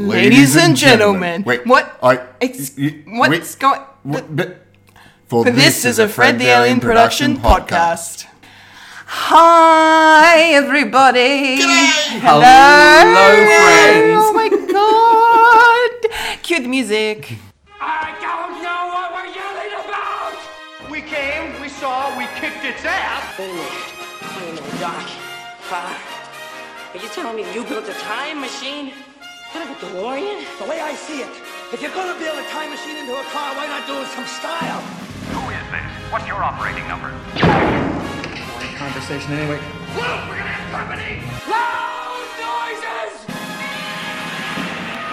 Ladies and gentlemen. Wait. What- All right. Ex- Y- y- what's wait. going? W- but- For This is a Fred the Alien production podcast. Hi, everybody. Hello. Hello, friends. Oh my god. Cue the music. I don't know what we're yelling about! We came, we saw, we kicked its ass. Wait a minute. Wait a minute, Doc. Uh, are you telling me you built a time machine? Kind of a DeLorean? The way I see it, if you're gonna build a time machine into a car, why not do it some style? Who is this? What's your operating number? conversation anyway. Look, we're gonna have company!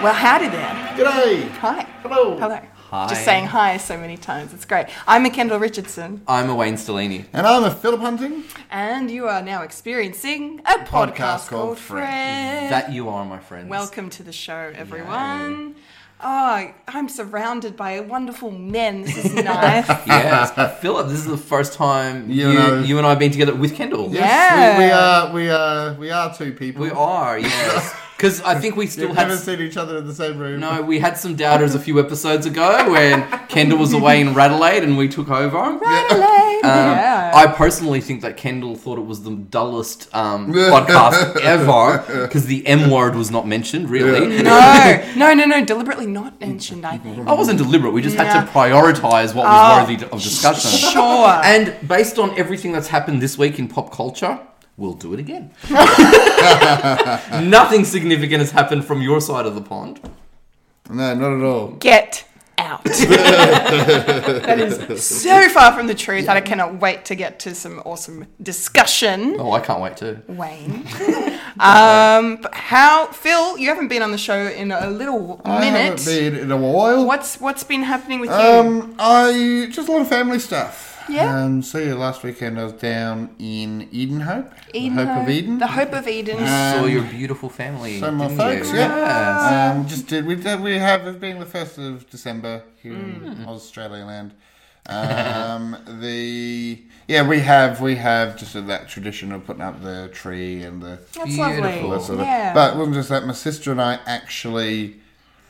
Loud noises! Well, howdy there. G'day. Hi. Hello. Hello. Hi. Just saying hi so many times. It's great. I'm McKendall Richardson, I'm a Wayne Stellini. And I'm a Philip Hunting. and you are now experiencing a podcast, called, Friends. That you are, my friends. Welcome to the show, everyone. Oh, I'm surrounded by wonderful men. This is nice. Yes, Philip. This is the first time You you, you, know- and I have been together with Kendall. Yeah. Yes, we, we are. We are. We are two people. we are. Yes, because I think we We still had. haven't seen each other in the same room. No, we had some doubters a few episodes ago when Kendall was away in Radelaide and we took over. Adelaide. Um, yeah. I personally think that Kendall thought it was the dullest um, podcast ever because the M word was not mentioned, really. no, no, no, no. Deliberately not mentioned. I think. I wasn't deliberate. We just had Yeah. Oh. to prioritize what was worthy of discussion. Sure. And based on everything that's happened this week in pop culture, we'll do it again. Nothing significant has happened from your side of the pond. No, not at all. Get out. that is so far from the truth that I cannot wait to get to some awesome discussion, Oh, I can't wait to. Wayne. um, but how, Phil? You haven't been on the show in a little I minute. haven't been in a while. What's what's been happening with you? Um, I just a lot of family stuff. Yeah. Um, so yeah, last weekend I was down in Edenhope, the Hope of Edenhope- Eden. Um, The Hope of Eden. Saw your beautiful family. So my didn't folks, you? yeah. Yes. Um, just did we did, we have it being the first of December here in Mm. Australia land. Um, the yeah we have we have just that tradition of putting up the tree and the That's beautiful. that sort lovely. of- Yeah. But it wasn't just that. My sister and I actually.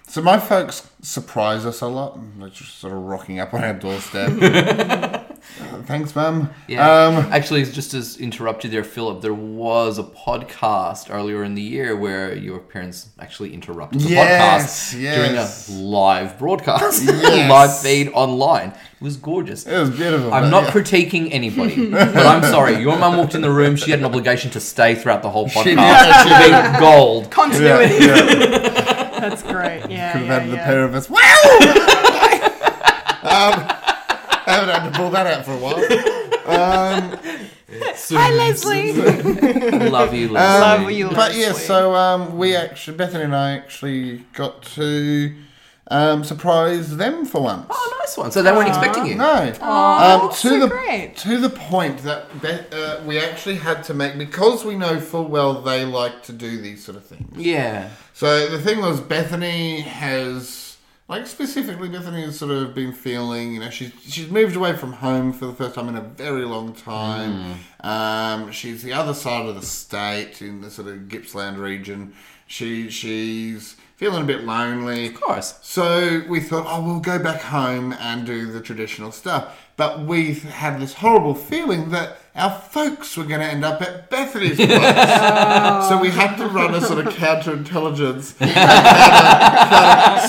So my folks surprise us a lot. They're just sort of rocking up on our doorstep. Uh, Thanks, mum. Yeah. Um, Actually, it's just as interrupt you there, Philip. There was a podcast earlier in the year where your parents actually interrupted the Yes, podcast yes. during a live broadcast, Yes. live feed online. It was gorgeous. it was beautiful. I'm but not yeah. critiquing anybody, but I'm sorry. Your mum walked in the room. She had an obligation to stay throughout the whole podcast. did, She she being gold. Yeah, Continuity. yeah. That's great. Yeah. Could have yeah, had the yeah. pair of us. Wow! um, I haven't had to pull that out for a while. Hi, Leslie. Love you, Leslie. Um, Love you, But Leslie. yeah, so um, we actually, Bethany and I actually got to um, surprise them for once. Oh, nice one. So they weren't expecting you. No. Oh, um, to that's so the great. to the point that Beth, uh, we actually had to make because we know full well they like to do these sort of things. Yeah. So the thing was, Bethany has, like specifically, Bethany has sort of been feeling, you know, she's she's moved away from home for the first time in a very long time. Um, she's the other side of the state in the sort of Gippsland region. She she's feeling a bit lonely. Of course. So we thought, oh, we'll go back home and do the traditional stuff. But we had this horrible feeling that our folks were going to end up at Bethany's place. So we had to run a sort of counterintelligence.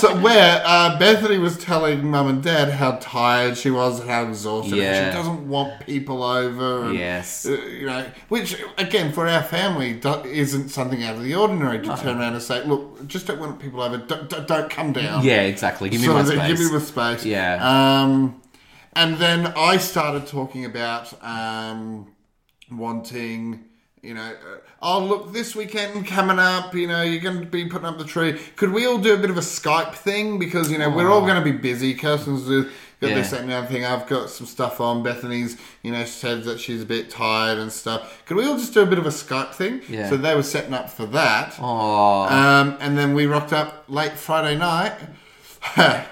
so where uh, Bethany was telling mum and dad how tired she was and how exhausted and Yeah. she doesn't want people over. And, Yes. uh, you know, which again for our family do- isn't something out of the ordinary to turn around and say, look, just don't want people over. Don't, don't, don't come down. Yeah. Exactly. Give me So my they Give space. me my space. Yeah. Um, and then I started talking about um, wanting, you know, uh, oh look, this weekend coming up, you know, you're going to be putting up the tree. Could we all do a bit of a Skype thing because you know we're all going to be busy. Kirsten's with. Got Oh. Yeah. this that, and the other thing. I've got some stuff on. Bethany's, you know, said that she's a bit tired and stuff. Could we all just do a bit of a Skype thing? Yeah. So they were setting up for that. Aw. Um, and then we rocked up late Friday night.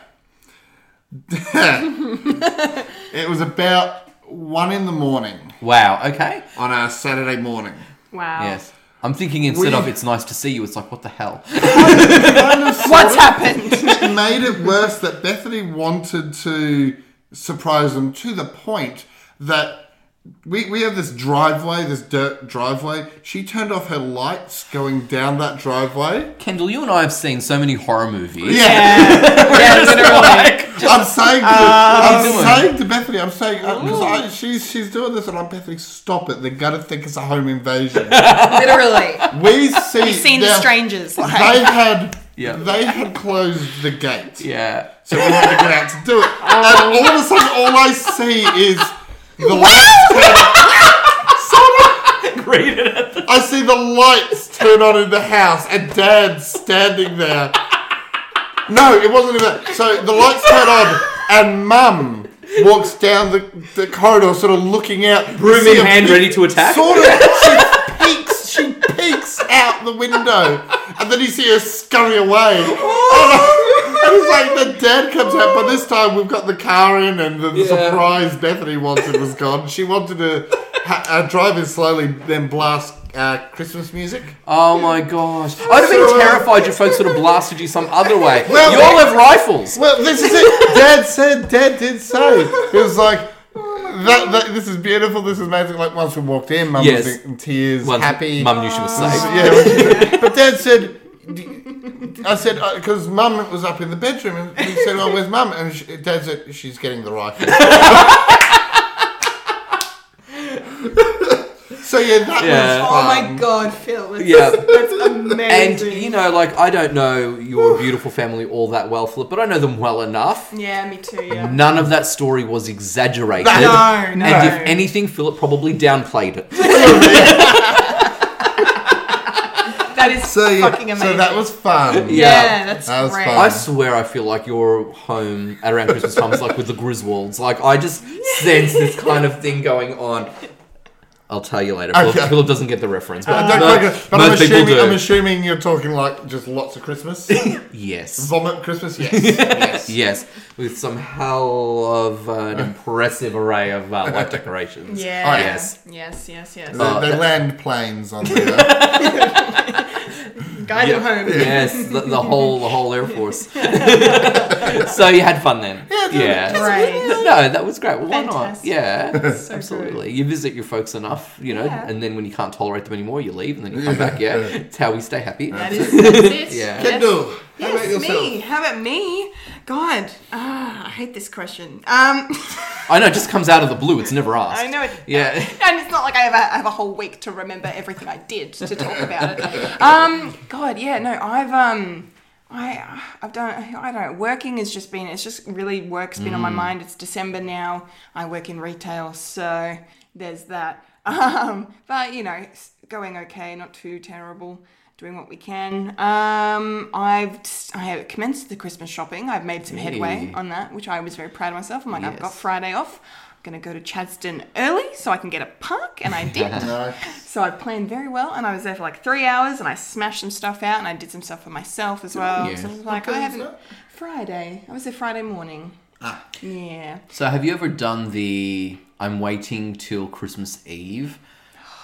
it was about one in the morning wow. Okay. on a Saturday morning. Wow. Yes. I'm thinking instead of We- it's nice to see you, it's like what the hell? What's happened? it made it worse that Bethany wanted to surprise them to the point that we, we have this driveway, this dirt driveway. She turned off her lights going down that driveway. Kendall, you and I have seen so many horror movies. Yeah, yeah, literally. I'm saying, to, What are you I'm doing? saying to Bethany, I'm saying, uh, 'cause I, she's she's doing this, and I'm Bethany. Stop it! They're gonna think it's a home invasion. literally. We see. We've seen now, the strangers. They had. Yeah. They had closed the gate. Yeah. So we had to get out to do it. And all of a sudden, all I see is the lights turn on. I see the lights turn on in the house and Dad standing there. No, it wasn't even that. So the lights turn on and Mum walks down the, the corridor, sort of looking out. Broom See in a hand, big- ready to attack? Sort of. She peeks. She peeks out the window, and then you see her scurry away. And it's like the dad comes out, but this time we've got the car in, and the surprise Bethany wanted was gone. She wanted to ha- uh, drive in slowly, then blast uh, Christmas music. Oh my gosh. I'd have been So, uh, terrified your folks would have blasted you some other way. Well, you all have rifles. Well, this is it. Dad said, Dad did say. It was like, that, that, this is beautiful, this is amazing. Like, once we walked in, mum Yes. was in tears, Once happy. Mum knew she was safe. Yeah, when she said- but Dad said, "D- I said because Mum was up in the bedroom, and we said, "Oh, where's Mum?" And she, Dad said, "She's getting the rifle." so yeah, that Yeah. was Oh fun. my god, Phil. That's, Um, Yeah. that's And amazing. you know, like I don't know your beautiful family all that well, Flip, but I know them well enough. yeah, me too, yeah. None of that story was exaggerated. No, no. And if anything, Philip probably downplayed it. that is So yeah, fucking amazing. so that was fun. yeah, Yeah. that's That was great. fun. I swear I feel like your home at around Christmas time is like with the Griswolds. Like I just sense this kind of thing going on. I'll tell you later. Philip, Okay. Philip doesn't get the reference, but, I don't mo- quite get- but I'm most people assuming, do. I'm assuming you're talking like just lots of Christmas yes. vomit Christmas. Yes, yes. Yes, with some hell of an impressive array of uh, light decorations. Yeah. Oh, yes. Yes, yes, yes. They, Oh, they that- land planes on there. Guide Yeah. them home. Yes, the, the whole the whole Air Force. so you had fun then. Yeah. Great. No, that was great. Well, why not? Fantastic. Yeah, So absolutely. You visit your folks enough, you know, Yeah. and then when you can't tolerate them anymore, you leave and then you come back. Yeah, it's how we stay happy. That is that's it. Yeah. Kendall, how about Yes, yourself? me. How about me? God, ah, I hate this question. Um, I know, it just comes out of the blue. It's never asked. I know it. Yeah. and it's not like I have a, I have a whole week to remember everything I did to talk about it. Um, God, yeah, no, I've um, I I've done I don't know. Working has just been it's just really work's been on my mind. It's December now. I work in retail, so there's that. Um, but you know, it's going okay, not too terrible. Doing what we can. Um, I've I have commenced the Christmas shopping. I've made some headway Yay. on that, which I was very proud of myself. I'm like, I've got Yes. Friday off. I'm going to go to Chadston early so I can get a park, and I did. So I planned very well, and I was there for like three hours, and I smashed some stuff out, and I did some stuff for myself as well. Yeah. So I was like, What I day was haven't. that? Friday. I was there Friday morning. Ah. Yeah. So have you ever done the I'm waiting till Christmas Eve?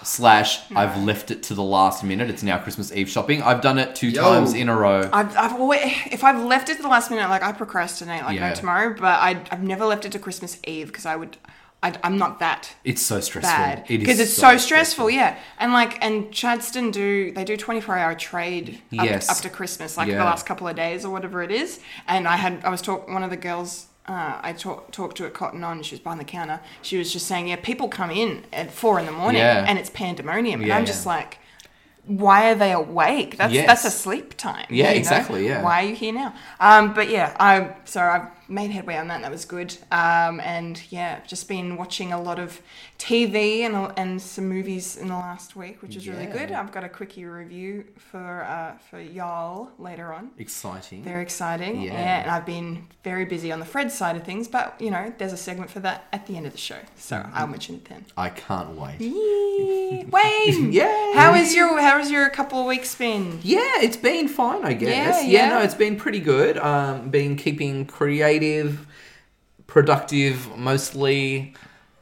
Slash, I've left it to the last minute. It's now Christmas Eve shopping. I've done it two Yo. times in a row. I've, I've always, if I've left it to the last minute, like I procrastinate, like Yeah. no tomorrow, but I, I've never left it to Christmas Eve because I would, I, I'm not that It's so stressful. bad It is because it's so, stressful, yeah and like and chadston do they do 24 hour trade up, Yes. up to christmas like Yeah. the last couple of days or whatever it is and i had i was talk one of the girls uh, I talk, talked to at Cotton On. She was behind the counter. She was just saying, "Yeah, people come in at four in the morning, Yeah. and it's pandemonium." and Yeah, I'm yeah. just like, "Why are they awake? That's Yes. that's a sleep time." Yeah, you know? exactly, yeah. Why are you here now? Um, but yeah, I so I've made headway on that. That was good. Um, and yeah, I've just been watching a lot of TV and and some movies in the last week, which is really Yeah. good. I've got a quickie review for uh, for y'all later on. Exciting. Very exciting. Yeah. Yeah. and I've been very busy on the Fred side of things, but you know, there's a segment for that at the end of the show, so Mm-hmm. I'll mention it then. I can't wait. Yay. Wayne, Yay. how is your how has your couple of weeks been? Yeah, it's been fine, I guess. Yeah, Yeah, yeah. no, it's been pretty good. Um, been keeping creative, productive, mostly.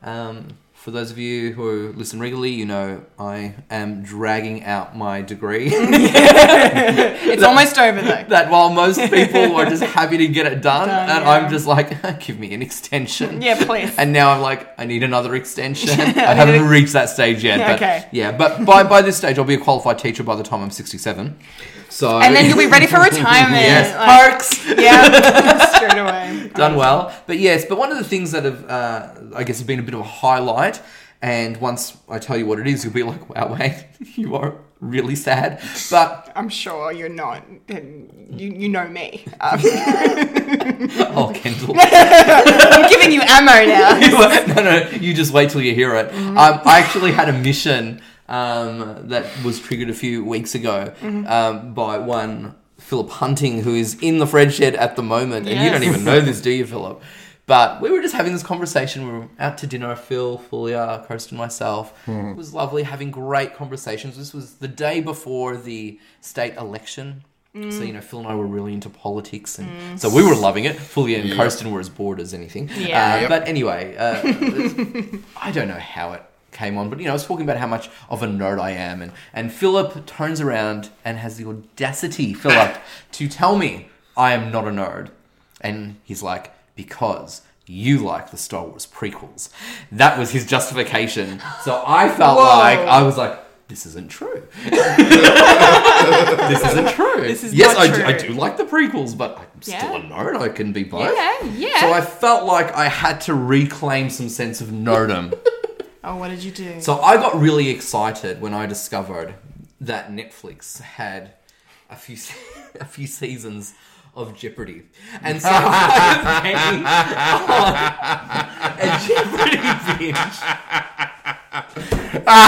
Um, For those of you who listen regularly, you know I am dragging out my degree. It's almost over though. that while most people are just happy to get it done, Done, and yeah. I'm just like, give me an extension. Yeah, please. And now I'm like, I need another extension. I I need haven't a- reached that stage yet. Yeah, but okay. yeah, but by by this stage, I'll be a qualified teacher by the time I'm 67. So And then you'll be ready for retirement. yes, like- parks. Yeah, straight away. done well. But yes, but one of the things that have, uh, I guess, have been a bit of a highlight, and once I tell you what it is, you'll be like, wow, Wayne, you are really sad. But I'm sure you're not. and You, you know me. Um, oh, Kendall, I'm giving you ammo now. no, no, you just wait till you hear it. Um, I actually had a mission um, that was triggered a few weeks ago um, by one Philip Hunting, who is in the Fred shed at the moment, and you don't Yes. even know this, do you, Philip? But we were just having this conversation. We were out to dinner, Phil, Fulia, Kirsten, myself. It was lovely having great conversations. This was the day before the state election. So, you know, Phil and I were really into politics. And so we were loving it. Fulia and Yeah. Kirsten were as bored as anything. Yeah. Uh, But anyway, uh, I don't know how it came on, but you know, I was talking about how much of a nerd I am, and and Philip turns around and has the audacity, Philip, to tell me I am not a nerd, and he's like, because you like the Star Wars prequels. That was his justification. So I felt Whoa. like I was like. This isn't true. this isn't true. This is yes, not I, do, I true. do like the prequels, but I'm still Yeah. a nerd. I can be both. Yeah, yeah. So I felt like I had to reclaim some sense of nerdom. Oh, what did you do? so I got really excited when I discovered that Netflix had a few se- a few seasons of Jeopardy, and so I am on a Jeopardy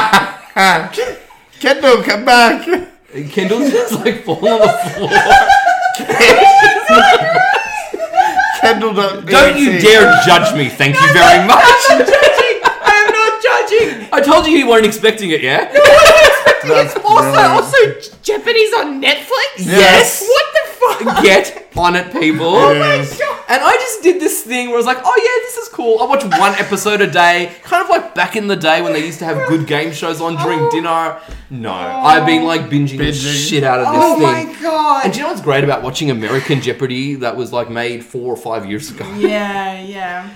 binge. Kendall, come back. And Kendall's just like falling on the floor. Kendall, E don't, Don't you dare judge me. Thank you very much. I'm not judging. I'm not judging. I told you you weren't expecting it, yeah? That's brilliant. also, Jeopardy's on Netflix. Yes. What the Oh fuck? get on it, people. Yes. And I just did this thing where I was like, oh yeah, this is cool. I watch one episode a day, kind of like back in the day when they used to have good game shows on during Oh. dinner. No, I've been like binging, the Binging. shit out of this Oh thing. my god. And do you know what's great about watching American Jeopardy that was like made four or five years ago? yeah, yeah.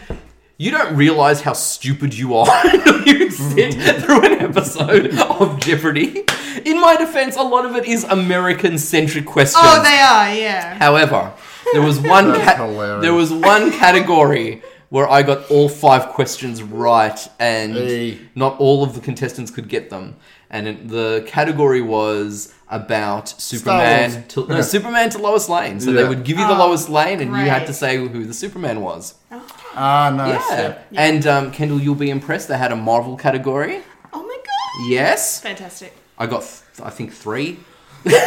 You don't realize how stupid you are until you sit through an episode of Jeopardy. In my defense, a lot of it is American centric questions. Oh, they are. Yeah. However, there was one That's ca- hilarious. there was one category where I got all five questions right, and Hey. not all of the contestants could get them. And it- the category was about Superman Wars. to no, Superman to Lois Lane. So they Yeah. would give you the Lois Lane, and you had Oh, great. to say who the Superman was. Oh Ah, nice. Yeah. And um, Kendall, you'll be impressed. They had a Marvel category. Oh my god. Yes, Fantastic. I got th- I think three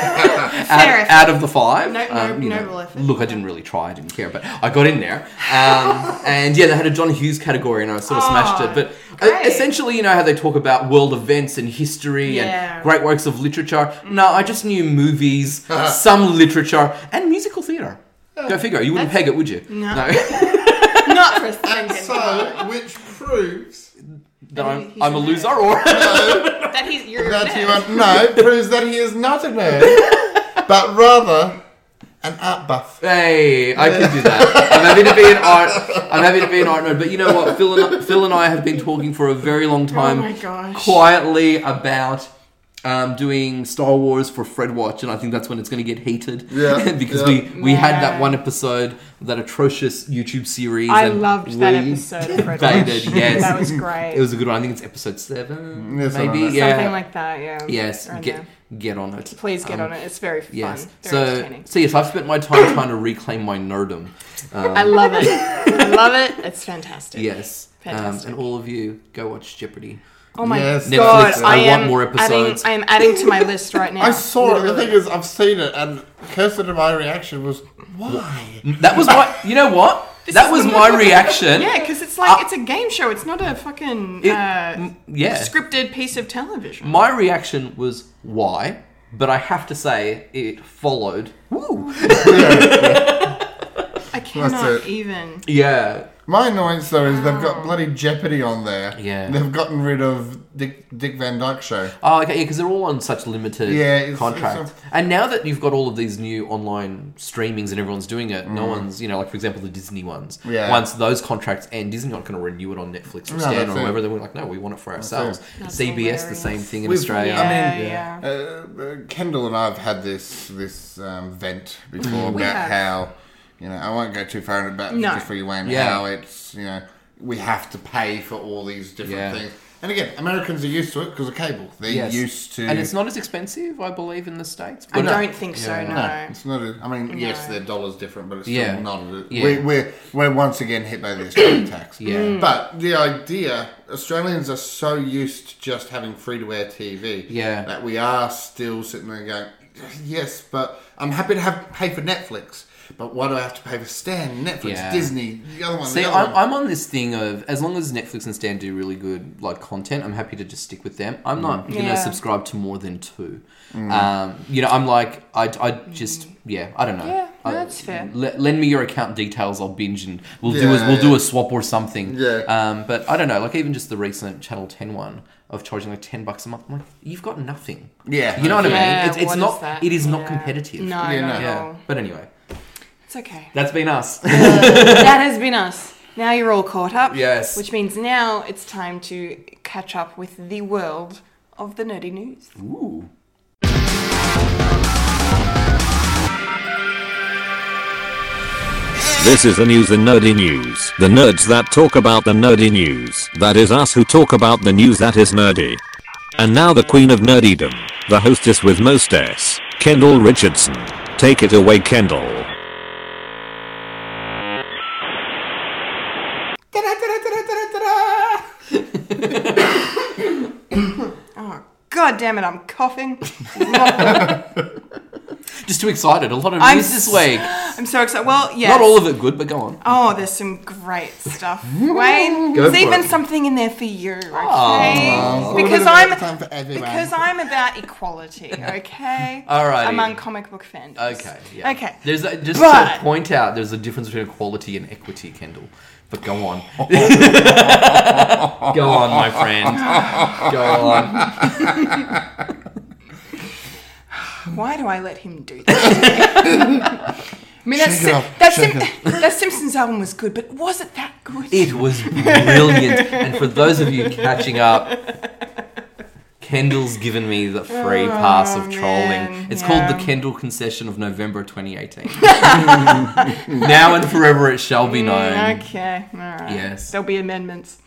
Fair out, effort. out of the five. Um, No- no- you noble effort. Look, I didn't really try. I didn't care, but I got in there. Um, and yeah, they had a John Hughes category, and I sort of smashed it. But Oh, great. e- essentially, you know how they talk about world events and history Yeah. and great works of literature. No, I just knew movies, some literature, and musical theatre. Go figure. You wouldn't peg it, would you? No. no. Not for a second. So, which proves That I'm, he's I'm a a nerd. loser, or that he's you're a that nerd. you are no proves that he is not a nerd, but rather an art buff. Hey, I can do that. I'm happy to be an art. I'm happy to be an art nerd. But you know what? Phil and Phil and I have been talking for a very long time, Oh my gosh. quietly about um, doing Star Wars for Fred Watch, and I think that's when it's going to get heated. Yeah, because yeah. we we had that Yeah. one episode, that atrocious YouTube series. I and loved that we episode. of Fred debated, Watch. yes. That was great. It was a good one. I think it's episode seven, Yeah, something maybe. like that. yeah. something like that. Yeah. yes. Around Get there. get on it. Please get Um, on it. It's very fun. Yes. Very So, entertaining. so yes, I've spent my time trying to reclaim my nerdom. Um, I love it. I love it. It's fantastic. Yes. Um, Fantastic. and all of you, go watch Jeopardy. Oh my Yes. god! Netflix, I, I am want more episodes. Adding, I am adding to my list right now. I saw it. The Literally. thing is, I've seen it, and Kirsten and my reaction was, "Why?" That was my. You know what? that was my reaction. Yeah, because it's like Uh, it's a game show. It's not a fucking It- uh, m- yeah. scripted piece of television. My reaction was why, but I have to say it followed. Woo! I can't cannot it. even. Yeah. My annoyance though is they've got bloody Jeopardy on there. Yeah. They've gotten rid of Dick Dick Van Dyke show. Oh, okay, yeah, because they're all on such limited Yeah, it's- contract. it's and now that you've got all of these new online streamings and everyone's doing it, no one's, you know, like for example, the Disney ones. Mm. Yeah. Once those contracts end, Disney's not going to renew it on Netflix or No, Stan that's or it. wherever. They were like, no, we want it for ourselves. That's CBS, the hilarious. same thing in We've- Australia. I mean, Yeah, yeah. yeah. Uh, uh, Kendall and I have had this this um, vent before We about have. how you know I won't go too far about No. before you Wayne Yeah. how it's you know we have to pay for all these different Yeah. things. And again, Americans are used to it because of cable. They're Yes. used to And it's not as expensive, I believe, in the States. I But- don't think so. Yeah. No. No, it's not. A, I mean, yes, No. their dollar's different, but it's still Yeah. not. A, Yeah. We're, we're we're once again hit by the estate tax. Yeah. Mm. But the idea, Australians are so used to just having free to air TV. Yeah. That we are still sitting there going, yes, but I'm happy to have pay for Netflix. But why do I have to pay for Stan, Netflix, Yeah. Disney, the other one? See, the other I'm, one? I'm on this thing of as long as Netflix and Stan do really good like content, I'm happy to just stick with them. I'm not Mm. gonna Yeah. subscribe to more than two. Um, you know, I'm like, I, I just, yeah, I don't know. Mm. Yeah, no, I- that's fair. le- lend me your account details, I'll binge and we'll do a, Yeah, we'll do yeah. a swap or something. Yeah. Um, but I don't know, like even just the recent Channel 10 one of charging like 10 bucks a month, I'm like, you've got nothing. Yeah. You know what Yeah, I mean? It's, it's what is not, that? it is not Yeah. competitive. No, Yeah, not no. at Yeah. all. But anyway, It's okay. that's been us. that has been us. Now you're all caught up. Yes. Which means now it's time to catch up with the world of the nerdy news. Ooh. This is the news, the nerdy news. The nerds that talk about the nerdy news. That is us who talk about the news that is nerdy. And now the queen of nerdydom, the hostess with most S, Kendall Richardson. Take it away, Kendall. Oh, God damn it, I'm coughing. Just too excited. A lot of news I'm this week. I'm so excited. Well, yeah. Not all of it good, but go on. Oh, there's some great stuff. Wayne, Go there's for even it. Oh, something in there for you, okay? Well, what Because about I'm time for everyone? because I'm about equality, okay? Alrighty. Among comic book fans. Okay. Yeah. Okay. There's a, just But- to point out, there's a difference between equality and equity, Kendall. But go on. go on, my friend. Go on. Why do I let him do that? I mean, that, Shake it Sim- off, that, shake Sim- that Simpsons album was good, but was it that good? It was brilliant. and for those of you catching up, Kendall's given me the free pass of trolling. Oh, man, It's yeah. called the Kendall Concession of November 2018. now and forever it shall Mm, be known. Okay, all right. Yes. There'll be amendments.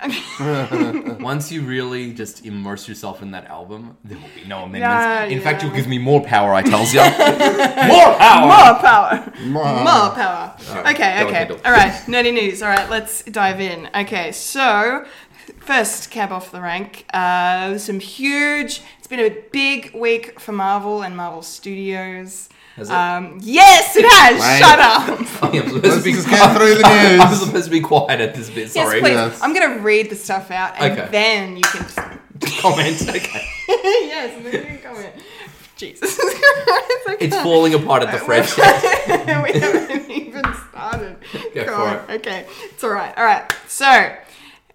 Once you really just immerse yourself in that album, there will be no amendments. Yeah, in yeah. fact, you'll give me more power, I tells you. more power! More power. Mwah. More power. okay, go on, okay. Kendall. All right, nerdy news. All right, let's dive in. Okay, so first cab off the rank. Uh, some huge. It's been a big week for Marvel and Marvel Studios. Has it? Um, yes, it has. Right. Shut up. I am supposed to be, Let's just get through the I- I'm news. supposed to be quiet at this bit, yes, sorry. please. Yes. I'm gonna read the stuff out, and Okay. then you can. Comment. Okay. yes, and then you can comment. Jesus Christ. I It's can't. falling apart at the friendship. we haven't even started. Go God, for Okay, it's all right. All right. So,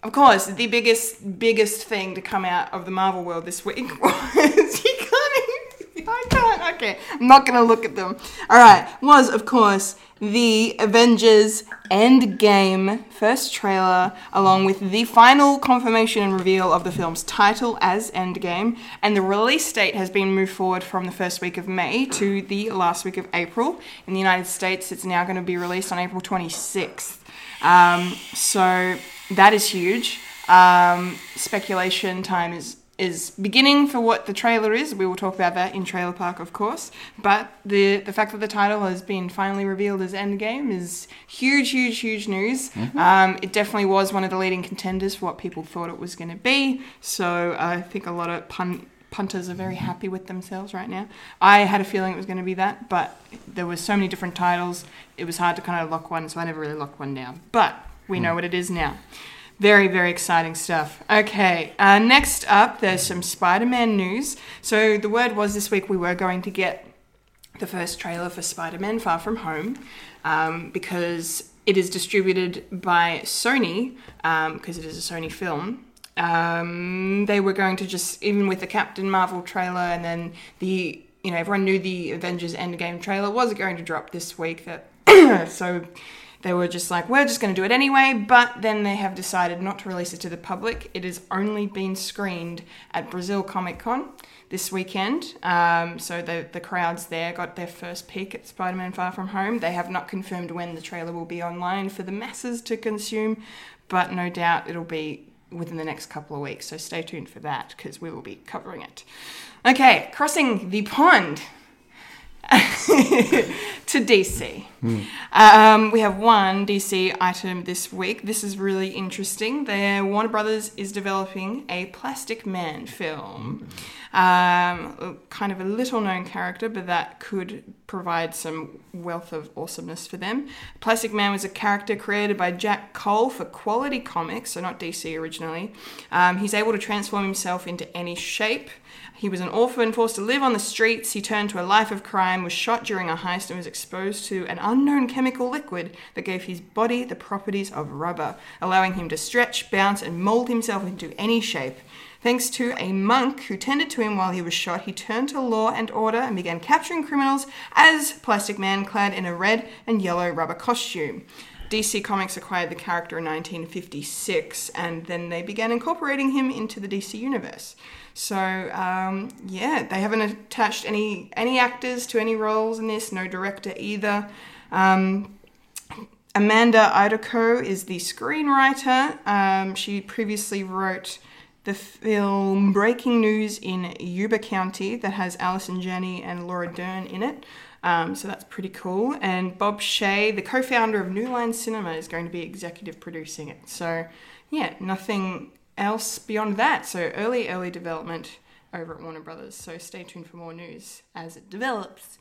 of course, the biggest biggest thing to come out of the Marvel world this week was you can't. even- I can't. Okay, I'm not gonna look at them. All right. Was of course the Avengers Endgame first trailer, along with the final confirmation and reveal of the film's title as Endgame, and the release date has been moved forward from the first week of May to the last week of April. In the United States, it's now going to be released on April 26th. Um, so that is huge. Um, speculation time is is beginning for what the trailer is. We will talk about that in Trailer Park, of course. But the the fact that the title has been finally revealed as Endgame is huge, huge, huge news. Um, it definitely was one of the leading contenders for what people thought it was going to be. So I think a lot of pun. Punters are very happy with themselves right now. I had a feeling it was going to be that, but there were so many different titles. It was hard to kind of lock one, so I never really locked one down. But we know what it is now. Very, very exciting stuff. Okay, uh, next up, there's some Spider Man news. So, the word was this week we were going to get the first trailer for Spider Man Far From Home um, because it is distributed by Sony because it is a Sony film. Um, they were going to just, even with the Captain Marvel trailer and then the, you know, everyone knew the Avengers Endgame trailer was going to drop this week. That So they were just like, we're just going to do it anyway. But then they have decided not to release it to the public. It has only been screened at Brazil Comic Con this weekend. Um, so the the crowds there got their first peek at Spider-Man: Far From Home. They have not confirmed when the trailer will be online for the masses to consume, but no doubt it'll be within the next couple of weeks. So stay tuned for that because we will be covering it. Okay, crossing the pond to DC. Um, we have one DC item this week. This is really interesting. There, Warner Brothers is developing a Plastic Man film. Um, kind of a little known character, but that could provide some wealth of awesomeness for them. Plastic Man was a character created by Jack Cole for Quality Comics, so not DC originally. Um, he's able to transform himself into any shape. He was an orphan forced to live on the streets. He turned to a life of crime, was shot during a heist, and was exposed to an unknown chemical liquid that gave his body the properties of rubber, allowing him to stretch, bounce, and mold himself into any shape. Thanks to a monk who tended to him while he was shot, he turned to law and order and began capturing criminals as Plastic Man clad in a red and yellow rubber costume. DC Comics acquired the character in 1956 and then they began incorporating him into the DC universe. So um, yeah, they haven't attached any any actors to any roles in this, no director either. Um, Amanda Idoko is the screenwriter. Um, she previously wrote the film Breaking News in Yuba County that has Alison Janney and Laura Dern in it. Um, so that's pretty cool. And Bob Shea, the co founder of New Line Cinema, is going to be executive producing it. So, yeah, nothing else beyond that. So, early, early development over at Warner Brothers. So, stay tuned for more news as it develops.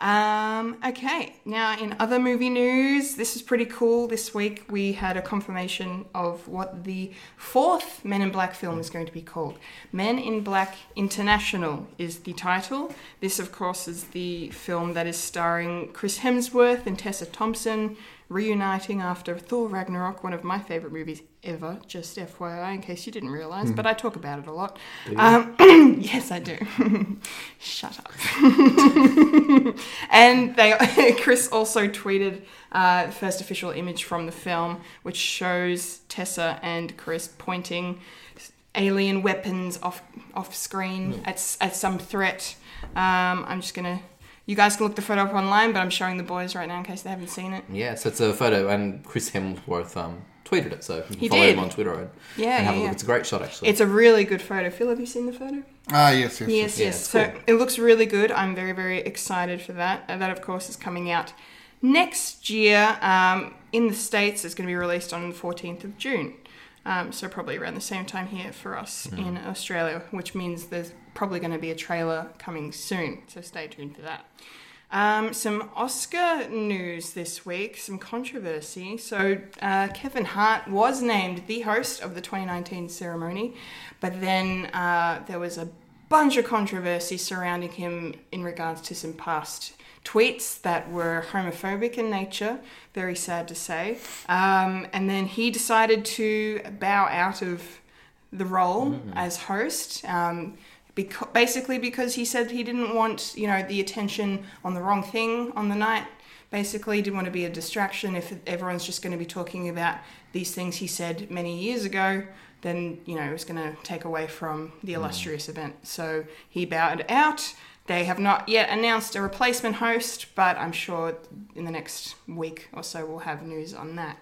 Um, okay, now in other movie news, this is pretty cool. This week we had a confirmation of what the fourth Men in Black film is going to be called. Men in Black International is the title. This, of course, is the film that is starring Chris Hemsworth and Tessa Thompson reuniting after Thor Ragnarok, one of my favorite movies ever, just FYI, in case you didn't realize, but I talk about it a lot. Um, yes, I do. Shut up. and they, Chris also tweeted uh, first official image from the film, which shows Tessa and Chris pointing alien weapons off off screen at s- at some threat. Um, I'm just gonna. You guys can look the photo up online, but I'm showing the boys right now in case they haven't seen it. Yeah, so it's a photo, and Chris Hemsworth um, tweeted it, so you can He follow did. him on Twitter and, Yeah, and have a yeah, look. yeah. It's a great shot, actually. It's a really good photo. Phil, have you seen the photo? Ah, yes, yes, yes. Yes, yes. it's So cool. it looks really good. I'm very, very excited for that. Uh, that, of course, is coming out next year um, in the States. It's going to be released on the 14th of June. Um, so probably around the same time here for us in Australia, which means there's probably going to be a trailer coming soon. So stay tuned for that. Um, some Oscar news this week, some controversy. So, uh, Kevin Hart was named the host of the 2019 ceremony, but then uh, there was a bunch of controversy surrounding him in regards to some past tweets that were homophobic in nature, very sad to say. Um, and then he decided to bow out of the role as host. Um, becau- basically because he said he didn't want you know the attention on the wrong thing on the night basically he didn't want to be a distraction if everyone's just going to be talking about these things he said many years ago then you know it was going to take away from the illustrious event so he bowed out they have not yet announced a replacement host but i'm sure in the next week or so we'll have news on that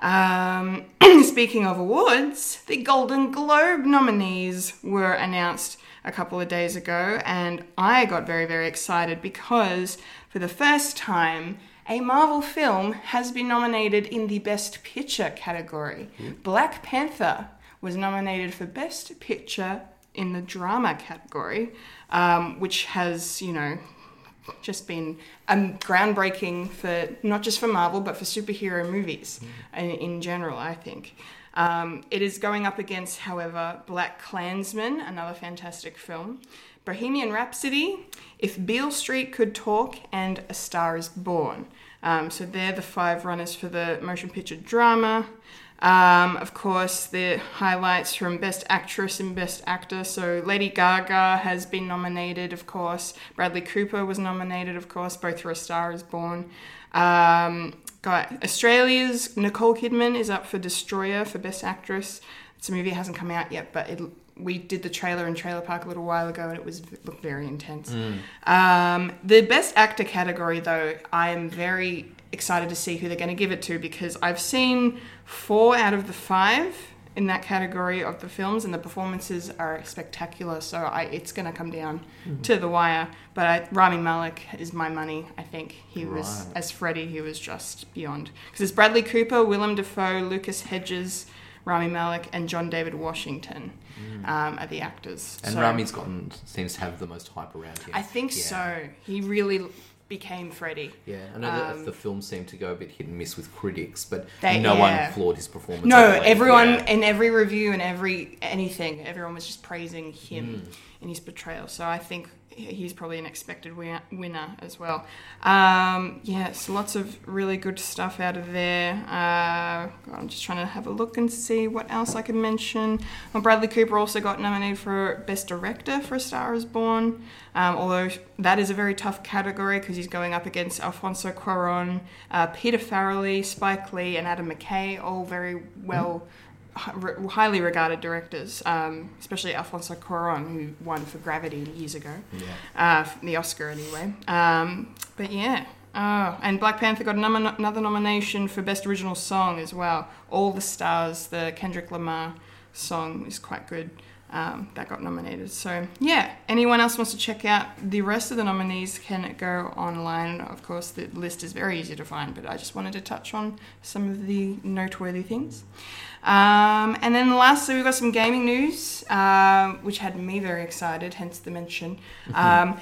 um, speaking of awards, the Golden Globe nominees were announced a couple of days ago, and I got very, very excited because for the first time, a Marvel film has been nominated in the Best Picture category. Black Panther was nominated for Best Picture in the Drama category, um, which has, you know, just been um, groundbreaking for not just for Marvel but for superhero movies in, in general. I think um, it is going up against, however, Black Klansman, another fantastic film. Bohemian Rhapsody, If Beale Street Could Talk, and A Star Is Born. Um, so they're the five runners for the motion picture drama. Um, of course, the highlights from Best Actress and Best Actor. So Lady Gaga has been nominated, of course. Bradley Cooper was nominated, of course, both for A Star Is Born. Um, got Australia's Nicole Kidman is up for Destroyer for Best Actress. It's a movie that hasn't come out yet, but it, we did the trailer in Trailer Park a little while ago, and it was it looked very intense. Um, the Best Actor category, though, I am very excited to see who they're going to give it to because I've seen four out of the five in that category of the films, and the performances are spectacular. So I, it's going to come down to the wire. But I, Rami Malek is my money. I think he was as Freddy. He was just beyond because it's Bradley Cooper, Willem Dafoe, Lucas Hedges. Rami Malek and John David Washington um, are the actors. And So- Rami's gotten seems to have the most hype around him. I think Yeah. so. He really l- became Freddy. Yeah, I know that the film seemed to go a bit hit and miss with critics, but um, They- no yeah. one flawed his performance. I No, believe. everyone Yeah. in every review and every anything, everyone was just praising him in his portrayal. So I think he's probably an expected wi- winner as well. Um, yeah, so lots of really good stuff out of there. Uh, God, I'm just trying to have a look and see what else I can mention. Well, Bradley Cooper also got nominated for Best Director for A Star Is Born, um, although that is a very tough category because he's going up against Alfonso Cuaron, uh, Peter Farrelly, Spike Lee, and Adam McKay, all very well, hi- re- highly regarded directors, um, especially Alfonso Cuaron, who won for Gravity years ago, uh, f- the Oscar anyway. Um, but yeah. Oh, and Black Panther got num- another nomination for Best Original Song as well. All the Stars, the Kendrick Lamar song is quite good. Um, that got nominated. So yeah, anyone else wants to check out the rest of the nominees can go online. Of course, the list is very easy to find, but I just wanted to touch on some of the noteworthy things. Um, and then lastly, we've got some gaming news, um, which had me very excited, hence the mention. Um,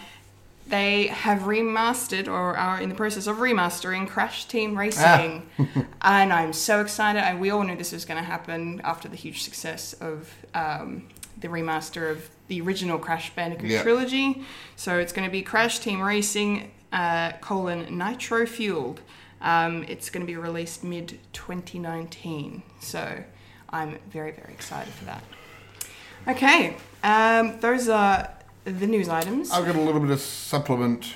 they have remastered or are in the process of remastering Crash Team Racing. and I'm so excited. I, we all knew this was going to happen after the huge success of um, the remaster of the original Crash Bandicoot Yeah. trilogy. So it's going to be Crash Team Racing uh, colon Nitro Fueled. Um, it's going to be released mid 2019. So I'm very, very excited for that. Okay, um, those are the news items. I've got a little bit of supplement.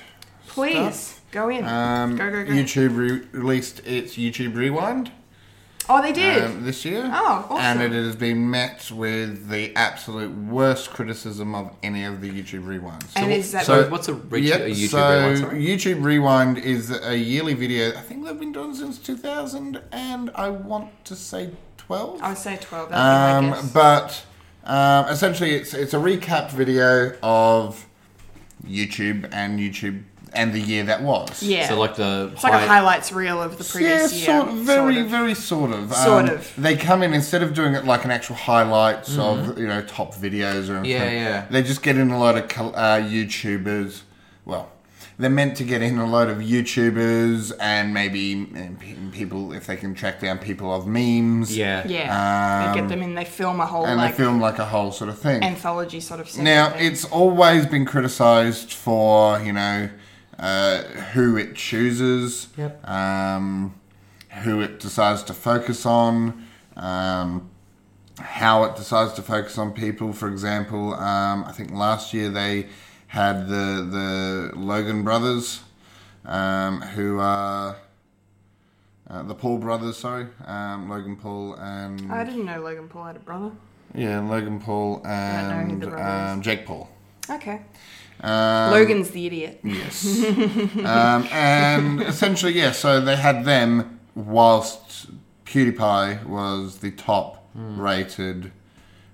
Please stuff. go in. Um, go go go. YouTube re- released its YouTube Rewind oh, they did. um, this year. Oh, awesome. And it has been met with the absolute worst criticism of any of the YouTube Rewinds. and is that So what's a, re- Yep, a YouTube so rewind? Sorry. YouTube Rewind is a yearly video. I think they've been doing since 2000, and I want to say 12. I would say twelve. That's my Um, guess. but um, essentially, it's it's a recap video of YouTube and YouTube and the year that was. yeah, So like the it's like a high- highlights reel of the Yeah, previous year. sort of, very, sort of. very sort of. Um, Sort of. Mm-hmm. They come in instead of doing it like an actual highlights of you know top videos or anything. Yeah, yeah. They just get in a lot of col- uh, YouTubers. Well, they're meant to get in a lot of YouTubers and maybe um, pe- people if they can track down people of memes. yeah. Yeah, they Um, get them in. They film a whole And like they film like a whole sort of thing. anthology sort of. Now, thing. it's always been criticised for, you know, uh, who it chooses, Yep. um, who it decides to focus on, um, how it decides to focus on people. For example, um, I think last year they had the, the Logan brothers, um, who are. Uh, the Paul brothers, sorry, um, Logan Paul and I didn't know Logan Paul had a brother. yeah, Logan Paul know who and the brother is. um, Jake Paul. Okay, Um, Logan's the idiot. Yes. um, and essentially, yeah, so they had them whilst PewDiePie was the top rated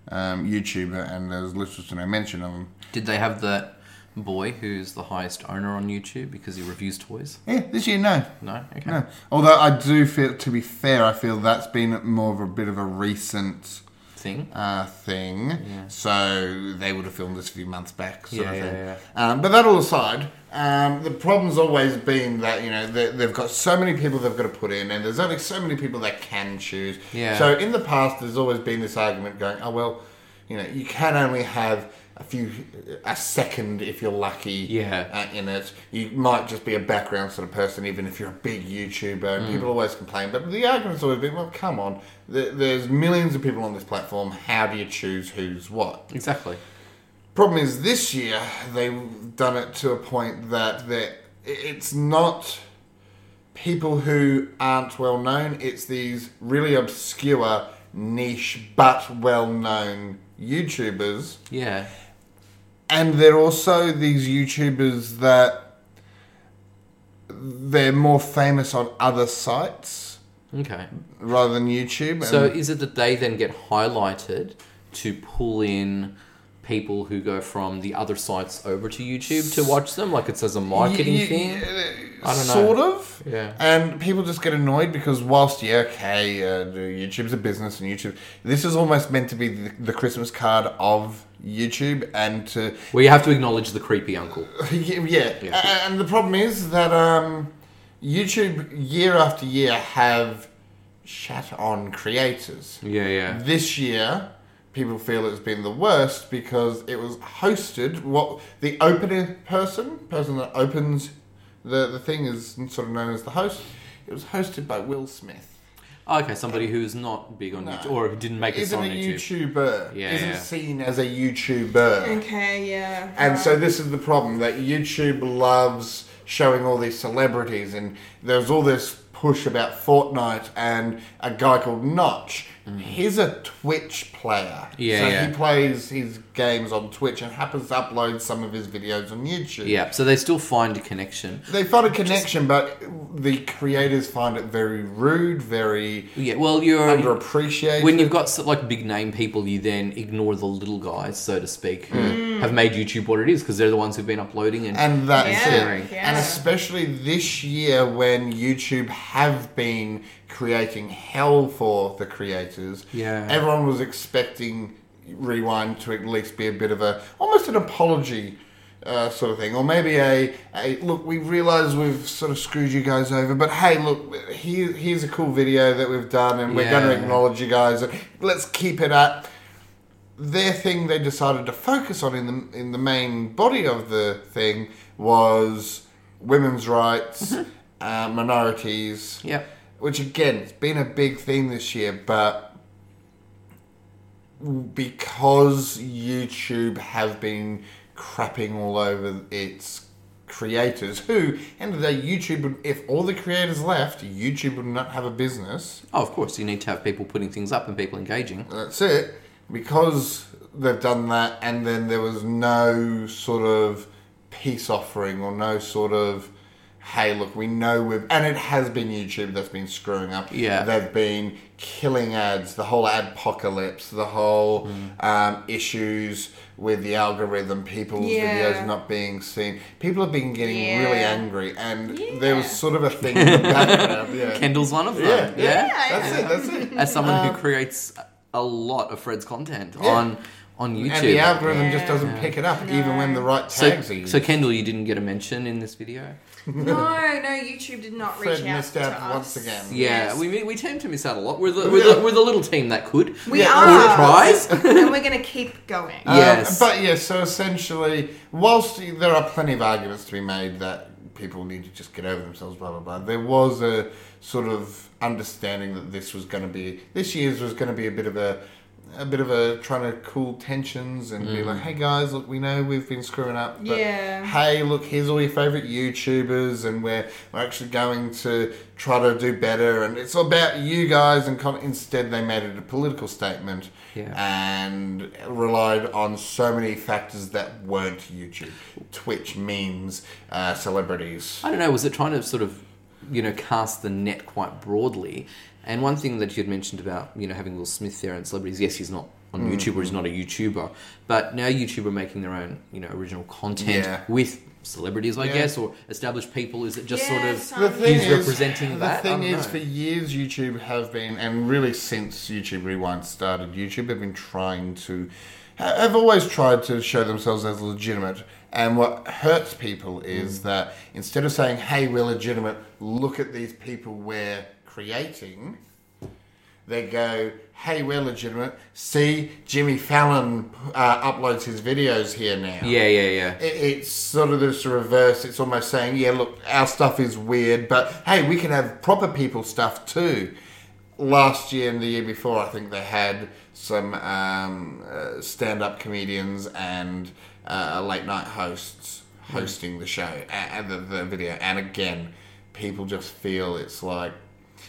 um, YouTuber, and there was literally no mention of him. Did they have that boy who's the highest owner on YouTube because he reviews toys? Yeah, this year, no. No. Okay. No. Although I do feel, to be fair, I feel that's been more of a bit of a recent Thing. Um, uh, thing. So they would have filmed this a few months back, sort Yeah, of yeah, thing. yeah. Um, but that all aside, um, the problem's always been that you know they, they've got so many people they've got to put in, and there's only so many people that can choose. Yeah. So in the past, there's always been this argument going, "Oh well, you know, you can only have a few, a second if you're lucky. Yeah. Uh, in it, you might just be a background sort of person, even if you're a big YouTuber. And people always complain, but the argument's always been, well, come on, there, there's millions of people on this platform. How do you choose who's what? Exactly. Problem is, this year they've done it to a point that that it's not people who aren't well known. It's these really obscure, niche but well known YouTubers, Yeah. and they're also these YouTubers that they're more famous on other sites Okay. rather than YouTube. And So is it that they then get highlighted to pull in people who go from the other sites over to YouTube to watch them? Like it's as a marketing Y- y- thing? I don't know. uh, Sort of. Yeah. And people just get annoyed because whilst yeah, okay, uh, YouTube's a business and YouTube, this is almost meant to be the, the Christmas card of YouTube, and to Well, you have to acknowledge the creepy uncle. yeah, yeah. Yeah. A- And the problem is that um, YouTube year after year have shat on creators. Yeah, yeah. This year, people feel it's been the worst because it was hosted. What the opening person, person that opens the the thing, is sort of known as the host. It was hosted by Will Smith. Oh, Okay, somebody who's not big on YouTube or who didn't make it Isn't on a YouTube. YouTuber. Yeah, Isn't yeah. seen as a YouTuber. Okay, yeah. And so this is the problem that YouTube loves showing all these celebrities, and there's all this push about Fortnite and a guy called Notch. He's a Twitch player, Mm. Yeah, so yeah. he plays his games on Twitch and happens to upload some of his videos on YouTube. Yeah, so they still find a connection. They find a connection, but the creators find it very rude, very Yeah, well, you're underappreciated. when you've got s- like big name people, you then ignore the little guys, so to speak, who have made YouTube what it is because they're the ones who've been uploading and, Hmm. and that's Yeah, it. yeah. And especially this year when YouTube have been creating hell for the creators. Yeah. Everyone was expecting Rewind to at least be a bit of a almost an apology. Uh, sort of thing, or maybe a, a look. We realise we've sort of screwed you guys over, but hey, look, here, here's a cool video that we've done, and we're going Yeah. to acknowledge you guys. And let's keep it up their thing they decided to focus on in the in the main body of the thing was women's rights, uh, minorities. Yep. Which again, it's been a big thing this year, but because YouTube have been crapping all over its creators, who end of the day, YouTube, would, if all the creators left, YouTube would not have a business. oh, of course, you need to have people putting things up and people engaging. That's it. Because they've done that, and then there was no sort of peace offering or no sort of, hey, look, we know we've. And it has been YouTube that's been screwing up. Yeah. They've been killing ads, the whole adpocalypse, the whole um, issues with the algorithm, people's Yeah. videos not being seen. People have been getting really Yeah. angry, and there was sort of a thing in the background. Yeah. Kendall's one of them. Yeah, Yeah. That's it, that's it. As someone who creates a lot of Fred's content yeah. on on YouTube. And the algorithm just doesn't pick it up, even when the right so, tags are used. so Kendall, you didn't get a mention in this video. no, no, YouTube did not Fred reach out missed to out us. once again. Yeah, Yes. we, we tend to miss out a lot. We're the, we're, the, we're the little team that could. We Yeah, are. prize. and we're going to keep going. Um, yes. but yeah, so essentially, whilst there are plenty of arguments to be made that people need to just get over themselves, blah, blah, blah, there was a sort of understanding that this was going to be, this year's was going to be a bit of a, a bit of a trying to cool tensions and be Mm. like, hey guys, look, we know we've been screwing up, but Yeah. hey, look, here's all your favorite YouTubers, and we're we're actually going to try to do better, and it's about you guys. And con- instead, they made it a political statement, Yeah. and relied on so many factors that weren't YouTube, Twitch memes, uh, celebrities. I don't know, was it trying to sort of, you know, cast the net quite broadly? And one thing that you had mentioned about, you know, having Will Smith there and celebrities, yes, he's not on Mm. YouTube or he's not a YouTuber, but now YouTube are making their own, you know, original content Yeah. with celebrities, I Yeah. guess, or established people. Is it just Yeah, sort some- of The thing he's is, representing the that? Oh, I thing don't is, know. for years YouTube have been, and really since YouTube Rewind started, YouTube have been trying to, ha- have always tried to show themselves as legitimate. And what hurts people Mm. is that instead of saying, "Hey, we're legitimate," look at these people we're creating. They go, hey, we're legitimate. See, Jimmy Fallon uh, uploads his videos here now. Yeah, yeah, yeah. It- It's sort of this reverse. It's almost saying, yeah, look, our stuff is weird, but hey, we can have proper people stuff too. Last year and the year before, I think they had some um, uh, stand up comedians and uh, late night hosts hosting the show a- and the, the video. And again, people just feel it's like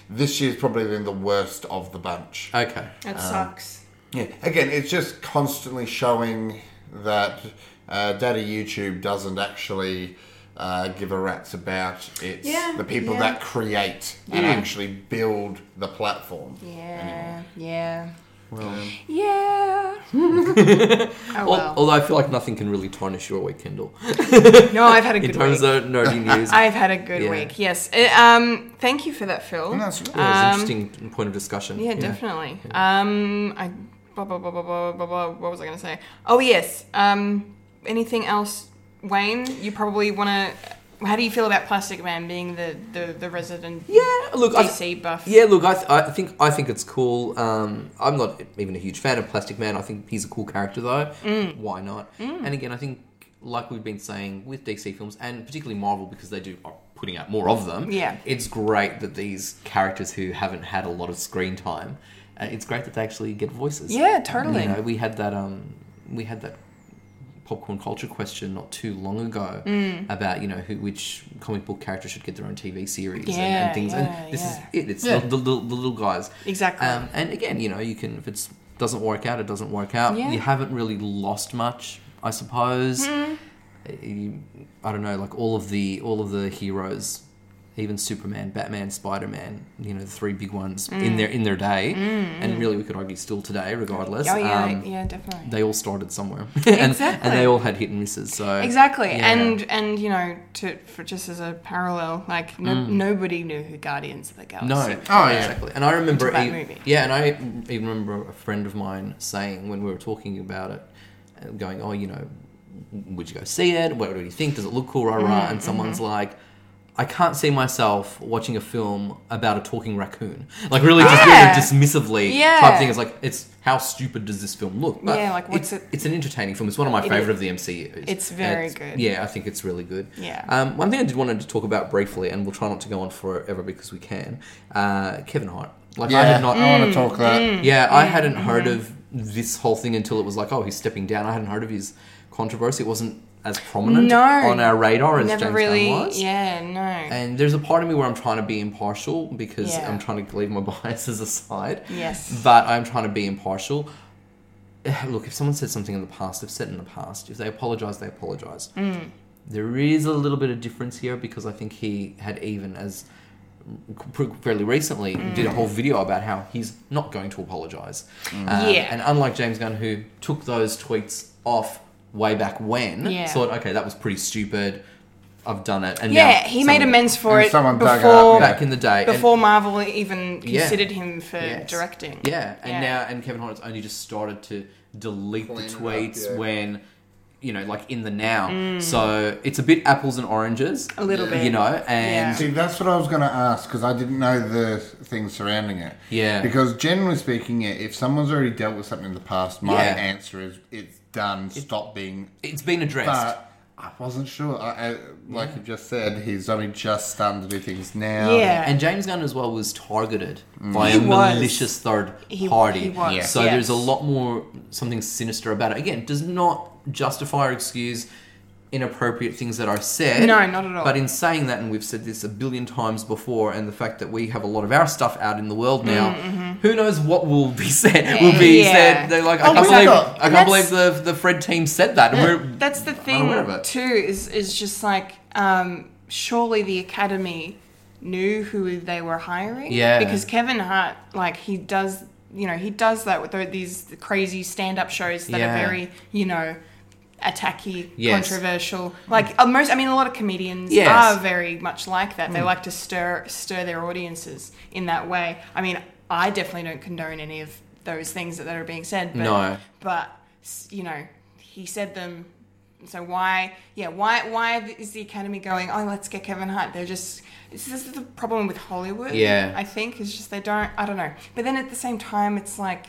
this year's probably been the worst of the bunch. Okay. Um, That sucks. Yeah. Again, it's just constantly showing that uh, Daddy YouTube doesn't actually uh, give a rat's about. It's Yeah, the people yeah. that create and actually build the platform. Yeah, yeah. yeah. oh, well. Although I feel like nothing can really tarnish your rekindle No, I've had a in good terms week. of nerdy news. I've had a good Yeah. week. Yes. Uh, um, thank you for that, Phil. That's good. Yeah, it's an interesting point of discussion. um, Yeah, definitely. Um, I blah, blah, blah, blah, blah, blah, blah, what was I going to say? Oh yes. Um, anything else, Wayne? You probably want to. How do you feel about Plastic Man being the the, the resident? Yeah, look, I- DC buff. Yeah, look, I, th- I think I think it's cool. Um, I'm not even a huge fan of Plastic Man. I think he's a cool character though. Mm. Why not? And again, I think like we've been saying with DC films and particularly Marvel because they do are putting out more of them. Yeah. it's great that these characters who haven't had a lot of screen time, uh, it's great that they actually get voices. Yeah, totally. You know, we had that um, we had that popcorn culture question not too long ago Mm. about you know who which comic book character should get their own TV series and- and, Yeah, things. yeah, and this yeah. is it. It's Yeah. the, the, little- the little guys. Exactly. Um, and again, you know, you can if it doesn't work out, it doesn't work out. Yeah. You haven't really lost much, I suppose. Hmm. Eh, You- I don't know, like all of the all of the heroes. Even Superman, Batman, Spider Man, you know, the three big ones Hmm. in their in their day. And really we could argue still today, regardless. Oh yeah, um, yeah, definitely. they all started somewhere, and, Exactly. and they all had hit and misses. So Exactly, Yeah. and and you know, to for just as a parallel, like no, nobody knew who Guardians of the Galaxy. Mm. no, were. Oh, yeah. exactly. And I remember, It's a bad e- movie. yeah, and I even remember a friend of mine saying when we were talking about it, uh, going, "Oh, you know, would you go see it? What do you think? Does it look cool?" Rah rah. Mm-hmm, and someone's like. I can't see myself watching a film about a talking raccoon. Like really just Yeah. really dismissively Yeah. type thing. It's like it's how stupid does this film look? Yeah, like, what's it's, it- it's an entertaining film. It's one of my It favorite is. of the MCUs. It's very It's- good. Yeah, I think it's really good. Yeah. Um, one thing I did want to talk about briefly, and we'll try not to go on forever because we can. Uh, Kevin Hart. Like I had not. Mm. I want to talk that. Yeah, I hadn't heard Mm-hmm. of this whole thing until it was like, oh, he's stepping down. I hadn't heard of his controversy. It wasn't as prominent No. on our radar as never James really. Gunn was. Yeah, no. And there's a part of me where I'm trying to be impartial because Yeah. I'm trying to leave my biases aside. Yes. But I'm trying to be impartial. Look, if someone said something in the past, they've said it in the past. If they apologise, they apologise. Mm. There is a little bit of difference here because I think he had even as pr- fairly recently Mm. did a whole video about how he's not going to apologise. Um, Mm. Yeah. And unlike James Gunn, who took those tweets off way back when, Yeah. thought, okay, that was pretty stupid. I've done it. And yeah, now he made someone- amends for and it someone dug it up, before back in the day. and- before Marvel even Yeah. considered him for Yes. directing. Yeah, and Yeah. now and Kevin Hart's only just started to delete Clean it the up, tweets yeah. when you know, like in the now. So it's a bit apples and oranges, Mm. A little bit. you know. And See, that's what I was going to ask because I didn't know the things surrounding it. Yeah. Because generally speaking, yeah, if someone's already dealt with something in the past, my Yeah. answer is it's done. stop being. it's been addressed. But I wasn't sure. I, I, like you just said, he's only just starting to do things now. Yeah. and James Gunn as well was targeted Mm. by He a was. malicious third He- party. he was, Yeah. So yes. there's a lot more something sinister about it. Again, does not justify or excuse inappropriate things that are said. No, not at all. But in saying that, and we've said this a billion times before, and the fact that we have a lot of our stuff out in the world now, who knows what will be said? Will be Mm, mm-hmm. Yeah. said? They're like, I Oh, can't we've believe, got- I can't believe the the Fred team said that. We're, That's the thing unaware of it. too. Is is just like um, surely the Academy knew who they were hiring. Yeah. Because Kevin Hart, like he does, you know, he does that with tho- these crazy stand-up shows that Yeah. are very, you know. Attacky, Yes. controversial. Like uh, most, I mean, a lot of comedians Yes. are very much like that. Hmm. They like to stir stir their audiences in that way. I mean, I definitely don't condone any of those things that, that are being said. But, No. but s- you know, he said them so why yeah why why is the academy going oh let's get kevin hart they're just this is the problem with hollywood Yeah. i think it's just they don't i don't know but then at the same time it's like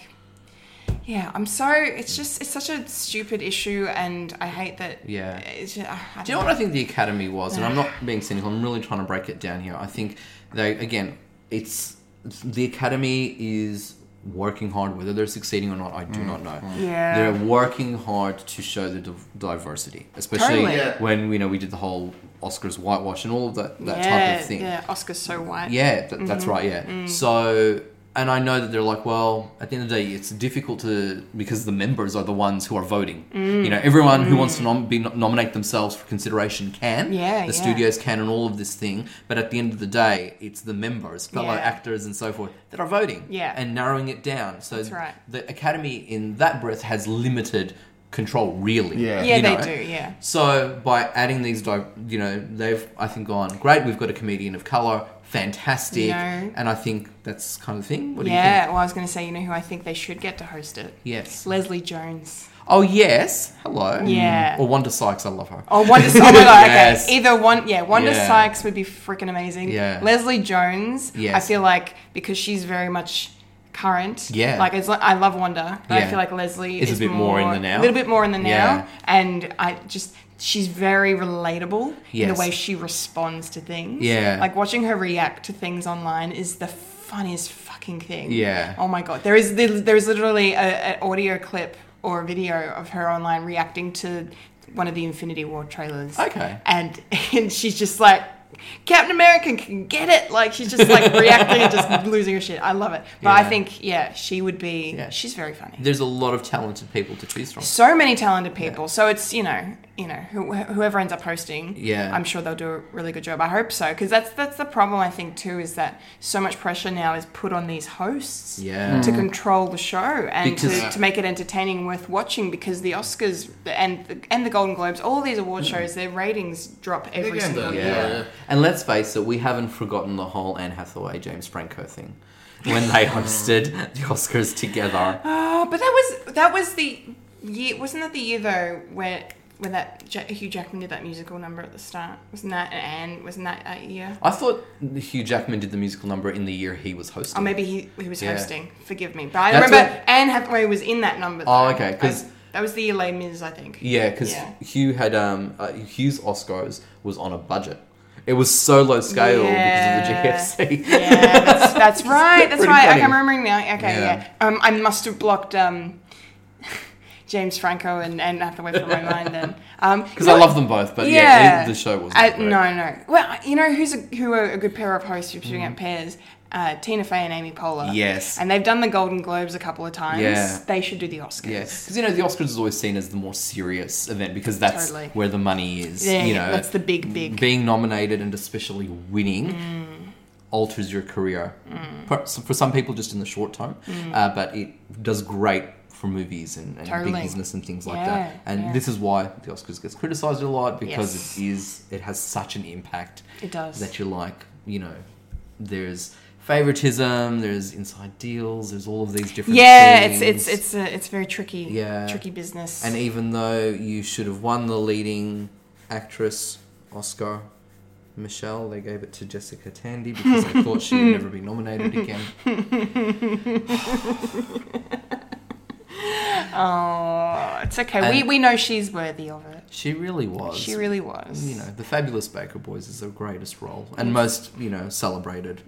yeah i'm so it's just it's such a stupid issue and i hate that Yeah. it's just, I don't Do you know what I think the Academy was? And I'm not being cynical. I'm really trying to break it down here. I think they again, it's the Academy is working hard. Whether they're succeeding or not, I do not know. Yeah. they're working hard to show the div- diversity, especially Totally. Yeah. when you know we did the whole Oscars whitewash and all of that that yeah, type of thing. yeah oscar's so white Yeah, th- that's Mm-hmm. right. Yeah. Mm. So, and I know that they're like, well, at the end of the day, it's difficult to because the members are the ones who are voting. Mm. You know, everyone who wants to nom- be no- nominate themselves for consideration can. Yeah, the yeah. studios can, and all of this thing. But at the end of the day, it's the members, fellow Yeah. actors, and so forth that are voting. Yeah. and narrowing it down. So right. the Academy, in that breath, has limited control really Yeah. yeah you they know? do yeah So by adding these, di- you know, they've I think gone great. We've got a comedian of color, fantastic, No. and I think that's kind of thing. What do you yeah think? well i was going to say you know who i think they should get to host it Yes. leslie jones Oh yes. Hello. Yeah. Or Wanda Sykes. I love her. Oh, Wanda Sykes. Oh my god, Yes. okay. Either one, yeah, Wanda Yeah. Sykes would be freaking amazing. Yeah. Leslie Jones, I Yes. feel like because she's very much current. Yeah. Like it's like, I love Wanda, but I Yeah. feel like Leslie Is a is bit more in the now. A little bit more in the now, Yeah. and I just she's very relatable in Yes. the way she responds to things. Yeah. Like watching her react to things online is the funniest fucking thing. Yeah. Oh my god, there is there is literally a, an audio clip or a video of her online reacting to one of the Infinity War trailers. Okay. And and she's just like, Captain America can get it. Like she's just like reacting and just losing her shit. I love it. But I Yeah. think yeah, she would be. Yeah. She's very funny. There's a lot of talented people to choose from. So many talented people. So it's you know you know who, whoever ends up hosting. Yeah. I'm sure they'll do a really good job. I hope so because that's that's the problem I think too is that so much pressure now is put on these hosts Yeah. to control the show and to, Mm. Because- to make it entertaining worth watching because the Oscars and the, and the Golden Globes, all these award Mm. shows, their ratings drop every Again, single though, year. Yeah, yeah. And let's face it, we haven't forgotten the whole Anne Hathaway James Franco thing when they hosted the Oscars together. Oh, but that was that was the year wasn't that the year though where when that Ja- Hugh Jackman did that musical number at the start wasn't that and wasn't that that year? I thought Hugh Jackman did the musical number in the year he was hosting. Or maybe he, he was Yeah. hosting. Forgive me, but I That's remember what- Anne Hathaway was in that number. Though. Oh, okay, 'cause- I- that was the year Les Mis, I think. Yeah, because Yeah. Hugh had um uh, Hugh's Oscars was on a budget. It was so low scale because of the GFC. Yeah, that's, that's right. That's pretty right. funny. Okay, I'm remembering now. Okay, Yeah. yeah. Um, I must have blocked um, James Franco and, and Hathaway from my mind then. Um, Because Because I love them both, but yeah, the show wasn't. Uh, great. no, no. Well, you know who's a, who are a good pair of hosts if you're doing it pairs? Uh, Tina Fey and Amy Poehler. Mm-hmm. Yes. And they've done the Golden Globes a couple of times. Yeah. They should do the Oscars. Yeah, because you know the Oscars is always seen as the more serious event because that's Totally. where the money is. Yeah, you yeah, know, that's the big, big. Mm. being nominated and especially winning alters your career. For, so for some people, just in the short term, Mm. uh, but it does great for movies and, and Totally. big business and things like Yeah, that. And yeah. this is why the Oscars gets criticized a lot because Yes. it is it has such an impact. It does. that you're like you know there's favoritism, there's inside deals, there's all of these different. Yeah, it's things. it's it's a, it's very tricky. Yeah. Tricky business. And even though you should have won the leading actress Oscar, Michelle, they gave it to Jessica Tandy because they thought she would never be nominated again. oh, it's okay. we And- we know she's worthy of it. She really was. She really was. You know, the Fabulous Baker Boys is her greatest role Mm. and most, you know, celebrated.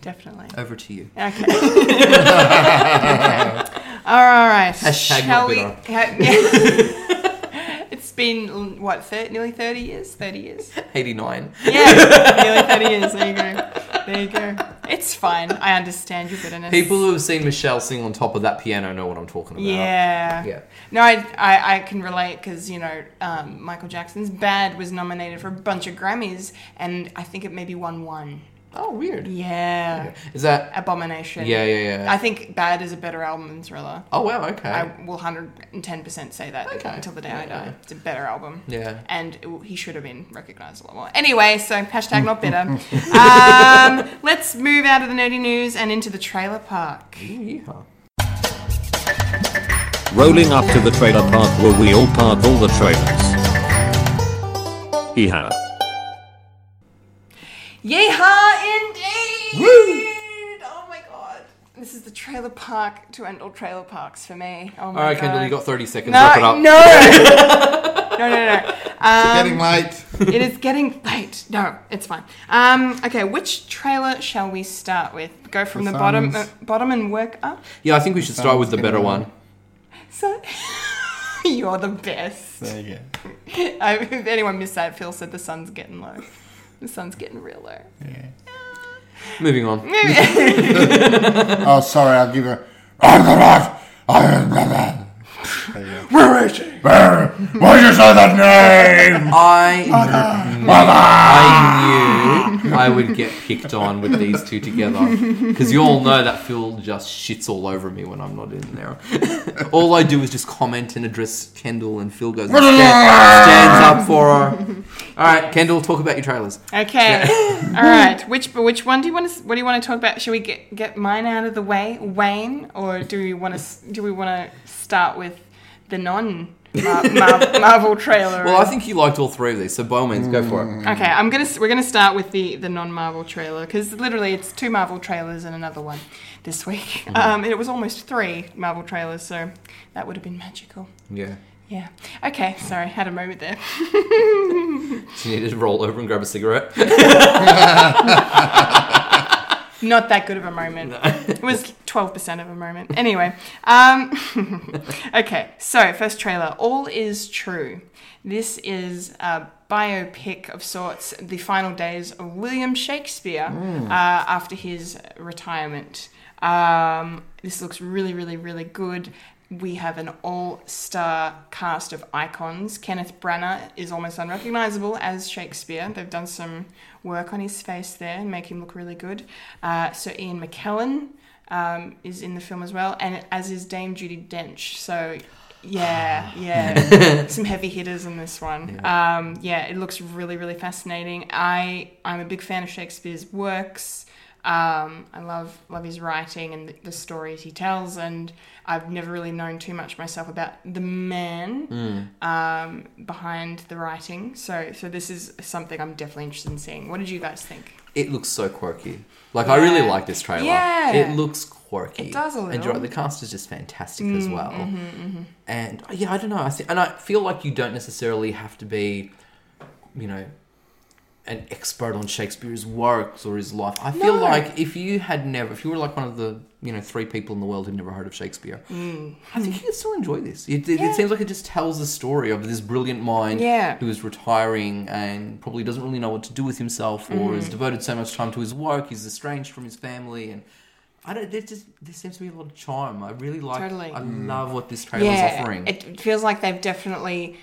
Definitely. Over to you. Okay. All right. Hashtag Shall not we? bitter. ha- it's been what? Thir- nearly thirty years. Thirty years. 89. Yeah. nearly thirty years. There you go. There you go. It's fine. I understand your bitterness. People who have seen Michelle sing on top of that piano know what I'm talking about. Yeah. Yeah. No, I, I, I can relate because, you know, um, Michael Jackson's Bad was nominated for a bunch of Grammys and I think it maybe won one. Oh, weird. Yeah. Is that. Abomination. Yeah, yeah, yeah. I think Bad is a better album than Thriller. Oh, wow, okay. I will 110% say that Okay. until the day I Okay. die. It's a better album. Yeah. And it w- he should have been recognized a lot more. Anyway, so hashtag not bitter. um, let's move out of the nerdy news and into the trailer park. Yeehaw. Rolling up to the trailer park where we all park all the trailers. Yeehaw. Yeehaw indeed! Woo! Oh my god. This is the trailer park to end all trailer parks for me. Oh my All right, god. Kendall, you got 30 seconds. no, Wrap it up. No! no, no, no. Getting late. It is getting late. No, it's fine. Um, okay, which trailer shall we start with? Go from the, The bottom uh, Suns. bottom and work up? Yeah, I think we should start with the better Sounds one. good. So you're the best. There you go. I, if anyone missed that, Phil said the sun's getting low. The sun's getting real low. Moving on. Oh, sorry, I'll give her. Oh, On the right! Iron Man. Where is she? Where? Why'd you say that name? I Mother! I knew I would get picked on with these two together because you all know that Phil just shits all over me when I'm not in there. all I do is just comment and address Kendall, and Phil goes and stand, stands up for her. All right, Kendall, talk about your trailers. Okay. All right. Which which one do you want to? What do you want to talk about? Should we get get mine out of the way, Wayne, or do we want to do we want to start with the non Mar- Mar- Marvel trailer? Well, I think you liked all three of these, so by all means, go for it. Okay, I'm gonna s- we're gonna start with the the non Marvel trailer because literally it's two Marvel trailers and another one this week. Um, and it was almost three Marvel trailers, so that would have been magical. Yeah. Yeah. Okay. Sorry, had a moment there. She needed to roll over and grab a cigarette. Not that good of a moment. It was twelve percent of a moment. Anyway. Um, okay. So first trailer. All is true. This is a biopic of sorts. The final days of William Shakespeare uh, after his retirement. Um, this looks really, really, really good. We have an all star cast of icons. Kenneth Branagh is almost unrecognizable as Shakespeare. They've done some work on his face there and make him look really good. Uh, Sir Ian McKellen um, is in the film as well, and as is Dame Judy Dench. So, yeah, yeah, some heavy hitters in this one. Um, yeah, it looks really, really fascinating. I I'm a big fan of Shakespeare's works. Um, I love love his writing and the, the stories he tells, and I've never really known too much myself about the man Hmm. um, behind the writing. So, so this is something I'm definitely interested in seeing. What did you guys think? It looks so quirky. Like I really Yeah. like this trailer. Yeah. It looks quirky. It does a little. And Mm, mm-hmm, you're right, the cast is just fantastic as well. And uh, yeah, I don't know. I think, and I feel like you don't necessarily have to be, you know, an expert on Shakespeare's works or his life. I feel No. like if you had never, if you were like one of the, you know, three people in the world who'd never heard of Shakespeare, Mm. I think you could still enjoy this. It, it, it seems like it just tells the story of this brilliant mind Yeah. who is retiring and probably doesn't really know what to do with himself or Mm. has devoted so much time to his work, he's estranged from his family and. I don't. There just there seems to be a lot of charm. I really like. Totally. I love what this trailer is offering. It feels like they've definitely,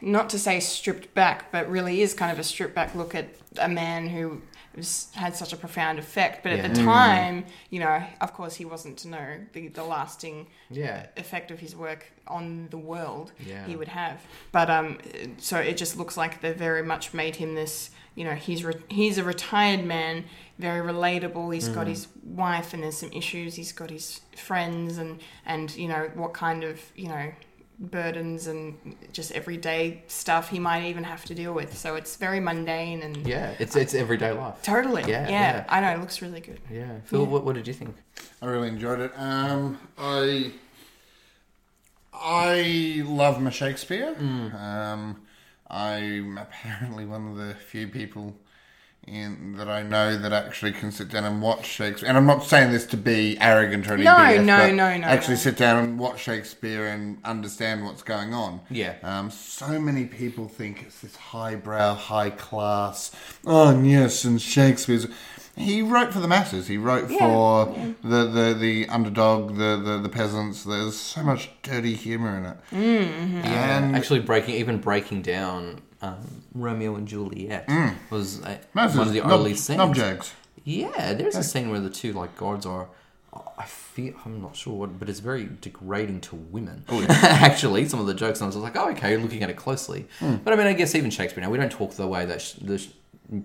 not to say stripped back, but really is kind of a stripped back look at a man who was, had such a profound effect. But at the Yeah. Hmm. time, you know, of course, he wasn't to know the, the lasting yeah. effect of his work on the world Yeah. he would have. But um, so it just looks like they very much made him this. You know, he's re- he's a retired man, very relatable. He's Mm. got his wife, and there's some issues. He's got his friends, and and you know what kind of you know burdens and just everyday stuff he might even have to deal with. So it's very mundane and Yeah. It's it's everyday life. totally Yeah, yeah, yeah. I know it looks really good. Yeah. Phil, What, what did you think? I really enjoyed it. Um, I I love my Shakespeare. Mm. Um, I'm apparently one of the few people in that I know that actually can sit down and watch Shakespeare. And I'm not saying this to be arrogant or anything. No, BS, no, but no, no, Actually, no. sit down and watch Shakespeare and understand what's going on. Yeah. Um, so many people think it's this highbrow, high class. Oh yes, and Shakespeare's. He wrote for the masses. He wrote for the, the, the underdog, the, the, the peasants. There's so much dirty humour in it. And Actually, breaking even breaking down um, Romeo and Juliet was uh, masses, one of the knob- early scenes. knobjags. Yeah, there's a scene where the two like gods are. I feel I'm not sure what, but it's very degrading to women. Oh, Actually, some of Hmm. the jokes, and I was like, oh, okay, looking at it closely. But I mean, I guess even Shakespeare. Now we don't talk the way that sh- the sh-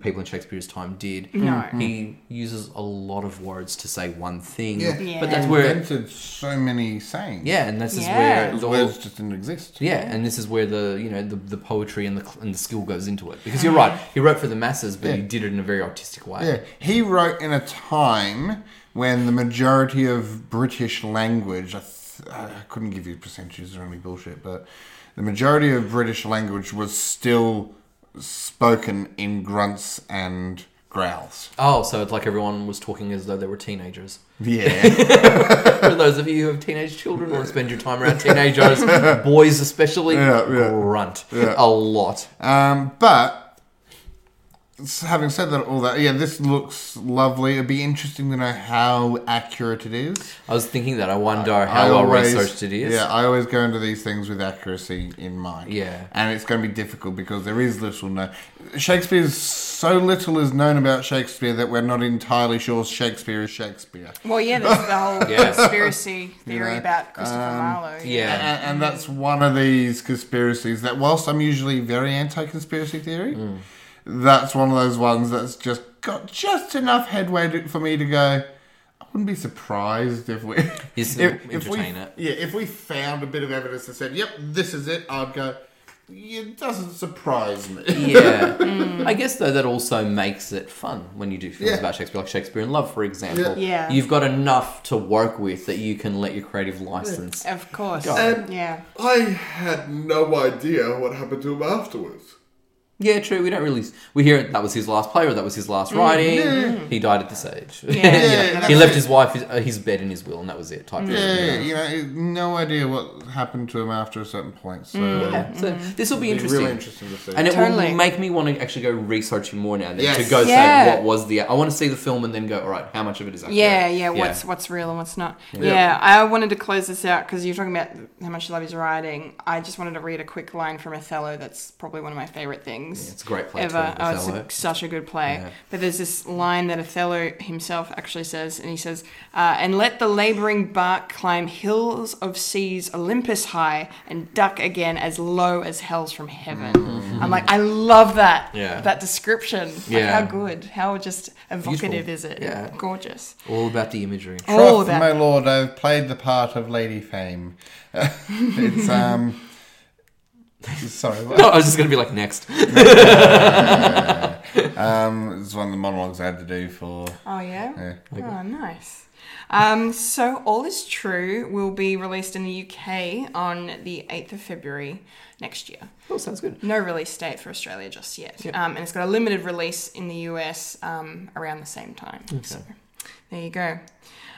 people in Shakespeare's time did. No. Hmm. He uses a lot of words to say one thing. Yeah. Yeah. But that's where invented so many sayings. yeah, and this is Yeah. where Those the words just didn't exist. yeah, and this is where the you know the, the poetry and the cl- and the skill goes into it because you're Mm-hmm. right. He wrote for the masses, but he Yeah. did it in a very artistic way. Yeah, he wrote in a time when the majority of British language, I, th- I couldn't give you percentages or any bullshit, but the majority of British language was still spoken in grunts and growls. Oh, so it's like everyone was talking as though they were teenagers. Yeah, For those of you who have teenage children or spend your time around teenagers, boys especially, yeah. grunt a lot. um, but s- having said that, all that, yeah, this looks lovely. It'd be interesting to know how accurate it is. I was thinking that. I wonder how well researched it is. Yeah, I always go into these things with accuracy in mind. Yeah. And it's going to be difficult because there is little known. Shakespeare's so little is known about Shakespeare that we're not entirely sure Shakespeare is Shakespeare. Well, yeah, there's the whole Yeah. Um, conspiracy theory know, about Christopher Marlowe. Yeah. A- And, and that's one of these conspiracies that, whilst I'm usually very anti conspiracy theory, Mm. that's one of those ones that's just got just enough headway to, for me to go. I wouldn't be surprised if we Yes, we entertain it. yeah if we found a bit of evidence that said, "Yep, this is it," I'd go. It doesn't surprise me. Yeah. I guess though that also makes it fun when you do films Mm. Yeah. about Shakespeare, like Shakespeare in Love, for example. Yeah. Yeah. You've got enough to work with that you can let your creative license. Of course. Um, And- yeah. I had no idea what happened to him afterwards. Yeah, true. We don't really. We hear that was his last play or that was his last writing. He died at this age. Mm-hmm. Yeah. he left his wife his, uh, his bed in his will, and that was it. Type Yeah, thing. you know, no idea what happened to him after a certain point. So Mm. Yeah. So this will be it'd be interesting. really interesting to see. And it Mm-hmm. Totally. will make me want to actually go research him more now. Than Yes. To go Yeah. say what was the. I want to see the film and then go. All right, how much of it is accurate? Yeah, yeah. What's what's real and what's not. Yeah, I wanted to close this out because you're talking about how much you love his writing. I just wanted to read a quick line from Othello. That's probably one of my favorite things. it's a great play ever. too, oh, it's Othello. a, such a good play. But there's this line that Othello himself actually says, and he says, uh, "And let the laboring bark climb hills of seas Olympus high, and duck again as low as hell's from heaven." I'm like, I love that. Mm-hmm. Yeah. That description. Like, Yeah. how good. How just evocative is it? Yeah. Gorgeous. all about the imagery. Oh, Troth, that- my lord, I've played the part of Lady Fame. it's um. Sorry, what? I was just gonna be like next. um, it's one of the monologues I had to do for. Oh yeah. Yeah. Oh nice. Um, so all is true will be released in the UK on the eighth of February next year. oh, sounds good. No release date for Australia just yet. Um, and it's got a limited release in the US um, around the same time. So there you go.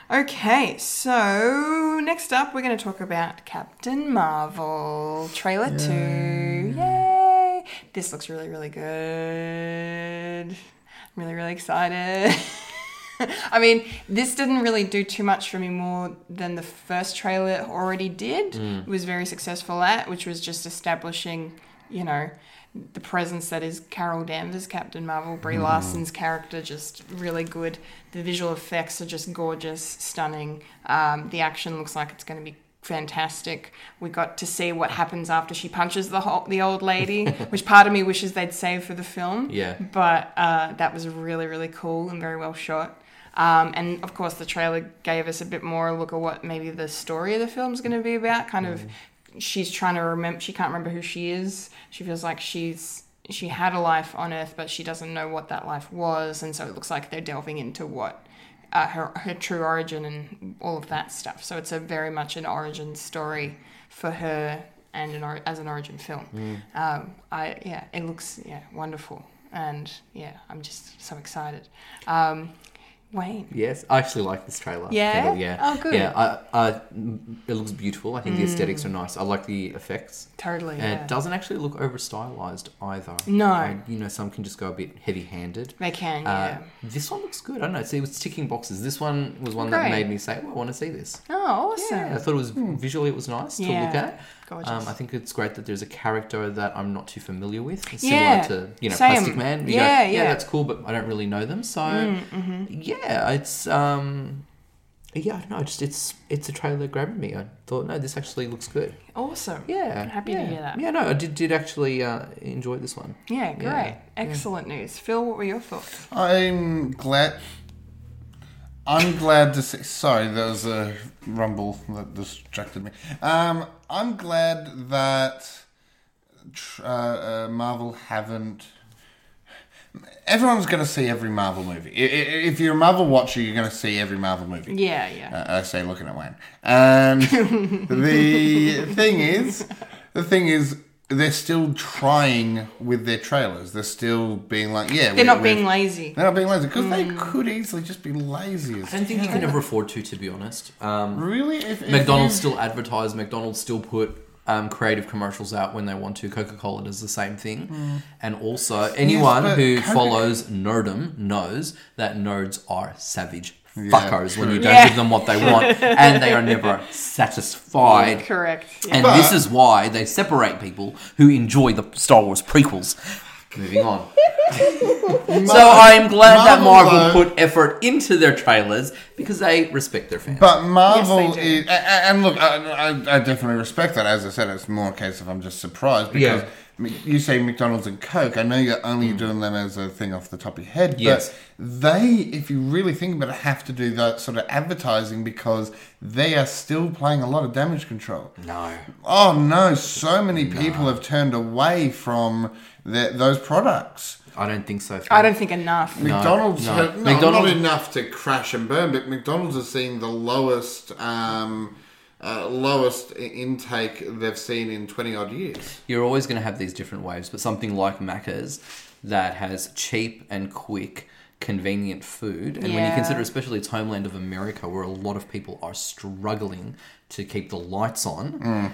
Okay, so next up we're going to talk about Captain Marvel trailer 2. Yay! This looks really, really good. I'm really, really excited. I mean, this didn't really do too much for me more than the first trailer already did. It was very successful at, which was just establishing, you know, the presence that is Carol Danvers, Captain Marvel, Brie Larson's character, just really good. The visual effects are just gorgeous, stunning. Um, the action looks like it's going to be fantastic. We got to see what happens after she punches the ho- the old lady, which part of me wishes they'd save for the film. Yeah. But uh, that was really really cool and very well shot. Um, and of course, the trailer gave us a bit more a look at what maybe the story of the film's going to be about. Kind of, she's trying to remember. She can't remember who she is. She feels like she's she had a life on Earth, but she doesn't know what that life was. And so it looks like they're delving into what uh, her her true origin and all of that stuff. So it's a very much an origin story for her and an or- as an origin film. Hmm. Um, I yeah, it looks yeah wonderful, and yeah, I'm just so excited. Um, Wayne, Yes, I actually like this trailer. Yeah? yeah. Oh, good. Mm. Yeah, I, I, it looks beautiful. I think the aesthetics are nice. I like the effects. totally. And yeah. it doesn't actually look over stylized either. No. I- you know, some can just go a bit heavy handed. They can, yeah. Uh, this one looks good. I don't know. See, it was ticking boxes. This one was one that Great. made me say, "Oh, I want to see this." oh, awesome. I thought it was visually it was nice to Yeah. look at. Gorgeous. Um, I think it's great that there's a character that I'm not too familiar with, similar Yeah. to you know Same. Plastic Man. You Yeah, Mm, mm-hmm. go, yeah. that's cool, but I don't really know them. So yeah, it's um, yeah, I don't know. Just it's it's a trailer that grabbed me. I thought, no, this actually looks good. Awesome. Yeah, Happy to yeah. hear that. Yeah, no, I did did actually uh, enjoy this one. Yeah, great. Excellent news. Phil, what were your thoughts? I'm glad. I'm glad to see. Sorry, there was a rumble that distracted me. Um, I'm glad that tr- uh, uh, Marvel haven't. Everyone's going to see every Marvel movie. I- I- If you're a Marvel watcher, you're going to see every Marvel movie. Yeah, yeah. Uh, I say looking at Wayne. And the thing is, the thing is, they're still trying with their trailers. They're still being like, yeah, They're not we've- being Mm. lazy. they're not being lazy because they could easily just be lazy. I As don't think you can ever afford to, to be honest. Um, really, if, if McDonald's you- still advertise. McDonald's still put um, creative commercials out when they want to. Coca Cola does the same thing. Mm. And also, anyone but who Coca- follows nerdom knows that nerds are savage Yeah, fuckers when you true. don't Yeah. give them what they want, and they are never satisfied. Correct. Yeah. And But- this is why they separate people who enjoy the Star Wars prequels. Moving on. so I am glad that Marvel, Marvel though- put effort into their trailers because they respect their fans. But Marvel Yes, they do. is, a- a- and look, I, I, I definitely respect that. As I said, it's more a case of I'm just surprised because Yeah. Hmm. m- you say McDonald's and Coke. I know you're only doing them as a thing off the top of your head, Yes. but they, if you really think about it, have to do that sort of advertising because they are still playing a lot of damage control. no. Oh no! So many people have turned away from the, those products. I don't think so. I don't think enough. McDonald's, no. Have, no, McDonald's- not enough to crash and burn, but McDonald's is seeing the lowest, um, uh, lowest i- intake they've seen in twenty odd years. You're always going to have these different waves, but something like Macca's that has cheap and quick, convenient food, and when you Yeah. consider, especially its homeland of America, where a lot of people are struggling to keep the lights on,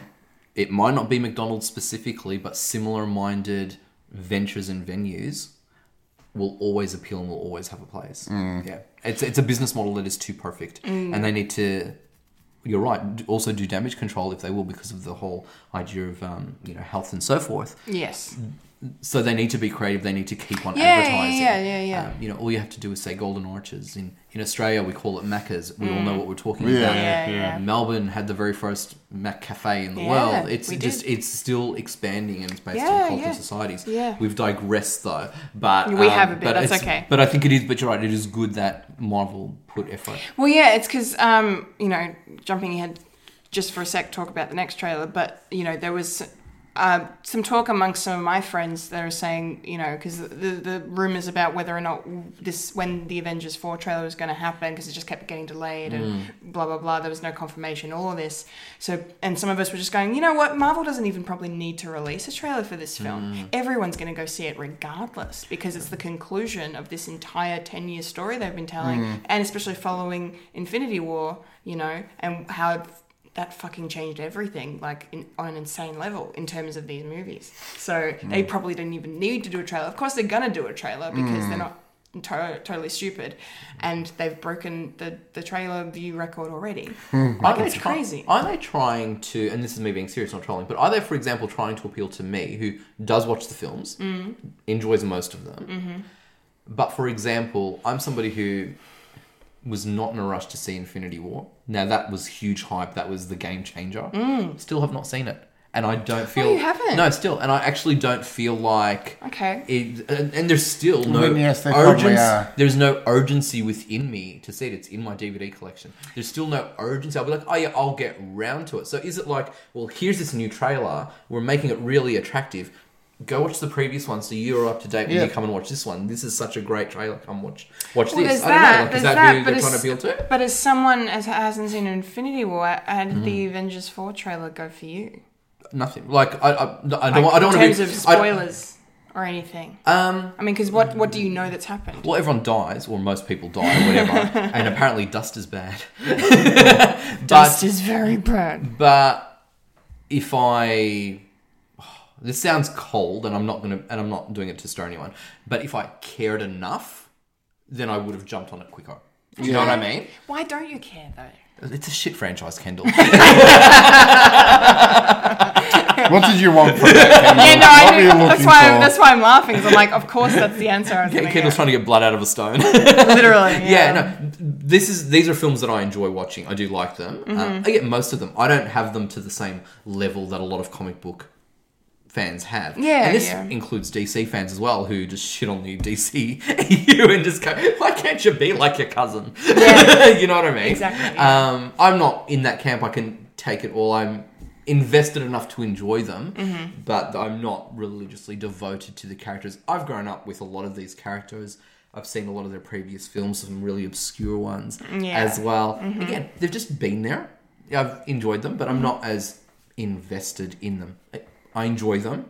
it might not be McDonald's specifically, but similar-minded ventures and venues will always appeal and will always have a place. Yeah, it's it's a business model that is too perfect, and they need to. You're right. d- Also, do damage control if they will, because of the whole idea of um, you know health and so forth. Yes. So they need to be creative. They need to keep on Yeah, yeah, advertising. yeah, yeah, yeah. Um, you know, all you have to do is say Golden Orchards in in Australia. We call it Macca's. We all know what we're talking about. Mm. Yeah, yeah. Melbourne had the very first Mac cafe in the Yeah, world. It's we just did. it's still expanding and it's based Yeah, on culture yeah. and societies. Yeah. We've digressed though, but um, We have a bit, but that's it's- okay. But I think it is. But you're right. It is good that Marvel put effort. Well, yeah, it's because um, you know, jumping ahead just for a sec, talk about the next trailer. But you know, there was uh, some talk amongst some of my friends that are saying, you know, because the, the the rumors about whether or not this when the Avengers four trailer was going to happen because it just kept getting delayed and blah blah blah. There was no confirmation, all of this. So, and some of us were just going, you know what, Marvel doesn't even probably need to release a trailer for this film. Everyone's going to go see it regardless because it's the conclusion of this entire 10 year story they've been telling, and especially following Infinity War, you know, and how it- that fucking changed everything, like in, on an insane level in terms of these movies. So they Hmm. probably didn't even need to do a trailer. Of course, they're going to do a trailer because they're Hmm. not. To- totally stupid, and they've broken the, the trailer view record already. Like Are it's they try- crazy. Are they trying to, and this is me being serious, not trolling, but are they, for example, trying to appeal to me, who does watch the films, Mm-hmm. enjoys most of them, but for example, I'm somebody who was not in a rush to see Infinity War. Now that was huge hype. That was the game changer. Still have not seen it, and I don't feel Mm. you haven't? No, still, and I actually don't feel like Okay. It, and, and there's still no then yes, they probably urgency. are. There's no urgency within me to see it. It's in my DVD collection. There's still no urgency. I'll be like, oh yeah, I'll get round to it. So is it like, well, here's this new trailer. We're making it really attractive. Go watch the previous one so you're up to date when Yeah. you come and watch this one. This is such a great trailer. Come watch watch Well, this. there's I don't know. that. Like, There's is that, that. who But they're trying as, to appeal to? but as someone as hasn't seen Infinity War, how did the Hmm. Avengers Four trailer go for you? Nothing. Like I, I, I don't, want- I Like, in don't want terms to be of I- spoilers or anything. um. I mean, because what what do you know that's happened? Well, everyone dies, or most people die, or whatever. and apparently, dust is bad. Dust is very bad. But if I this sounds cold and I'm not gonna and I'm not doing it to stir anyone, but if I cared enough, then I would have jumped on it quicker. Do you know what I mean? Why don't you care though? It's a shit franchise, Kendall. What did you want from that? Kendall? Um, Yeah, no, what I were you knew, looking that's why. for? I'm, that's why I'm laughing. 'cause I'm like, of course, that's the answer. I was Yeah, like, Kendall's yeah. trying to get blood out of a stone. Literally. Yeah. yeah, no. This is these are films that I enjoy watching. I do like them. Mm-hmm. Uh, I get most of them. I don't have them to the same level that a lot of comic book fans have. Yeah, and this yeah. includes DC fans as well, who just shit on the DC EU and just go, "Why can't you be like your cousin?" you know what I mean? Exactly, Um, I'm not in that camp. I can take it all. I'm invested enough to enjoy them, but I'm not religiously devoted to the characters. I've grown up with a lot of these characters. I've seen a lot of their previous films, some really obscure ones Yeah. as well. Again, they've just been there. I've enjoyed them, but I'm not as invested in them. I- I enjoy them,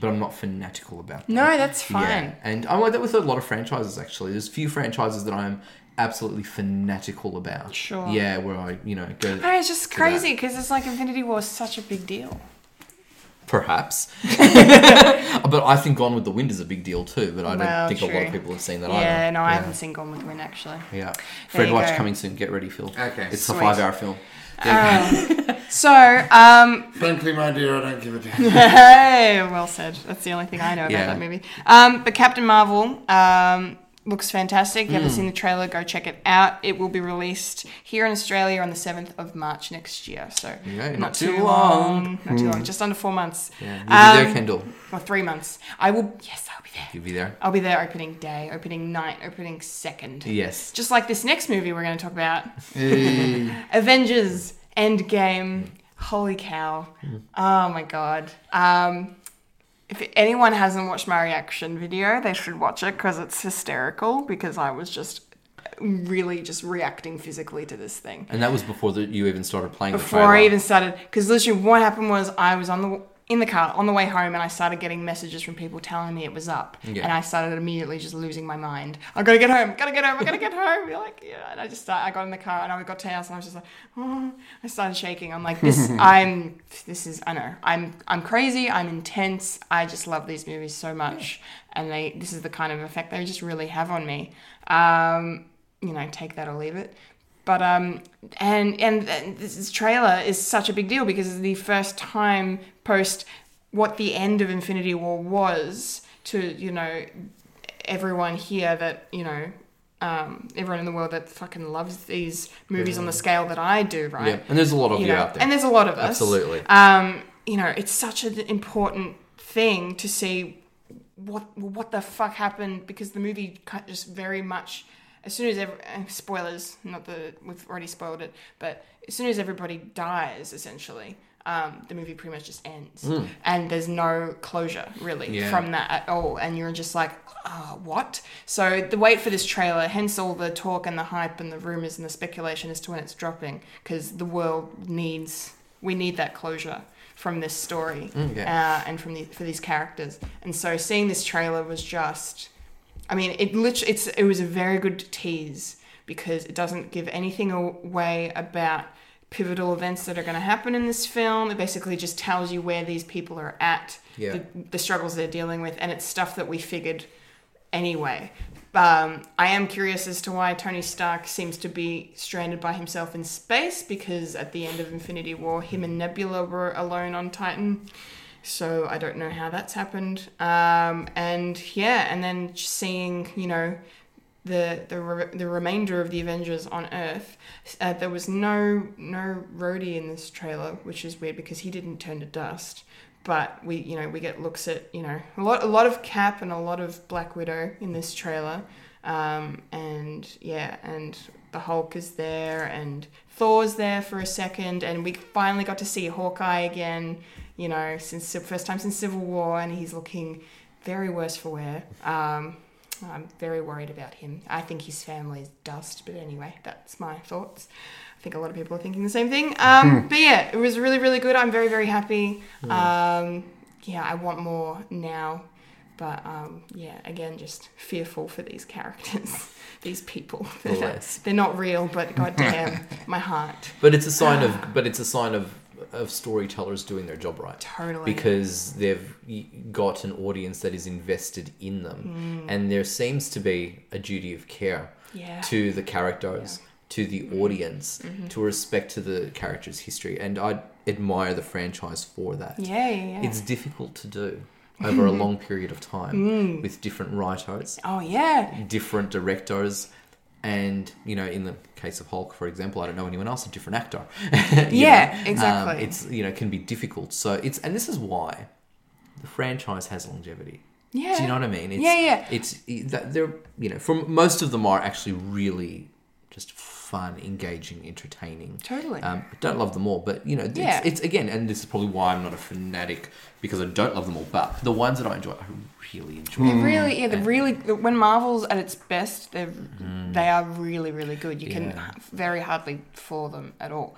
but I'm not fanatical about them. No, that's fine. Yeah, and I'm like that with a lot of franchises actually. There's few franchises that I'm absolutely fanatical about. Sure. Yeah, where I, you know, go No, it's just crazy because it's like Infinity War is such a big deal. perhaps. but I think Gone with the Wind is a big deal too, but I don't Well, think a lot true. of people have seen that Yeah, either. no, I haven't seen Gone with the Wind actually. Yeah. Fred you Watch go. coming soon. Get ready, Phil. Okay. It's a Sweet. five hour film. So, um, Frankly, my dear, I don't give a damn. hey, well said. That's the only thing I know about Yeah. that movie. Um, but Captain Marvel um, looks fantastic. If Hmm. you haven't seen the trailer, go check it out. It will be released here in Australia on the 7th of March next year. So, Yeah, not too long. Hmm. Not too long. Just under four months. Yeah. You'll be there, Um, Kendall. Or three months. I will, yes, I'll be there. You'll be there. I'll be there opening day, opening night, opening second. Yes. Just like this next movie we're going to talk about Avengers Endgame. Holy cow. Oh my god. Um, if anyone hasn't watched my reaction video, they should watch it because it's hysterical. Because I was just really just reacting physically to this thing And that was before the, you even started playing before the trailer. I even started. Because literally, what happened was I was on the in the car on the way home, and I started getting messages from people telling me it was up, Yeah. and I started immediately just losing my mind. I gotta get home, gotta get home, I gotta get home. You're like, yeah. And I just start, I got in the car, and I got to house, and I was just like, oh. I started shaking. I'm like, this, I'm, this is, I know, I'm, I'm crazy, I'm intense. I just love these movies so much, and they, this is the kind of effect they just really have on me. Um, you know, take that or leave it. But um, and and, and this is- trailer is such a big deal because it's the first time post what the end of Infinity War was to you know everyone here that you know um, everyone in the world that fucking loves these movies on the scale that I do, right? Yeah. And there's a lot of you, You know, out there. and there's a lot of us. Absolutely. Um, you know, it's such an important thing to see what what the fuck happened because the movie cut just very much as soon as every, eh, spoilers not that we've already spoiled it but as soon as everybody dies essentially um, the movie pretty much just ends and there's no closure really Yeah. from that at all and you're just like oh, what so the wait for this trailer hence all the talk and the hype and the rumors and the speculation as to when it's dropping because the world needs we need that closure from this story yeah. uh, and from the, for these characters. And so seeing this trailer was just, I mean, it literally, it's it was a very good tease because it doesn't give anything away about pivotal events that are going to happen in this film. It basically just tells you where these people are at, Yeah. the, the struggles they're dealing with, and it's stuff that we figured anyway. Um, I am curious as to why Tony Stark seems to be stranded by himself in space because at the end of Infinity War, him and Nebula were alone on Titan. So I don't know how that's happened. Um, and yeah, and then just seeing, you know, the the, re- the remainder of the Avengers on Earth, uh, there was no no Rhodey in this trailer, which is weird because he didn't turn to dust. But we you know we get looks at you know a lot a lot of Cap and a lot of Black Widow in this trailer, um, and yeah, and the Hulk is there and Thor's there for a second, and we finally got to see Hawkeye again. You know, since first time since Civil War, and he's looking very worse for wear. Um, I'm very worried about him. I think his family is dust, but anyway, that's my thoughts. I think a lot of people are thinking the same thing. Hmm. Um, but yeah, it was really, really good. I'm very, very happy. Um, yeah, I want more now. But um, yeah, again, just fearful for these characters, these people. Bless. They're not real, but goddamn, my heart. But it's a sign of but it's a sign of of storytellers doing their job right. Totally. Because they've y- got an audience that is invested in them. And there seems to be a duty of care Mm. Yeah. Mm-hmm. to the characters, to the audience, to respect to the character's history. And I admire the franchise for that. Yeah, yeah, yeah. It's difficult to do over a long period of Mm. time with different writers, oh yeah, different directors, and you know, in the case of Hulk, for example, I don't know anyone else, a different actor. You Yeah, know, exactly. Um, it's you know can be difficult. So it's and this is why the franchise has longevity. yeah. Do you know what I mean? It's, Yeah, yeah. It's that they're you know from most of them are actually really just fun, engaging, entertaining. Totally. Um, I don't love them all, but you know, it's, Yeah. it's again, and this is probably why I'm not a fanatic because I don't love them all. But the ones that I enjoy, I really enjoy. They really, yeah, they really. When Marvel's at its best, they they are really, really good. You can Mm. Yeah. h- very hardly fool them at all.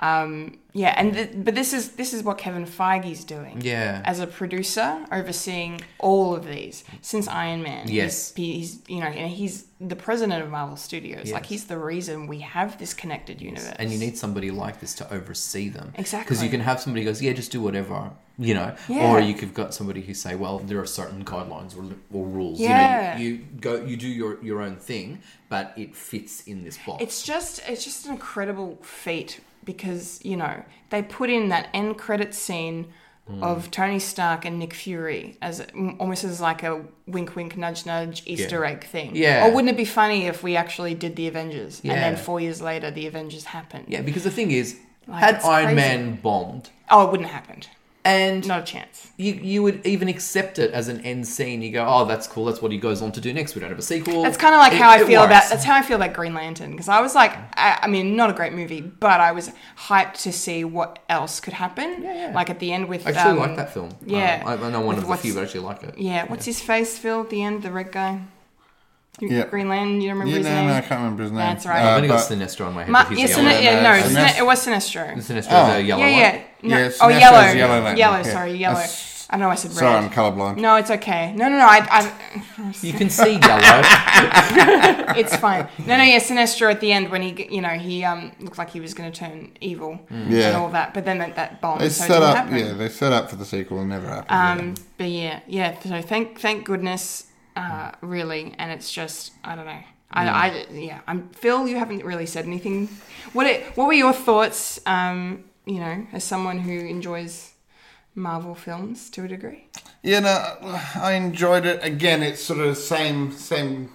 Um, yeah, and th- but this is this is what Kevin Feige's doing. Yeah. as a producer, overseeing all of these since Iron Man. Yes. he's, he's you know and he's the president of Marvel Studios. Like Yes. he's the reason we have this connected universe. and you need somebody like this to oversee them because Exactly. you can have somebody who goes yeah just do whatever you know Yeah. or you could got somebody who say well there are certain guidelines or, or rules Yeah. you know you, you go you do your your own thing but it fits in this box It's just it's just an incredible feat because you know they put in that end credit scene Hmm. of Tony Stark and Nick Fury as mm, almost as like a wink wink nudge nudge Easter Yeah. egg thing. Yeah. Or wouldn't it be funny if we actually did the Avengers and then Yeah. four years later the Avengers happened? yeah because the thing is Like, had it's iron crazy. man bombed Oh, it wouldn't have happened. and Not a chance. you, you would even accept it as an end scene. You go, oh, that's cool. That's what he goes on to do next. We don't have a sequel. That's kind of like It- how I it feel about works. that's how I feel about Green Lantern because I was like I, I mean not a great movie but I was hyped to see what else could happen Yeah, yeah. like at the end with I um, actually like that film. yeah. Um, I, I know one With of the what's- few, but I actually like it. Yeah, what's his face, Phil, at the end, the red guy? You- Yeah. Green Lantern, you don't remember Yeah, his no, name? no, I can't remember his name. That's right. I've Uh, only got but- Sinestro in my head. Ma- but yeah, he's the Sine- yellow yeah, one. no, Sinest- Sine- it was Sinestro. Sinestro's Oh. the yellow yeah, one. yeah. No, Yeah, oh, Sinestro's yellow. Yellow Yellow, Lantern, yeah. sorry, yellow. That's- I know I said red. Sorry, I'm colorblind. No, it's okay. No, no, no. I, You can see yellow. I, it's fine. No, no, yeah. Sinestro at the end when he, you know, he um looked like he was going to turn evil Mm. Yeah. and all that, but then that, that bomb. They so it set didn't up, happen. yeah, they set up for the sequel and never happened. Um, but yeah, yeah. So thank thank goodness, uh, really. And it's just I don't know. I, I yeah. I'm Phil. You haven't really said anything. What it, what were your thoughts? Um, you know, as someone who enjoys Marvel films to a degree. Yeah, no, I enjoyed it. Again, it's sort of same same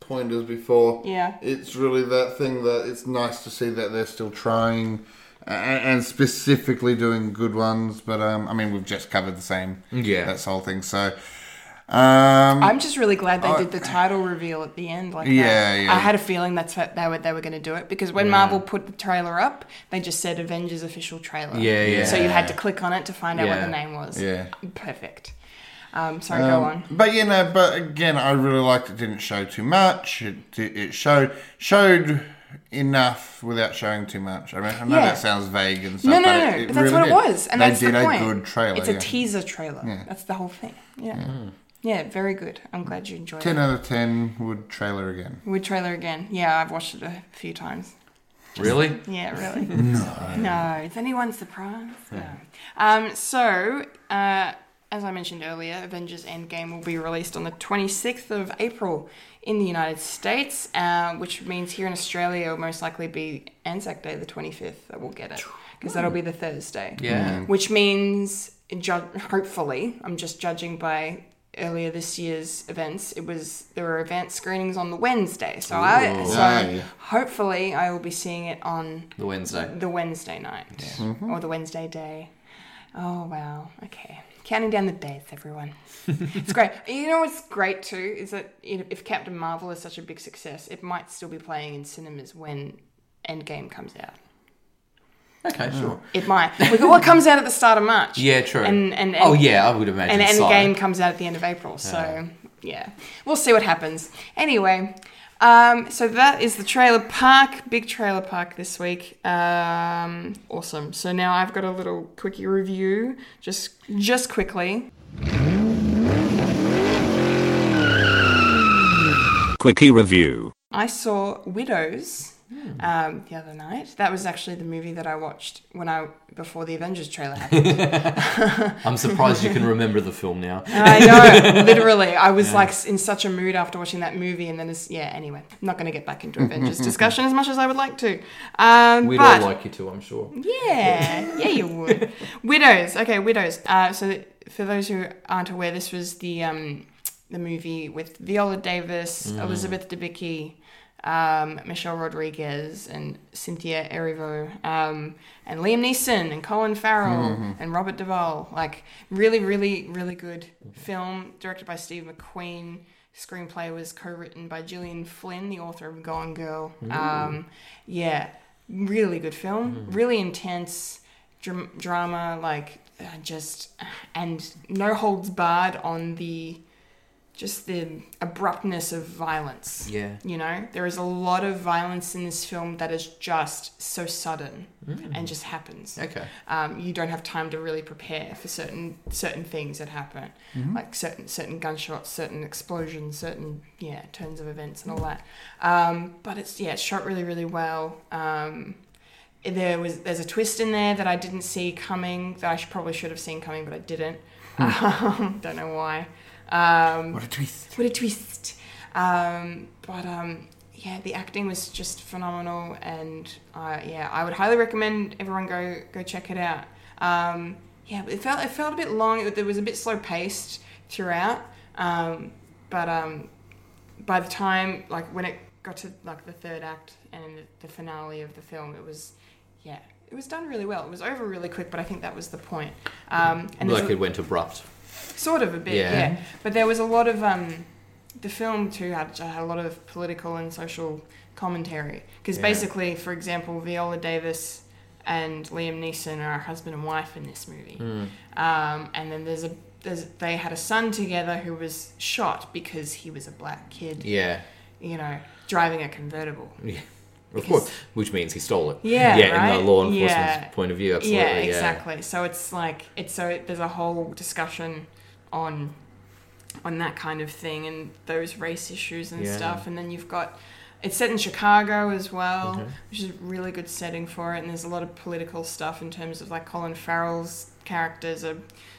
point as before. Yeah. it's really that thing that it's nice to see that they're still trying a- and specifically doing good ones. But um, I mean, we've just covered the same. Yeah. that's whole thing. So, um, I'm just really glad they I- did the title reveal at the end. Like, Yeah, that. yeah. I had a feeling that's what they were they were going to do it because when Marvel put the trailer up, they just said Avengers official trailer. Yeah, yeah. So you had to click on it to find out what Yeah. the name was. Yeah. Perfect. Um, sorry, go on. But you know, but again, I really liked it. Didn't show too much. It di- it showed showed enough without showing too much. I mean, I know Yeah. that sounds vague and stuff. No, no, but no, it- it but that's really what did. it was, and they that's did the a point. good trailer. It's a yeah. teaser trailer. That's the whole thing. Yeah. yeah, very good. I'm glad you enjoyed Ten it. out of ten would trailer again. Wood trailer again. Yeah, I've watched it a few times. really? Yeah, really. no, no. Is anyone surprised? No. Um, so, uh, as I mentioned earlier, Avengers Endgame will be released on the 26th of April in the United States, uh, which means here in Australia it will most likely be Anzac Day, the 25th, that we'll get it because that'll be the Thursday. Yeah. which means ju- hopefully i'm just judging by earlier this year's events it was there were advance screenings on the wednesday so i so Aye. hopefully i will be seeing it on The Wednesday. the wednesday night or the wednesday day oh wow okay counting down the days everyone it's great you know what's great too is that you know, if captain marvel is such a big success it might still be playing in cinemas when endgame comes out Okay, sure. it might look at what comes out at the start of march Yeah, true. and and, and oh yeah, I would imagine. and so. Endgame comes out at the end of April. So yeah, we'll see what happens. Anyway, um, so that is the trailer park, big trailer park this week. Um, awesome. So now I've got a little quickie review, just just quickly. Quickie review. I saw Widows um, the other night. That was actually the movie that I watched when I before the Avengers trailer happened. I'm surprised you can remember the film now. I know, literally, I was like s- in such a mood after watching that movie, and then it's yeah. Anyway, I'm not going to get back into Avengers discussion as much as I would like to. Um, We'd but, all like you to, I'm sure. Yeah, yeah, you would. widows. Okay, widows. Uh, so th- for those who aren't aware, this was the um, the movie with Viola Davis, Mm. Elizabeth Debicki, um, Michelle Rodriguez, and Cynthia Erivo, um, and Liam Neeson, and Colin Farrell, and Robert Duvall. Like really, really, really good film directed by Steve McQueen. Screenplay was co-written by Gillian Flynn, the author of Gone Girl. Um, yeah, really good film, really intense dram- drama, like uh, just and no holds barred on the just the abruptness of violence. Yeah. you know, there is a lot of violence in this film that is just so sudden and just happens Hmm. Okay. um, you don't have time to really prepare for certain certain things that happen, Mm-hmm. like certain certain gunshots, certain explosions, certain yeah turns of events and all that. Um, but it's yeah, it's shot really really well. Um, there was there's a twist in there that I didn't see coming that I should, probably should have seen coming, but I didn't. Um, don't know why. Um, What a twist. what a twist. Um, but um, yeah, the acting was just phenomenal, and uh, yeah, I would highly recommend everyone go go check it out. Um, yeah, but it felt it felt a bit long. It, it was a bit slow paced throughout, um, but um, by the time like when it got to like the third act and the finale of the film, it was yeah. It was done really well. It was over really quick, but I think that was the point. Um, and there's Like a- it went abrupt. sort of a bit, Yeah. yeah. But there was a lot of um, the film too had, had a lot of political and social commentary because Yeah. basically, for example, Viola Davis and Liam Neeson are husband and wife in this movie, Hmm. um, and then there's a there's, they had a son together who was shot because he was a black kid, Yeah. you know, driving a convertible. Yeah. Of course. Which means he stole it. Yeah, Yeah, in right? the law enforcement's Yeah. point of view, absolutely. yeah, exactly. So it's like it's so there's a whole discussion on on that kind of thing and those race issues and Yeah. stuff. And then you've got it's set in Chicago as well, which is a really good setting for it. And there's a lot of political stuff in terms of like Colin Farrell's characters a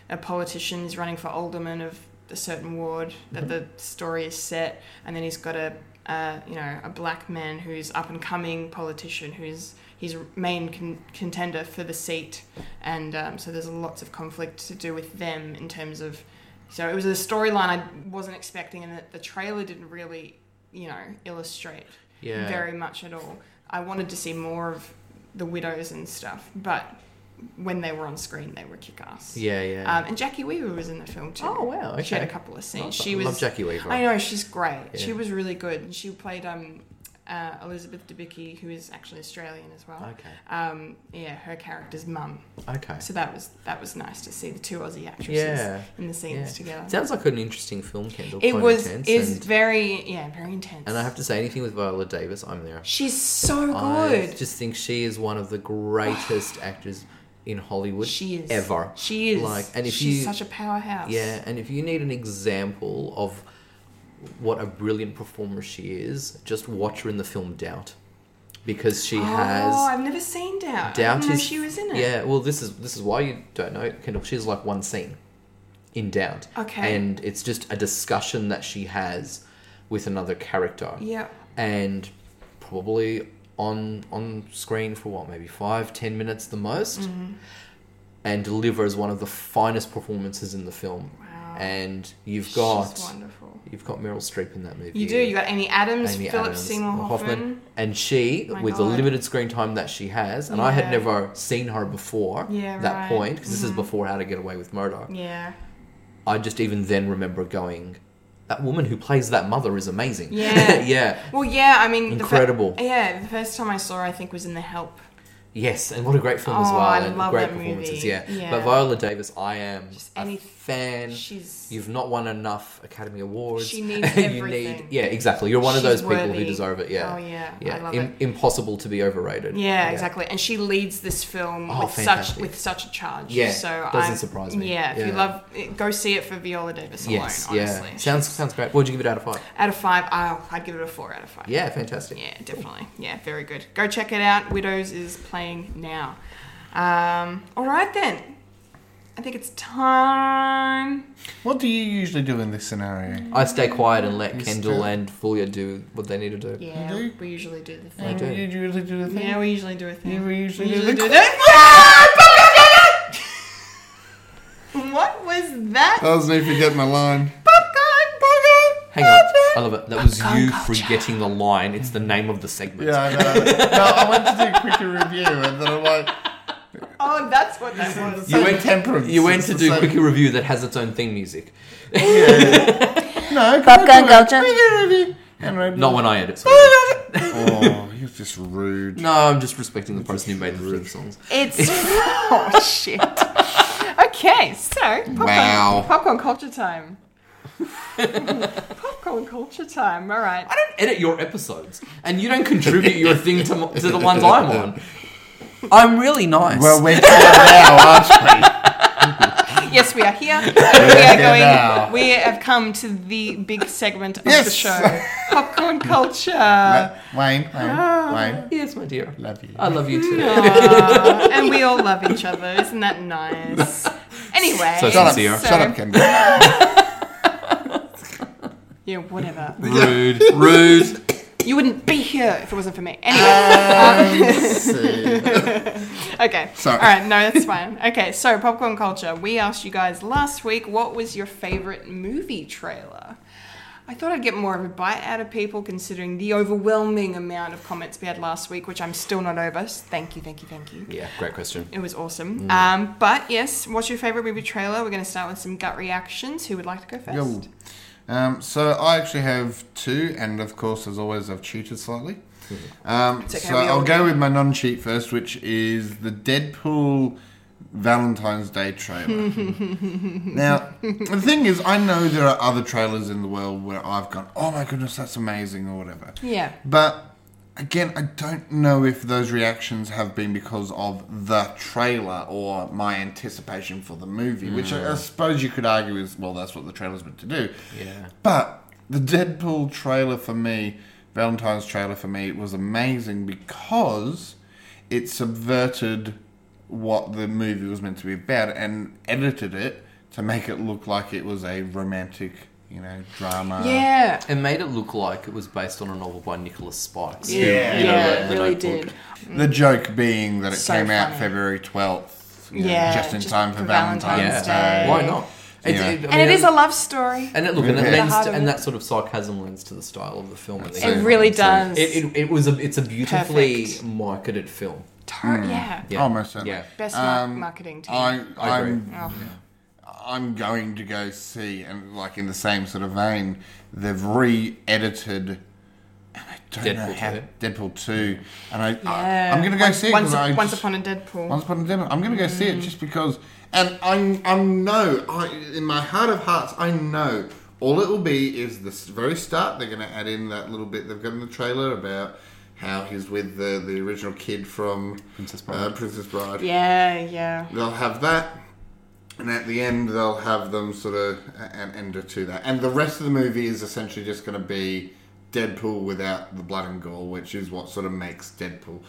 a politician is running for alderman of a certain ward that the story is set, and then he's got a uh, you know a black man who's up and coming politician who's his main con- contender for the seat, and um, so there's lots of conflict to do with them in terms of. So it was a storyline I wasn't expecting, and that the trailer didn't really you know illustrate Yeah. very much at all. I wanted to see more of the widows and stuff, but when they were on screen, they were kick ass. Yeah, yeah. Um, and Jackie Weaver was in the film too. Oh, wow, She had a okay. couple of Love scenes. that. She was Love Jackie Weaver. I know she's great. She Yeah. was really good. And she played um, uh, Elizabeth Debicki, who is actually Australian as well. okay. Um, yeah, her character's mum. Okay. So that was that was nice to see the two Aussie actresses Yeah. in the Yeah. scenes together. Sounds like an interesting film, Kendall. it quite was intense is and, very yeah very intense. and I have to say, anything with Viola Davis, I'm there. She's so I good. just think she is one of the greatest actors in Hollywood. she is ever. She is Like, and if she's you, such a powerhouse. yeah, and if you need an example of what a brilliant performer she is, just watch her in the film Doubt, because she has. Oh, I've never seen Doubt. I Doubt didn't know is she was in it. Yeah, well, this is this is why you don't know Kendall. She's like one scene in Doubt. Okay. And it's just a discussion that she has with another character. Yeah. And probably on on screen for what maybe five ten minutes the most, Mm-hmm. and delivers one of the finest performances in the film. Wow. And you've She's got wonderful. you've got Meryl Streep in that movie. You do. You got Amy Adams, Amy Philip Adams, Seymour Hoffman. Oh And she, My with the God. limited screen time that she has, and I had Yeah. never seen her before Yeah, that right. Mm-hmm. point, because this is before How to Get Away with Murder. Yeah. I just even then remember going, that woman who plays that mother is amazing. Yeah. yeah. Well, yeah. I mean, the fir- Incredible. yeah, the first time I saw her, I think, was in The Help. Yes, and what a great film as Oh, well, I and love great that performances. movie. Yeah. Yeah. but Viola Davis, I am a any- fan. she's- You've not won enough Academy Awards. She needs everything. yeah, exactly. You're one of She's those people who worthy. deserve it. Yeah, Oh, yeah. I love it. Impossible to be overrated. Yeah, exactly. And she leads this film Oh, with fantastic. such with such a charge. Yeah, so doesn't I- surprise me. Yeah, if you Yeah. love, go see it for Viola Davis alone. Yes, honestly. yeah. Sounds sounds great. What would you give it out of five? out of five. I'll, I'd give it a four out of five. Yeah, fantastic. Yeah, definitely. Yeah, very good. Go check it out. Widows is playing now. Um, all right then. I think it's time. What do you usually do in this scenario? I stay quiet and let still- Kendall and Fulia do what they need to do. Yeah, do? we usually do the You thing. do. usually do the thing. Yeah, we usually do a thing. We usually We do usually the do that. What was that? I was near forgetting my line. Popcorn, Uh, popcorn. Hang on, I love it. That was you forgetting the line. It's the name of the segment. Yeah, I know. no, I went to do a quicker review, and then I'm like, Oh, that's what that was. you went temperance. You went It's to the do same- quicker review that has its own theme music. No, popcorn culture. Quicker review. And Not when I edit. Sorry. Oh, you're just rude. No, I'm just respecting the person who made the theme songs. It's oh shit. Okay, so popcorn, Wow. popcorn culture time. popcorn culture time. All right. I don't edit your episodes, and you don't contribute your thing to, m- to the ones I'm on. I'm really nice. Well, we're here now, aren't Yes, we are here. we are going. now. We have come to the big segment of the Yes. show. Popcorn culture. we? Wayne, Wayne, Wayne, yes, my dear. love you. I love you too. and we all love each other. Isn't that nice? Anyway, So Shut up, Sincere. shut up, Kendall. yeah, whatever. Rude, rude. You wouldn't be here if it wasn't for me. Anyway, Um, okay. Ah, Sorry. All right, no, that's fine. Okay, so popcorn culture. We asked you guys last week what was your favorite movie trailer. I thought I'd get more of a bite out of people considering the overwhelming amount of comments we had last week, which I'm still not over. So Thank you, thank you, thank you. Yeah, great question. It was Mm. awesome. Um, but yes, what's your favorite movie trailer? We're going to start with some gut reactions. Who would like to go first? Yo. Um, so I actually have two, and of course, as always, I've cheated slightly. Um, okay, so we all I'll go do. with my non-cheat first, which is the Deadpool Valentine's Day trailer. now, the thing is, I know there are other trailers in the world where I've gone, "Oh my goodness, that's amazing," or whatever. Yeah. But again, I don't know if those reactions have been because of the trailer or my anticipation for the movie, which I, I suppose you could argue is well, that's what the trailer's meant to do. Yeah. But the Deadpool trailer for me, Valentine's trailer for me, was amazing because it subverted what the movie was meant to be about and edited it to make it look like it was a romantic, you know, drama. Yeah. It made it look like it was based on a novel by Nicholas Sparks. Yeah, yeah, you know, like it the really Notebook. did. The joke being that it So came out funny. February 12th, you know, Yeah, just in just time for for Valentine's, Valentine's Day. Day. Why not? It's- Yeah. I And it mean, is a love story. And it look, and it Yeah. lends The heart to, of and it. that sort of sarcasm lends to the style of the film. I think. It really does. It, it, it was a it's a beautifully Perfect. marketed film. Tor- Hmm. yeah. Yeah. Almost certainly. Yeah. Best Um, mar- marketing team. I, I agree. I'm, Oh, I'm going to go see, and like in the same sort of vein, they've re-edited. And I don't know Deadpool how 2. Deadpool two, and I, yeah. I am going to go once, see it. 'cause Once, I once just- upon a Deadpool. Once Mm. upon a Deadpool. I'm going to go see it just because. And I, I know, I, in my heart of hearts, I know all it will be is the s- very start. They're going to add in that little bit they've got in the trailer about how he's with the, the original kid from Princess Bride. Uh, Princess Bride. yeah, yeah. They'll have that. And at the end, they'll have them sort of a- an ender to that. And the rest of the movie is essentially just going to be Deadpool without the blood and gore, which is what sort of makes Deadpool.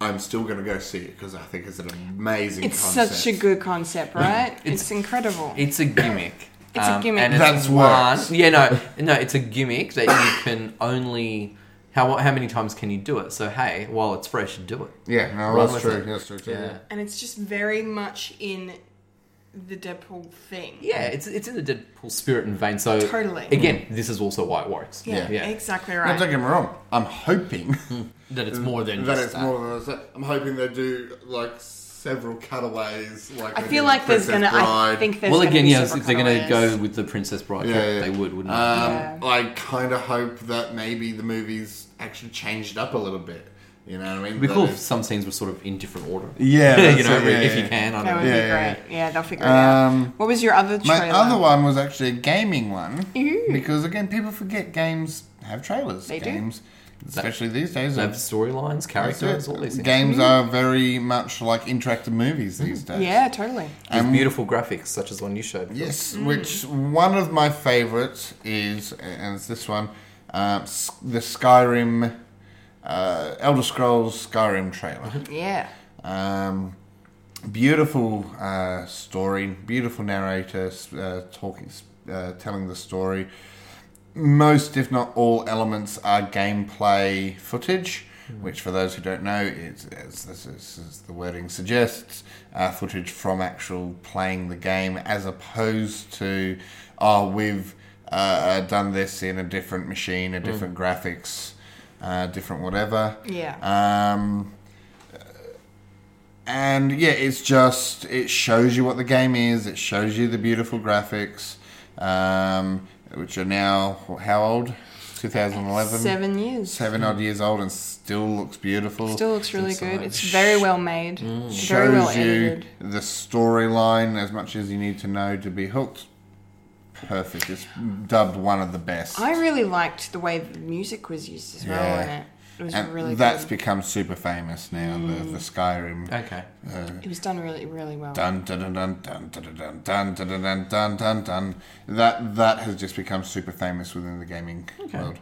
I'm still going to go see it because I think it's an amazing It's concept. such a good concept, right? it's, incredible. It's a gimmick. Um, It's a gimmick. and it's That's one- worse. Yeah, no, no. It's a gimmick that you can only how how many times can you do it? So hey, while it's fresh, do it. Yeah, no, Run that's with true. it. That's true. too, Yeah. and it's just very much in the Deadpool thing. Yeah, it's it's in the Deadpool spirit and vein. So Totally. again, this is also why it works. Yeah, yeah. exactly No, right. don't get me wrong. I'm hoping That it's more than that just it's that. more than that. I'm hoping they do like several cutaways. Like I they feel did like there's Princess gonna. I Bride. think there's well, gonna again, be yeah, several if they're going to cutaways. go with the Princess Bride, Yeah, yeah. they would, wouldn't they? Um, Yeah. I kind of hope that maybe the movie's actually changed up a little bit. You know what I mean? It'd be That cool if is- some scenes were sort of in different order. Yeah, you that's know, it, yeah, if yeah. you can. I That don't would know. Yeah, yeah. be great. Yeah, they'll figure it Um, out. What was your other My trailer? other one was actually a gaming one Ooh. because again, people forget games have trailers. They do. games, especially these days, They are- have storylines, that's characters, all these it. things. games are very much like interactive movies these days. Mm-hmm. Yeah, totally. With beautiful graphics, such as one you showed. Yes, Mm. which one of my favourites is, and it's this one, uh, S- the Skyrim, uh, Elder Scrolls Skyrim trailer. Yeah. Um, beautiful uh, story, beautiful narrator s- uh, talking, s- uh, telling the story. Most, if not all, elements are gameplay footage, which, for those who don't know, is, as, as, as, as the wording suggests, uh, footage from actual playing the game, as opposed to, oh, we've uh, done this in a different machine, a different graphics, uh, different whatever. Yeah. Um, and yeah, it's just it shows you what the game is. It shows you the beautiful graphics, um, which are now how old? 2011. Seven years. Seven odd years old and still looks beautiful. Still looks really good. like- It's very well made. mm, Very Shows well you edited. the storyline as much as you need to know to be hooked. Perfect. It's dubbed one of the best. I really liked the way the music was used as well in it. It was and really that's good. become super famous now. The, the Skyrim. Okay. it was done really, really well. dun dun dun dun dun dun dun dun dun dun dun dun dun dun. That that has just become super famous within the gaming world.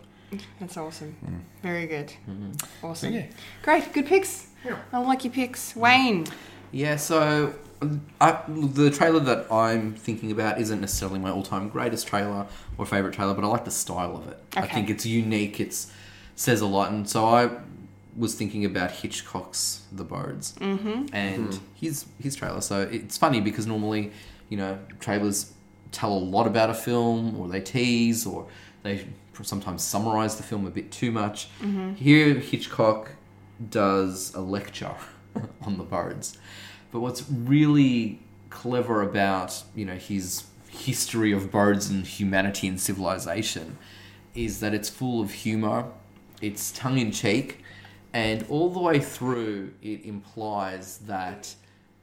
That's awesome. Mm. Very good. Mm-hmm. Awesome. Yeah. Great. Good picks. I like your picks. Wayne. Yeah, so um, I, the trailer that I'm thinking about isn't necessarily my all-time greatest trailer or favorite trailer, but I like the style of it. I Okay. think it's unique. It's says a lot, and so I was thinking about Hitchcock's The Birds mm-hmm. and his his trailer. So it's funny because normally, you know, trailers tell a lot about a film, or they tease, or they sometimes summarize the film a bit too much. Here, Hitchcock does a lecture on the birds. But what's really clever about you know his history of birds and humanity and civilization is that it's full of humor, it's tongue in cheek, and all the way through it implies that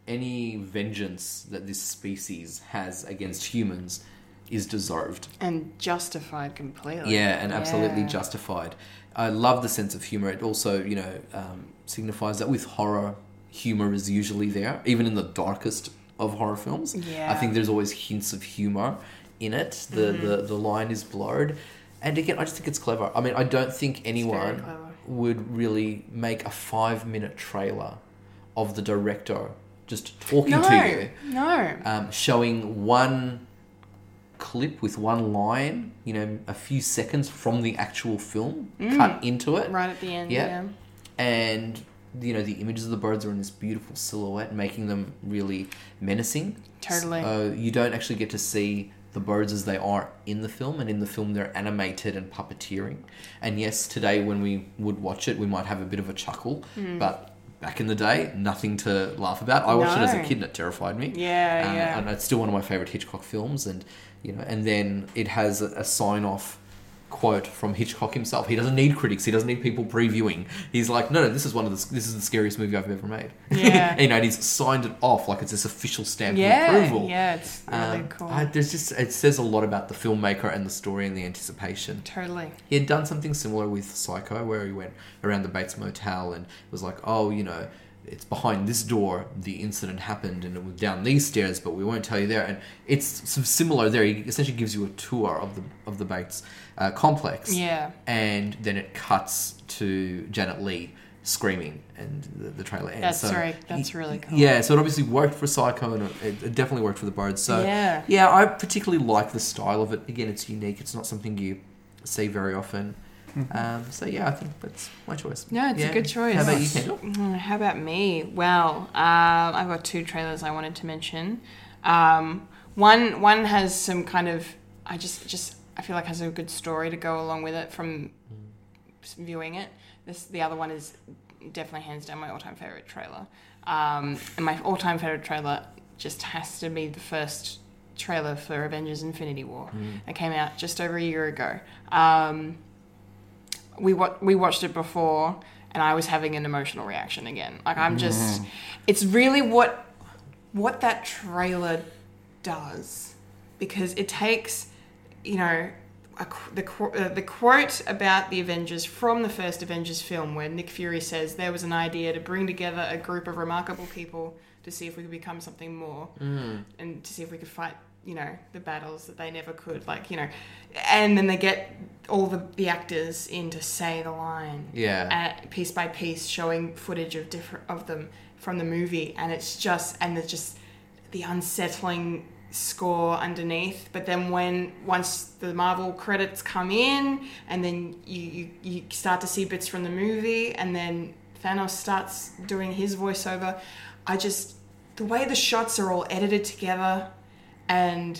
any vengeance that this species has against humans is deserved. And justified completely. Yeah, and absolutely Yeah. justified. I love the sense of humor. It also, you know, um, signifies that with horror, humor is usually there, even in the darkest of horror films. Yeah. Mm-hmm. I think there's always hints of humor in it. The, the, the line is blurred. And again, I just think it's clever. I mean, I don't think anyone clever. would really make a five minute trailer of the director just talking to No. you No. um, showing one clip with one line, you know, a few seconds from the actual film cut into it. Mm. Right at the end. Yeah. And, you know, the images of the birds are in this beautiful silhouette, making them really menacing. Totally. So you don't actually get to see the birds as they are in the film, and in the film they're animated and puppeteering. And yes, today when we would watch it, we might have a bit of a chuckle, Mm. but back in the day, nothing to laugh about. I watched it as a No. kid and it terrified me. Yeah, Uh, yeah. And it's still one of my favorite Hitchcock films, and you know, and then it has a, a sign-off quote from Hitchcock himself. He doesn't need critics. He doesn't need people previewing. He's like, no, no, this is one of the this is the scariest movie I've ever made. Yeah. you know, and he's signed it off like it's this official stamp Yeah. of approval. Yeah. It's really Um, cool. I, there's just it says a lot about the filmmaker and the story and the anticipation. totally. He had done something similar with Psycho, where he went around the Bates Motel and was like, "Oh, you know, it's behind this door. The incident happened, and it was down these stairs, but we won't tell you there." And it's s- similar there. He essentially gives you a tour of the of the Bates uh, complex. Yeah. And then it cuts to Janet Lee screaming, and the, the trailer ends. That's right. That's really cool. Yeah, so it obviously worked for Psycho, and it, it definitely worked for the Birds. So Yeah. I particularly like the style of it. Again, it's unique. It's not something you see very often. Um, so yeah, I think that's my choice. No, it's a Yeah. good choice. How about you, Kendall? Mm, How about me? Well, um, I've got two trailers I wanted to mention. Um, one one has some kind of I just just I feel like has a good story to go along with it Mm. from viewing it. This the other one is definitely hands down my all time favorite trailer. Um, and my all time favorite trailer just has to be the first trailer for Avengers: Infinity War Mm. that came out just over a year ago. Um, we wa- we watched it before and I was having an emotional reaction again. Like I'm just, it's really what what that trailer does because it takes, you know, a, qu- the qu- uh, the quote about the Avengers from the first Avengers film, where Nick Fury says there was an idea to bring together a group of remarkable people to see if we could become something more, and to see if we could fight, you know, the battles that they never could, like you know, and then they get all the the actors in to say the line, Yeah. at, piece by piece, showing footage of different of them from the movie, and it's just and it's just the unsettling score underneath. But then when once the Marvel credits come in, and then you, you, you start to see bits from the movie, and then Thanos starts doing his voiceover, I just the way the shots are all edited together, and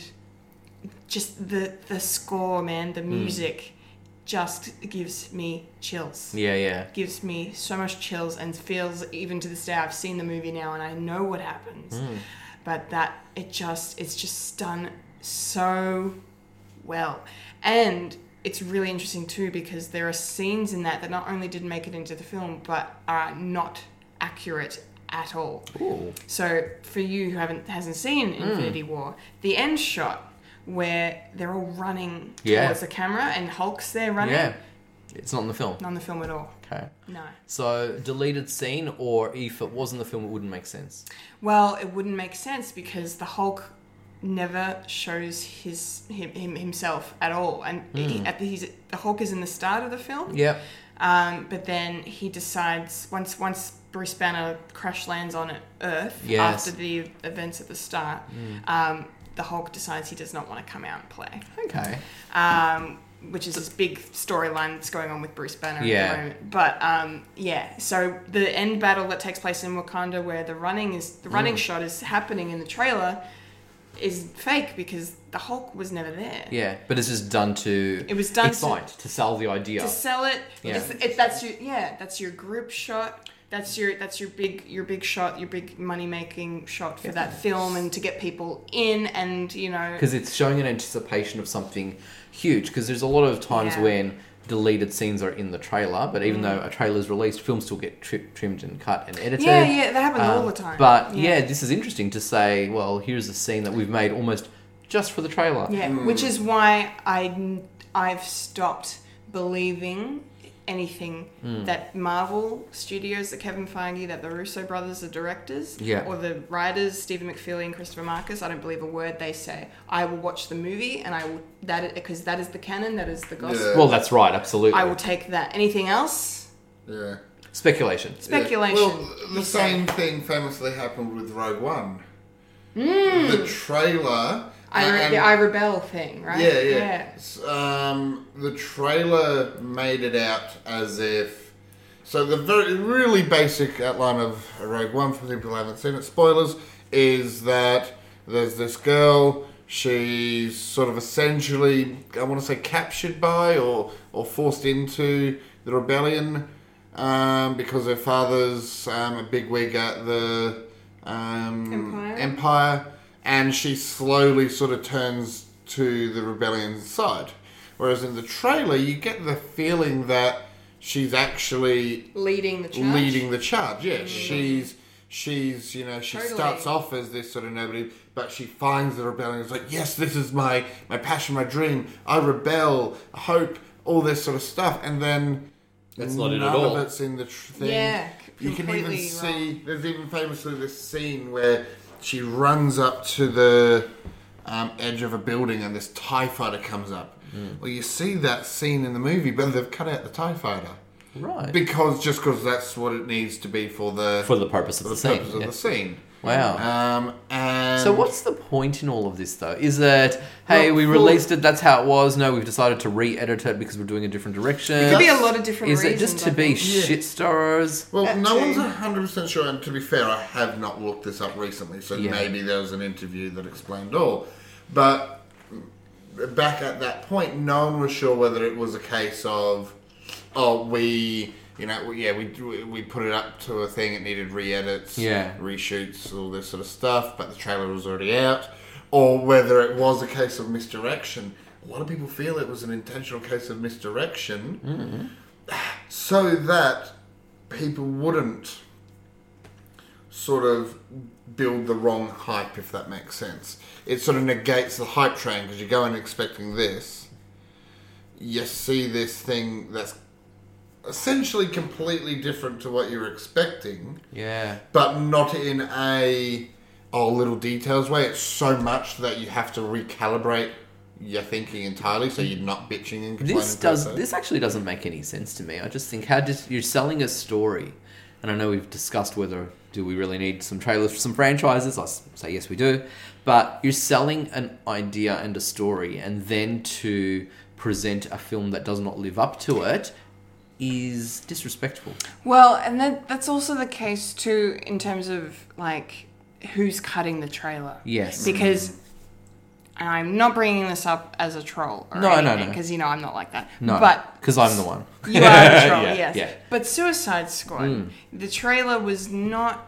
just the the score, man, the music. Just gives me chills Yeah, yeah. gives me so much chills and feels even to this day I've seen the movie now and I know what happens. Hmm. But that it just it's just done so well. And it's really interesting too because there are scenes in that that not only didn't make it into the film but are not accurate at all. So for you who haven't hasn't seen Hmm. Infinity War, the end shot where they're all running Yeah. towards the camera and Hulk's there running, Yeah. It's not in the film. not in the film at all. Okay. No. So, deleted scene, or if it was in the film, it wouldn't make sense. Well, it wouldn't make sense because the Hulk never shows his him, him himself at all, and he, at the, he's, the Hulk is in the start of the film. Hmm. Yeah. Um, but then he decides once once Bruce Banner crash lands on Earth Yes. Hmm. after the events at the start, um, the Hulk decides he does not want to come out and play Okay. um, which is this big storyline that's going on with Bruce Banner at Yeah. the moment. But um, yeah, so the end battle that takes place in Wakanda, where the running is the Mm. running shot is happening in the trailer, is fake because the Hulk was never there. Yeah, but it's just done to. It was done to- excite, to, sell the idea. To sell it, Yeah. it's, it, that's your yeah, that's your group shot. That's your that's your big your big shot, your big money making shot for that film, and to get people in, and you know, because it's showing an anticipation of something huge. Because there's a lot of times Yeah. Mm. when deleted scenes are in the trailer, but even though a trailer is released, films still get tri- trimmed and cut and edited. Um, Yeah, yeah, that happens all the time. uh, But Yeah. yeah. this is interesting to say. Well, here's a scene that we've made almost just for the trailer. Yeah, Mm. which is why I I've stopped believing anything Mm. that Marvel Studios, that Kevin Feige, that the Russo brothers, the directors, Yeah. or the writers Stephen McFeely and Christopher Marcus. I don't believe a word they say. I will watch the movie and I will that because that is the canon, that is the gospel. Yeah. Well, that's right. Absolutely. I will take that. Anything else? Yeah. Speculation. Speculation. Well, the same thing famously happened with Rogue One. The trailer. Hmm. I re- and- the I rebel thing, right? um, yeah, yeah. S- Um, the trailer made it out as if. So the very really basic outline of Rogue One for people who haven't seen it, spoilers, is that there's this girl. She's sort of essentially, I want to say, captured by or or forced into the rebellion um, because her father's um, a bigwig at the um, Empire? empire, and she slowly sort of turns to the rebellion side. Whereas in the trailer, you get the feeling that she's actually Leading the charge. Mm. leading the charge. Yeah, she's she's you know she Totally. starts off as this sort of nobody, but she finds the rebellion. It's like yes, this is my my passion, my dream. I rebel, hope, all this sort of stuff, and then. That's not it at none all. Of it's in the tr- thing. Yeah, c- you can even completely see. There's even famously this scene where she runs up to the um, edge of a building and this Tie Fighter comes up. Mm. Well, you see that scene in the movie, but they've cut out the Tie Fighter. Right. Because just because that's what it needs to be for the for the purpose of for the, the scene. purpose of yeah. the scene. Wow. Um, and So what's the point in all of this though? Is that hey, Well, we for- released it, that's how it was. No, we've decided to re-edit it because we're doing a different direction. Could be a lot of different Is reasons. it just I to be think. shit stirrers? well, That no too. one's hundred percent sure. And to be fair, I have not looked this up recently, so Yeah. maybe there was an interview that explained all. But back at that point, no one was sure whether it was a case of, oh, we, you know, we- yeah, we we put it up to a thing, it needed re-edits, Yeah. reshoots, all this sort of stuff, but the trailer was already out, or whether it was a case of misdirection. A lot of people feel it was an intentional case of misdirection, so that people wouldn't sort of build the wrong hype, if that makes sense. It sort of negates the hype train because you go in expecting this, you see this thing that's essentially completely different to what you're expecting Yeah. but not in a oh little details way. It's so much that you have to recalibrate your thinking entirely, so you're not bitching and complaining. This does. about it. This actually doesn't make any sense to me. I just think how did you're selling a story, and I know we've discussed whether do we really need some trailers for some franchises. I s- say yes, we do, but you're selling an idea and a story, and then to present a film that does not live up to it is disrespectful. Well, and that, that's also the case too in terms of like who's cutting the trailer. Yes. Because and I'm not bringing this up as a troll. Or No, no, no. Because you know I'm not like that. No, but because I'm the one. you are a troll. Yeah, yes. yeah. Mm. But Suicide Squad, the trailer was not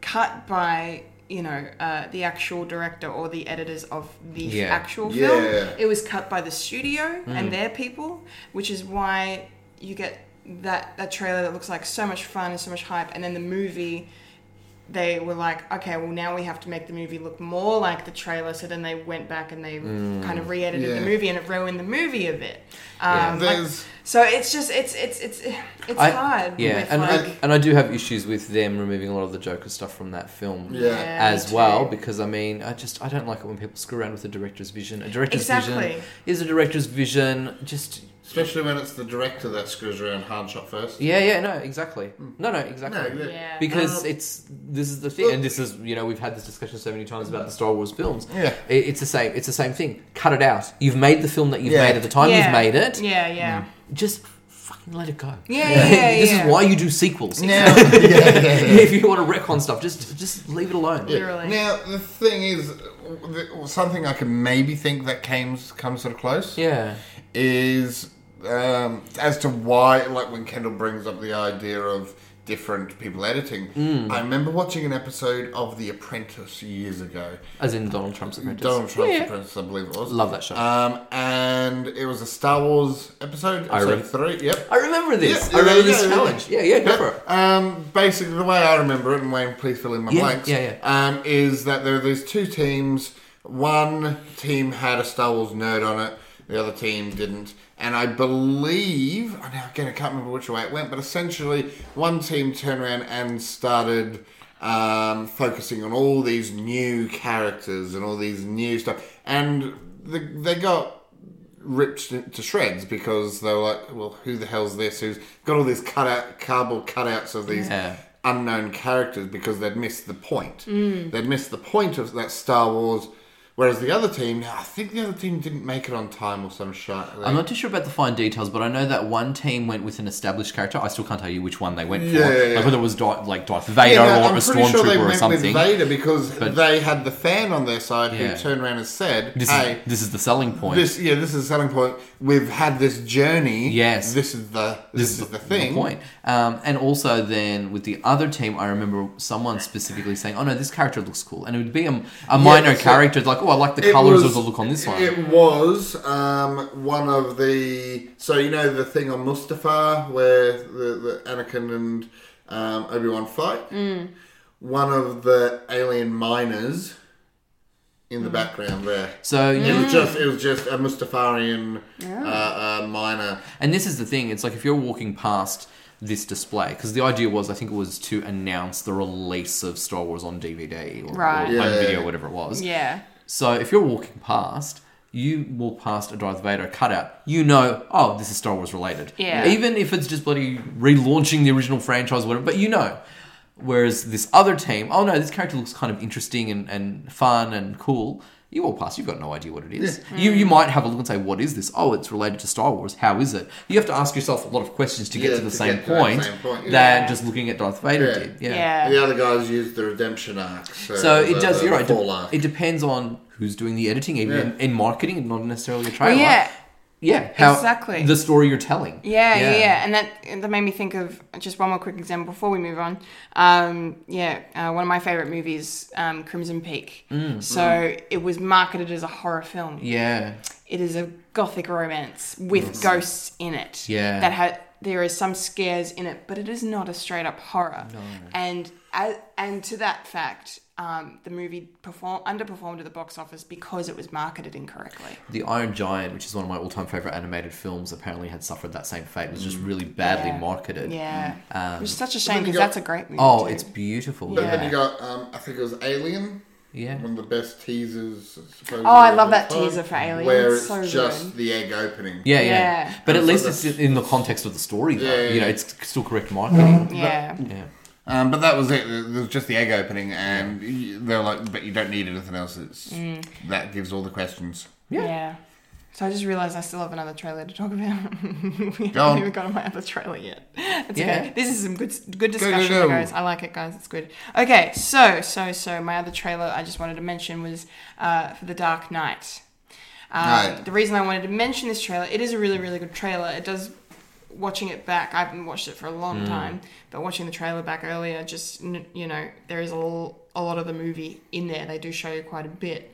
cut by you know uh, the actual director or the editors of the Yeah. Mm. actual Yeah. film. It was cut by the studio and their people, which is why you get that that trailer that looks like so much fun and so much hype, and then the movie. They were like, okay, well now we have to make the movie look more like the trailer. So then they went back and they Mm. kind of re-edited Yeah. the movie, and it ruined the movie a bit. Yeah. Um, like- There's so it's just it's it's it's it's I- hard. Yeah, with and like, I, and I do have issues with them removing a lot of the Joker stuff from that film. Yeah. Yeah, as me well too. because I mean I just I don't like it when people screw around with the director's vision. A director's Exactly. vision is a director's vision. Just especially when it's the director that screws around hard shot first. yeah, yeah, no, exactly. No, no, exactly. Hmm. No, Yeah. Because it's this is the thing, and this is you know we've had this discussion so many times about the Star Wars films. Yeah. It- it's the same. It's the same thing. Cut it out. You've made the film that you've Yeah. made at the time yeah, you've made it. Yeah, yeah, Just fucking let it go. yeah, yeah. yeah, this yeah. is why you do sequels. Now, yeah, yeah, yeah. if you want to wreck on stuff, just just leave it alone. Literally. Now the thing is, the- something I can maybe think that came comes sort of close. Yeah. is um, as to why, like when Kendall brings up the idea of different people editing. Mm. I remember watching an episode of The Apprentice years ago. As in Donald Trump's apprentice. Donald Trump's Apprentice, I believe it was. Love that show. Um, and it was a Star Wars episode, episode I rem- three. Yep. I remember this. Yeah, I remember yeah, this yeah, challenge. Yeah, yeah, go for it. Um, basically, the way I remember it, and Wayne, please fill in my Yeah, blanks. yeah, Um, is that there are these two teams. One team had a Star Wars nerd on it. The other team didn't. And I believe, oh, now again, I can't remember which way it went, but essentially, one team turned around and started um, focusing on all these new characters and all these new stuff, and the, they got ripped to to shreds because they were like, well, who the hell's this? Who's got all these cutout cardboard cutouts of these Yeah. unknown characters because they'd missed the point. They'd missed the point of that Star Wars. Whereas the other team, I think the other team didn't make it on time or some shit. I'm not too sure about the fine details, but I know that one team went with an established character. I still can't tell you which one they went for. Yeah, yeah, yeah. Like whether it was Darth, like Darth Vader no, or a stormtrooper or something. with Vader because but- they had the fan on their side Yeah. who turned around and said, This, "Hey, is, this is the selling point. this yeah, this is the selling point. We've had this journey. Yes. this is the this, is the thing. point. Um, and also then with the other team, I remember someone specifically saying, "Oh no, this character looks cool," and it would be a, a minor so- character. Like, oh, I like the It colors was- of the look on this one. It was um, one of the so you know the thing on Mustafar where the, the Anakin and um, Obi Wan fight. One of the alien miners in the background there. so It yeah, was just it was just a Mustafarian uh, uh, miner. And this is the thing. It's like if you're walking past this display, because the idea was, I think it was to announce the release of Star Wars on DVD or, Right. or home Yeah. video, whatever it was. yeah. So if you're walking past, you walk past a Darth Vader cutout, you know, oh, this is Star Wars related. Yeah. Even if it's just bloody relaunching the original franchise, whatever, but you know. Whereas this other team, oh no, this character looks kind of interesting and, and fun and cool. You walk past, you've got no idea what it is. You, Mm. you might have a look and say, what is this? Oh, it's related to Star Wars. How is it? You have to ask yourself a lot of questions to get Yeah, to the to same, get to that point same point, yeah. that just looking at Darth Vader Yeah. did. Yeah. Oh, The other guys used the redemption arc. So, So the- it does. the- You're the right. de- fall arc. it depends on who's doing the editing, even Yeah. in, in marketing, not necessarily a trailer. Oh, yeah. yeah. How, Exactly. the story you're telling. Yeah, yeah, yeah, and that that made me think of just one more quick example before we move on. Um, yeah, uh, one of my favorite movies, um, Crimson Peak. Mm. so it was marketed as a horror film. yeah, It is a gothic romance with ghosts in it. Yeah. that had there is some scares in it, but it is not a straight up horror. And a and to that fact, um, the movie perform, underperformed at the box office because it was marketed incorrectly. The Iron Giant, which is one of my all-time favorite animated films, apparently had suffered that same fate. It was just Mm. really badly marketed. Yeah, mm, um, which is such a then shame you because got- that's a great movie. Oh, too. it's beautiful. But Yeah. then you got, um, I think it was Alien. Yeah. One of the best teasers. Oh, I love that teaser for Alien. Where It's it's so just good. the egg opening. Yeah, yeah, Yeah. But at And so least it's that's- in the context of the story, though. Yeah, yeah, You know, yeah. it's still correct marketing. yeah. yeah. Um, but that was it. There was just the egg opening, and y they're like, "But you don't need anything else." It's Mm. that gives all the questions. yeah, So I just realized I still have another trailer to talk about. we Go on. haven't even got on my other trailer yet. It's Yeah. okay. This is some good good discussion, go. guys. I like it, guys. It's good. Okay, so so so my other trailer I just wanted to mention was uh, for The Dark Knight. Um, Right. The reason I wanted to mention this trailer, it is a really really good trailer. It does watching it back. I haven't watched it for a long time, but watching the trailer back earlier, just n- you know, there is a, l- a lot of the movie in there. They do show you quite a bit,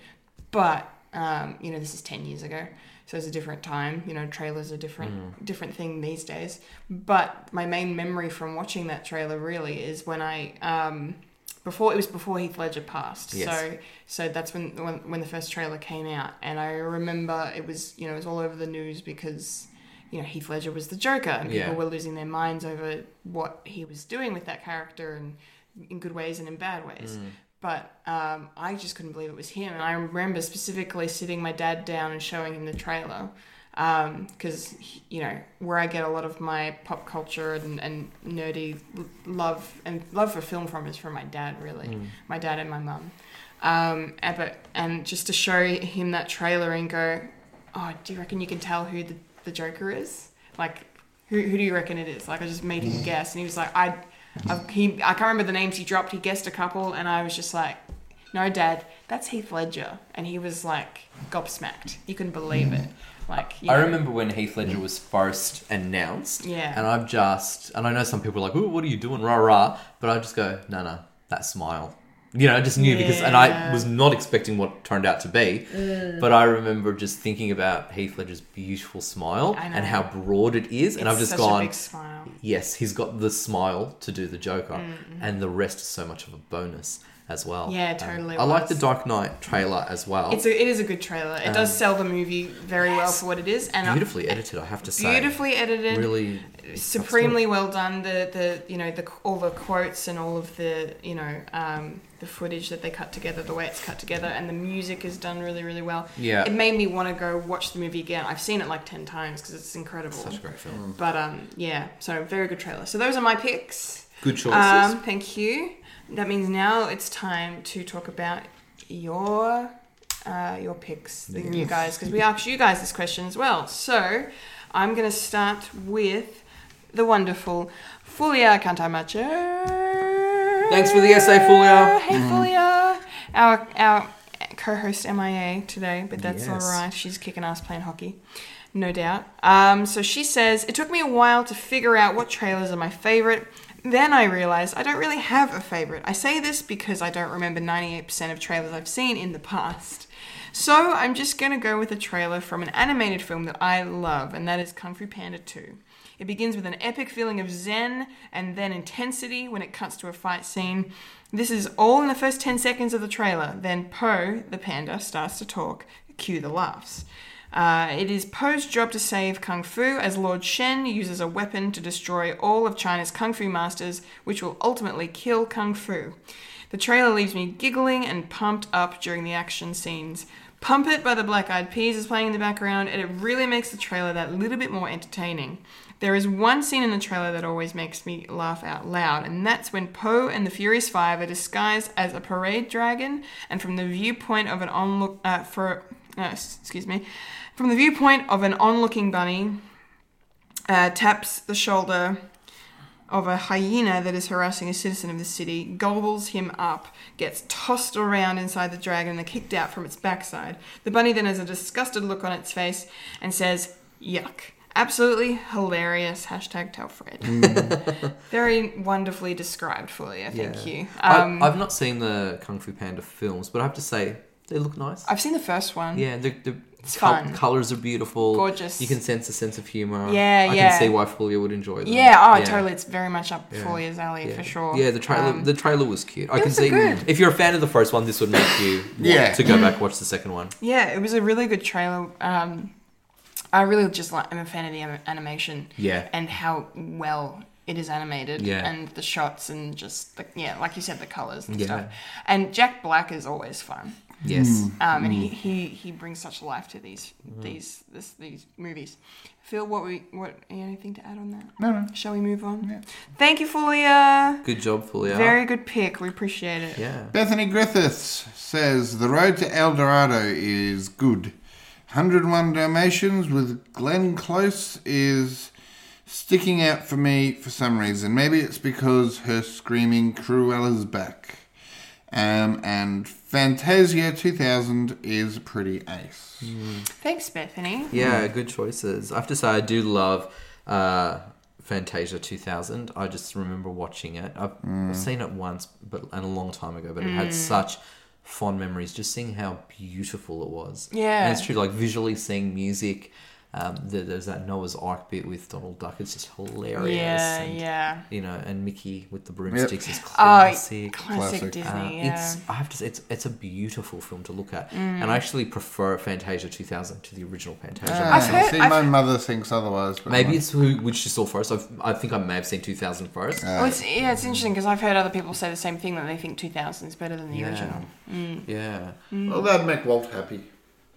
but um, you know, this is ten years ago, so it's a different time. You know, trailers are different, different thing these days. But my main memory from watching that trailer really is when I. Um, before it was before Heath Ledger passed, Yes. so so that's when, when when the first trailer came out, and I remember it was you know it was all over the news because you know Heath Ledger was the Joker, and people Yeah. were losing their minds over what he was doing with that character, and in good ways and in bad ways. But um, I just couldn't believe it was him, and I remember specifically sitting my dad down and showing him the trailer. Because you know where I get a lot of my pop culture and, and nerdy l- love and love for film from is from my dad really, my dad and my mum. Um, and, but, and just to show him that trailer and go, oh, do you reckon you can tell who the, the Joker is? Like, who, who do you reckon it is? Like, I just made him Mm. guess, and he was like, I, I, he, I can't remember the names he dropped. He guessed a couple, and I was just like, no, Dad, that's Heath Ledger, and he was like gobsmacked. You couldn't believe it. Like, you I know. remember when Heath Ledger was first announced. Yeah. And I've just, and I know some people are like, ooh, what are you doing? Rah, rah. But I just go, no, no, that smile. You know, I just knew because, and I Yeah. was not expecting what turned out to be. But I remember just thinking about Heath Ledger's beautiful smile I know. and how broad it is. and I've just such a gone, big smile. yes, he's got the smile to do the Joker, and the rest is so much of a bonus as well. Mm-hmm. Yeah, Um, totally I was. like the Dark Knight trailer as well. It's a, it is a good trailer. It does sell the movie very well for what it is, and I- Um, beautifully edited, I have to say. beautifully edited. really supremely well done. The the you know the all the quotes and all of the you know um, the footage that they cut together, the way it's cut together, and the music is done really really well. Yeah. it made me want to go watch the movie again. I've seen it like ten times because it's incredible. such a great film. But um, yeah, so very good trailer. So those are my picks. Good choices. Um, thank you. That means now it's time to talk about your uh, your picks, the you guys, because we asked you guys this question as well. So I'm going to start with the wonderful Fulia Cantamacho. Thanks for the essay, Fulia. Hey, Fulia. Our our co-host MIA today, but that's Yes. all right. She's kicking ass playing hockey, no doubt. Um, so she says it took me a while to figure out what trailers are my favorite. Then I realized I don't really have a favorite. I say this because I don't remember 98% of trailers I've seen in the past. So I'm just gonna go with a trailer from an animated film that I love, and that is Kung Fu Panda 2. It begins with an epic feeling of zen and then intensity when it cuts to a fight scene. This is all in the first 10 seconds of the trailer. Then Po, the panda, starts to talk. Cue the laughs. Uh, it is Po's job to save Kung Fu as Lord Shen uses a weapon to destroy all of China's Kung Fu masters, which will ultimately kill Kung Fu. The trailer leaves me giggling and pumped up during the action scenes. Pump It by the Black Eyed Peas is playing in the background, and it really makes the trailer that little bit more entertaining. There is one scene in the trailer that always makes me laugh out loud, and that's when Poe and the Furious Five are disguised as a parade dragon, and from the viewpoint of an onlook uh, for uh, s- excuse me, from the viewpoint of an onlooking bunny, uh, taps the shoulder of a hyena that is harassing a citizen of the city, gobbles him up, gets tossed around inside the dragon and then kicked out from its backside. The bunny then has a disgusted look on its face and says, Yuck. Absolutely hilarious. Hashtag tell Fred. Mm. Very wonderfully described, Fulia. Thank you. Um, I, I've not seen the Kung Fu Panda films, but I have to say They look nice. I've seen the first one. Yeah, the, the fun. colors are beautiful. Gorgeous. You can sense a sense of humor. Yeah, I yeah. can see why Fulia would enjoy them. Yeah, oh, totally. It's very much up Folia's alley yeah. for sure. Yeah, the trailer Um, the trailer was cute. I can was a see good- Mm. if you're a fan of the first one, this would make you want Yeah. to go back watch the second one. yeah, it was a really good trailer. Um, I really just like I'm a fan of the anim- animation. Yeah. And how well it is animated. Yeah. And the shots and just the, yeah, like you said, the colors and Yeah. stuff. And Jack Black is always fun. Yes. Um, and Mm. he, he, he brings such life to these these this, these movies. Phil, what we what anything to add on that? No, no. Shall we move on? Thank you, Fulia. Good job, Fulia. Very good pick. We appreciate it. yeah. Bethany Griffiths says The Road to El Dorado is good. 101 Dalmatians with Glenn Close is sticking out for me for some reason. Maybe it's because her screaming Cruella's back. Um, and Fantasia 2000 is pretty ace. Thanks, Bethany. Yeah, good choices. I have to say, I do love uh, Fantasia 2000. I just remember watching it. I've seen it once, but and a long time ago. But it Hmm. had such fond memories. Just seeing how beautiful it was. Yeah. and it's true. Like visually seeing music. Um, there, there's that Noah's Ark bit with Donald Duck. It's just hilarious. Yeah, Oh, and, yeah. You know, and Mickey with the broomsticks is Oh, classic. classic, Classic. Disney. Uh, yeah. Hmm. It's I have to say it's it's a beautiful film to look at, and I actually prefer Fantasia 2000 to the original Fantasia. Ah, I've heard- see, I've- my mother thinks otherwise. But Maybe it's who which she saw first. I've, I think I may have seen 2000 first. Well, it's, yeah, it's interesting because I've heard other people say the same thing that they think 2000 is better than the original. yeah. Well, that'd make Walt happy.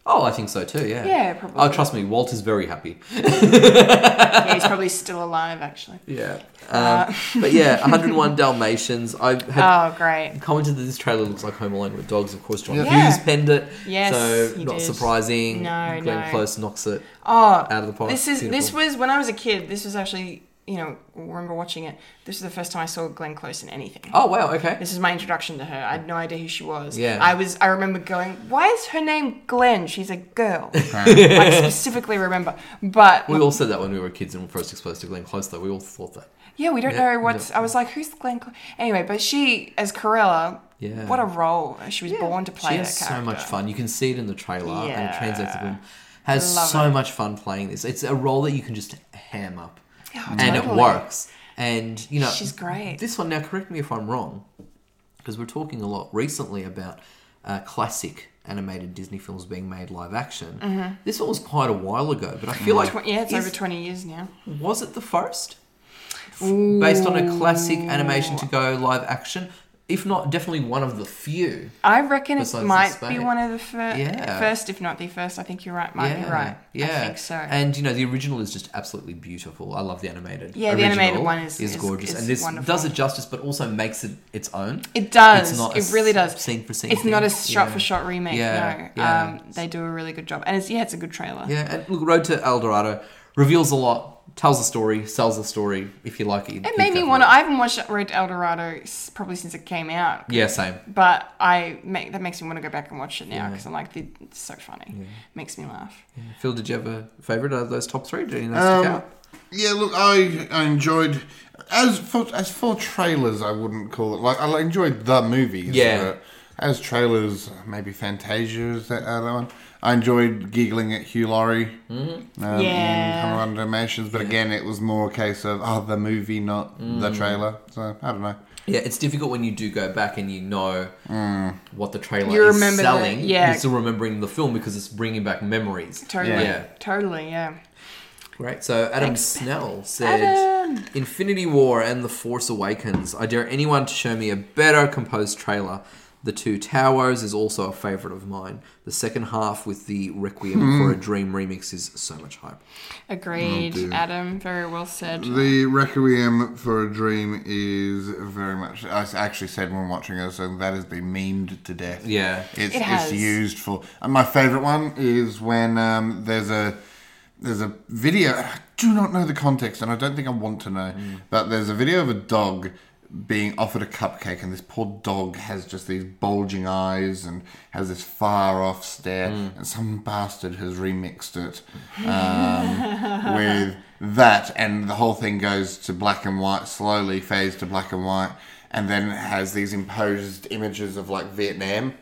Oh, I think so too. Yeah. Yeah, probably. Oh, trust me, Walt is very happy. yeah, he's probably still alive, actually. Yeah. Uh, Um, but yeah, 101 Dalmatians. I had Oh, great. commented that this trailer looks like Home Alone with dogs. Of course, John Yeah. Hughes penned it. Yes, So he not did. surprising. No, Glenn no. Close knocks it Oh, out of the park. This is this uh, Beautiful. was when I was a kid. This was actually you know I remember watching it. This is the first time I saw Glenn Close in anything. Oh wow. Okay. This is my introduction to her. I had no idea who she was. Yeah. I was. I remember going, "Why is her name Glenn? She's a girl." I specifically remember, but We all said that when we were kids and first exposed to Glenn Close, though. We all thought that. Yeah, we don't Yeah, know what's. I was like, who's Glenn? Cl-? Anyway, but she as Corella. Yeah. What a role she was born to play. She that has so much character. fun. You can see it in the trailer, and it translates to Yeah. film. Has Love so it. much fun playing this. It's a role that you can just ham up, and it totally. works. And you know, She's great. This one now, correct me if I'm wrong, because we're talking a lot recently about uh, classic animated Disney films being made live action. This one was quite a while ago, but I feel like Mm-hmm. Tw- yeah, it's is- over twenty years now. was it the first F- based on a classic animation to go live action? If not, definitely one of the few. I reckon it Besides might the be spade. one of the fir- Yeah. first, if not the first. I think you're right. Might be right. Yeah. I think so. And you know, the original is just absolutely beautiful. I love the animated. Yeah, the original animated one is- is is- gorgeous, is and this wonderful. does it justice, but also makes it its own. it does. It's not a it really s- does. scene for scene It's not a thing. shot Yeah. for shot remake. Yeah, No. yeah. Um, they do a really good job, and it's yeah, it's a good trailer. Yeah, and look, Road to El Dorado reveals a lot, tells a story, sells a story. If you like it, you'd It keep made me going. want to. I haven't watched Road to El Dorado s- probably since it came out. Yeah, same. but I make that makes me want to go back and watch it now because I'm like, "The- it's so funny. Makes me laugh. Phil, did you have a favorite out of those top three? Did you know Um, stick out? Yeah, look, I, I enjoyed as for as for trailers. I wouldn't call it like I enjoyed the movies. Yeah. but as trailers, maybe Fantasia is that other one. I enjoyed giggling at Hugh Laurie. Mm-hmm. Um, Yeah. in Colorado Dalmatians, but again, it was more a case of oh, the movie, not the Mm. trailer. So I don't know. Yeah, it's difficult when you do go back and you know what the trailer You is remember the- selling. yeah. You're still remembering the film because it's bringing back memories. Totally, Yeah. totally, yeah. Great. So Adam Snell said Infinity War and The Force Awakens. I dare anyone to show me a better composed trailer. The Two Towers is also a favourite of mine. The second half with the Requiem for a Dream remix is so much hype. Agreed, Adam. Very well said. The Requiem for a Dream is very much. I actually said when watching it, so that has been memed to death. Yeah. it's, It it's has. used for. And my favourite one is when um, there's a there's a video. I do not know the context, and I don't think I want to know. But there's a video of a dog being offered a cupcake, and this poor dog has just these bulging eyes and has this far off stare, and some bastard has remixed it um, with that, and the whole thing goes to black and white, slowly fades to black and white, and then has these imposed images of like Vietnam.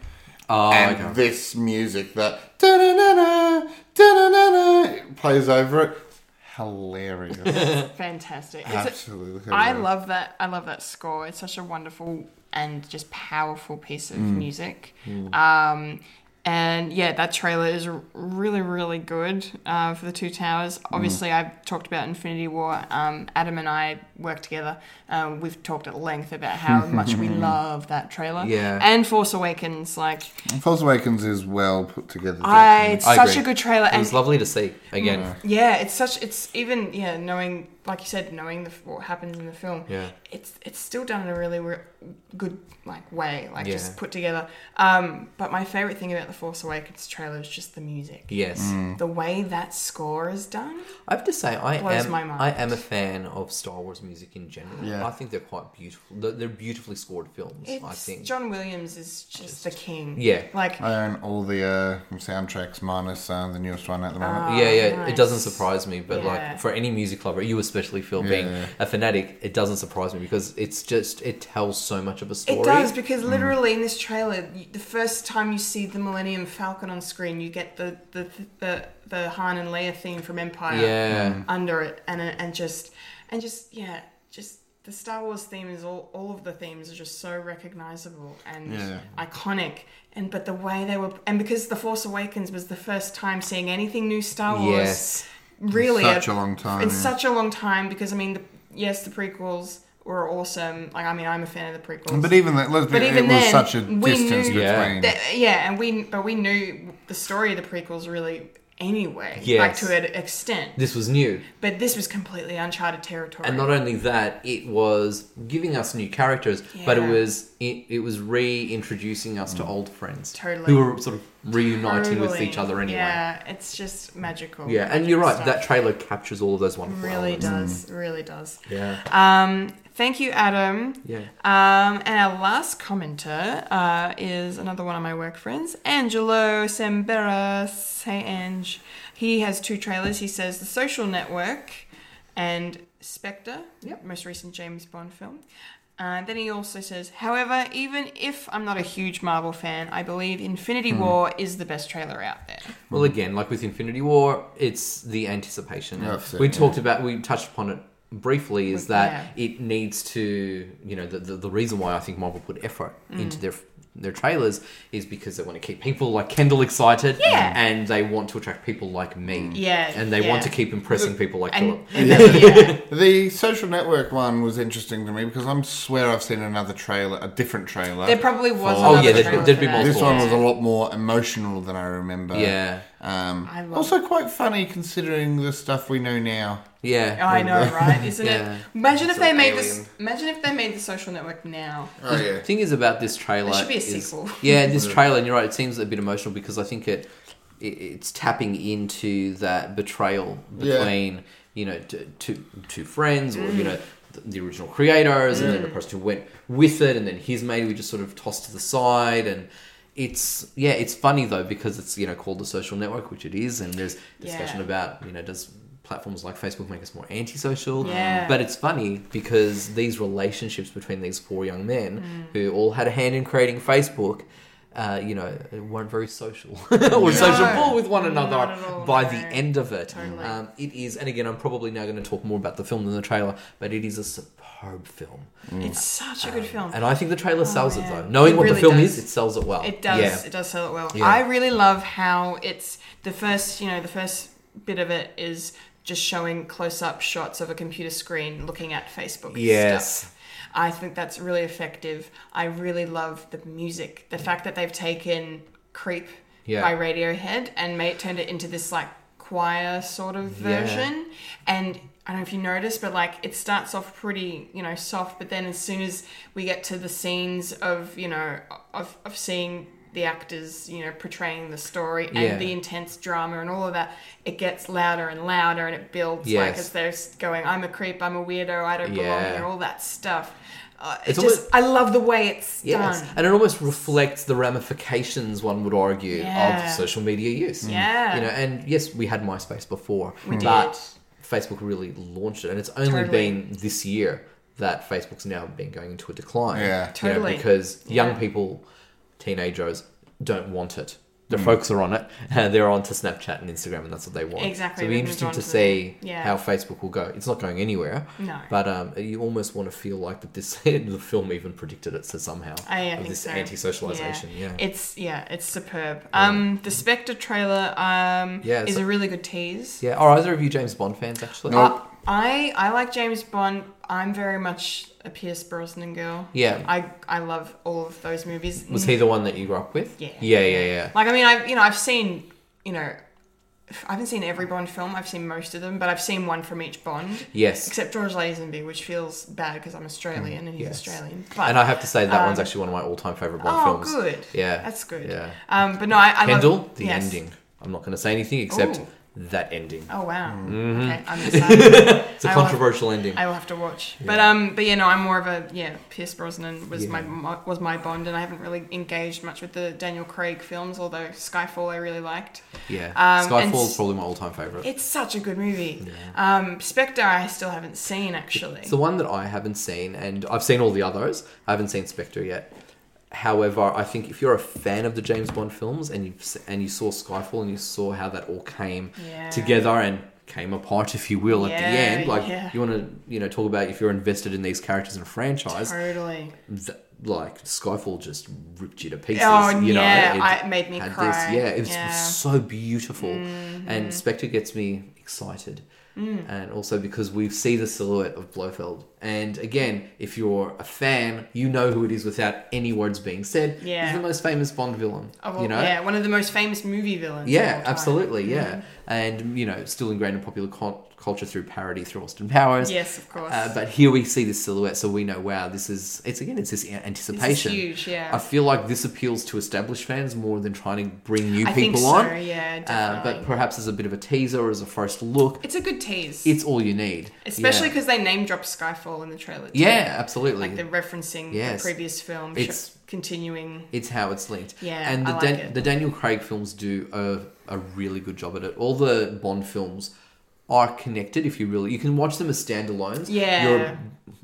Oh, and okay. this music that da-na-na-na, da-na-na-na, plays over it. Hilarious. Fantastic. It's a- Absolutely hilarious. I love that. I love that score. It's such a wonderful and just powerful piece of Mm. music. Um, and yeah, that trailer is r- really, really good uh, for the Two Mm. Towers. Obviously, I've talked about Infinity War. Um, Adam and I work together. Um, we've talked at length about how much we love that trailer. Yeah. And Force Awakens, like Force Awakens is well put together. I, it's I such agree. a good trailer. It and was lovely to see again. yeah, it's such. It's even yeah, knowing like you said, knowing the, what happens in the film. Yeah. it's it's still done in a really re- good like way, like Yeah. just put together. Um, but my favorite thing about the Force Awakens trailer is just the music. Yes. The way that score is done, I have to say, I Blows am my mind. I am a fan of Star Wars music in general. Yeah. I think they're quite beautiful. They're, they're beautifully scored films. it's I think. John Williams is just, the king. Yeah. like I own all the uh, soundtracks minus uh, the newest one at the moment. Uh, yeah, yeah, it Oh, nice. doesn't surprise me. But Yeah. like for any music lover, you especially Phil being Yeah. a fanatic, it doesn't surprise me because it's just it tells so much of a story. It does because Mm. literally in this trailer, you, the first time you see the Millennium Falcon on screen, you get the the the, the Han and Leia theme from Empire Yeah. under it, and uh, and just and just yeah, just the Star Wars theme is all all of the themes are just so recognizable and Yeah. iconic. And but the way they were, and because the Force Awakens was the first time seeing anything new Star Wars, Yes. really Such a long time, It's yeah. such a long time because I mean, the, yes, the prequels were awesome. Like I mean, I'm a fan of the prequels, But even that, let's be But it even was then, such a we distance knew- Yeah. between. Th- yeah, and we but we knew the story of the prequels really anyway, Yes. like to an extent. This was new. but this was completely uncharted territory. and not only that, it was giving us new characters, but it Yeah. was it, it was reintroducing us to old friends Totally. who were sort of reuniting with Totally. each other anyway. Yeah, Yeah, it's just magical. and you're right. stuff. That trailer captures all of those wonderful really elements. does, really does. Yeah, Um, thank you, Adam. yeah. Um, and our last commenter uh, is another one of my work friends, Angelo Semberas. Hey, Ange. He has two trailers. He says The Social Network and Spectre, most recent James Bond film. Uh, then he also says, however, even if I'm not a huge Marvel fan, I believe Infinity Hmm. War is the best trailer out there. Well, again, like with Infinity War, it's the anticipation. And That's it, we Mm-hmm. yeah. talked about, we touched upon it briefly, is that yeah. it needs to, you know, the, the, the reason why I think Marvel put effort Mm. into their their trailers is because they want to keep people like Kendall excited, Yeah. and they want to attract people like me, Yeah, and they yeah. want to keep impressing people like And, Philip. and then- yeah. The social network one was interesting to me because I'm swear I've seen another trailer, a different trailer. there probably was. Oh, another yeah, there'd be- trailer there'd for be that. multiple. This one was a lot more emotional than I remember. Yeah. Um, I love- also quite funny considering the stuff we know now. Yeah, I know, right? Isn't Yeah. it? Imagine if Sort they of made alien. this. Imagine if they made the social network now. Oh The thing is about this trailer. There should be a is- sequel. Yeah, this trailer, and you're right, it seems a bit emotional because I think it, it it's tapping into that betrayal Yeah. between you know t- two two friends or Mm. you know the, the original creators and then the person who went with it, and then his maybe just sort of tossed to the side and. It's yeah, it's funny though because it's you know called the social network, which it is, and there's discussion Yeah. about you know does platforms like Facebook make us more antisocial? Yeah. But it's funny because these relationships between these four young men Mm. who all had a hand in creating Facebook, uh, you know, weren't very social or sociable with one another not at all, by no. the end of it. Totally. Um, it is, and again, I'm probably now going to talk more about the film than the trailer, but it is a superb film. It's such a good film. And Mm. I think the trailer sells it man. though. Knowing Oh, It what the really film does. is, it sells it well. It does. Yeah. It does sell it well. Yeah. I really love how it's the first. You know, the first bit of it is just showing close-up shots of a computer screen looking at Facebook. Yes. Stuff. I think that's really effective. I really love the music. The fact that they've taken "Creep" Yeah. by Radiohead and made turned it into this like choir sort of version. And I don't know if you noticed, but like it starts off pretty, you know, soft, but then as soon as we get to the scenes of, you know, of, of seeing the actors, you know, portraying the story and Yeah. the intense drama and all of that, it gets louder and louder and it builds like Yes. as they're s- going, I'm a creep, I'm a weirdo, I don't belong Yeah. here, all that stuff. Uh, it's It's just, almost- I love the way it's Yes, done. and it almost reflects the ramifications one would argue Yeah. of social media use. Yeah. you know, and yes, we had MySpace before, We but did. Facebook really launched it, and it's only Totally. been this year that Facebook's now been going into a decline. Yeah. You know, Totally. because young Yeah. people, teenagers, don't want it. The folks are on it. Uh, they're onto Snapchat and Instagram, and that's what they want. Exactly, So it'll be they've interesting moved to on to see the- yeah. how Facebook will go. It's not going anywhere. No. But um, you almost want to feel like that this the film even predicted it. So somehow, Oh, I, I of think this so. anti-socialization. Yeah. it's yeah, it's superb. Um, the Spectre trailer um Yeah, is so- a really good tease. yeah. Are either of you James Bond fans? Actually, Uh, I I like James Bond. I'm very much a Pierce Brosnan girl. Yeah. I I love all of those movies. was he the one that you grew up with? Yeah. Yeah. Yeah. Yeah. Like I mean, I've you know I've seen you know I haven't seen every Bond film. I've seen most of them, but I've seen one from each Bond. Yes. Except George Lazenby, which feels bad because I'm Australian and he's Yes. Australian. But and I have to say that one's actually one of my all-time favorite Bond uh, um, oh, films. good. Yeah, that's good. Yeah, Um, but no, I, I Kendall, love, the yes. ending. I'm not going to say anything except Ooh. that ending. Oh wow. Mm-hmm. Okay, I'm excited. It's a I will- controversial ending. I will have to watch. But um, but yeah, no, I'm more of a yeah. Pierce Brosnan was my my was my Bond, and I haven't really engaged much with the Daniel Craig films, although Skyfall I really liked. yeah, Um, and Skyfall is s- probably my all-time favorite. It's such a good movie. Um, Spectre I still haven't seen actually. It's the one that I haven't seen, and I've seen all the others. I haven't seen Spectre yet. However, I think if you're a fan of the James Bond films and you and you saw Skyfall and you saw how that all came Yeah. together and came apart, if you will, at the Yeah, end, like yeah. you want to you know talk about if you're invested in these characters and franchise, Totally. th- like Skyfall just ripped you to pieces. Oh, you yeah, know, I- it made me had this- cry. yeah, it was Yeah. Mm-hmm. so beautiful, and Spectre gets me excited, Mm. and also because we see the silhouette of Blofeld, and again, if you're a fan, you know who it is without any words being said. Yeah. he's the most famous Bond villain. Oh, well, you know, yeah, one of the most famous movie villains. of all yeah, time. Mm-hmm. absolutely, yeah, and you know, still ingrained in popular cul- culture through parody through Austin Powers. Yes, of course. Uh, but here we see this silhouette, so we know, wow, this is it's again, it's this a- anticipation. huge, yeah. I feel like this appeals to established fans more than trying to bring new I think people so, on. yeah, Uh, definitely. but perhaps as a bit of a teaser or as a first look, it's a good tease, it's all you need, especially Yeah. because they name drop Skyfall in the trailer. too. yeah, absolutely. like they're referencing Yes. the previous film, It's- it's, continuing. it's how it's linked. Yeah, and the, I like Dan- it. the Daniel Craig films do a, a really good job at it. All the Bond films are connected. If you really, you can watch them as standalones. Yeah. You're-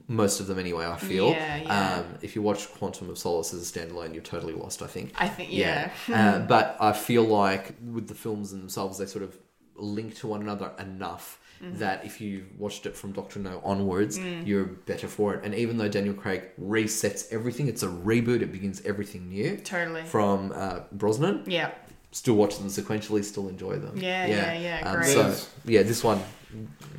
most of them anyway. I feel. Yeah, yeah. Um, if you watch Quantum of Solace as a standalone, you're totally lost. I think. I think yeah. uh, Hmm. but I feel like with the films themselves, they sort of link to one another enough. Hmm. That if you watched it from Doctor No onwards, you're better for it. And even though Daniel Craig resets everything, it's a reboot. It begins everything new. Totally. From uh, Brosnan, Yeah. still watch them sequentially, still enjoy them. Yeah, yeah, yeah, Um, great. so yeah, this one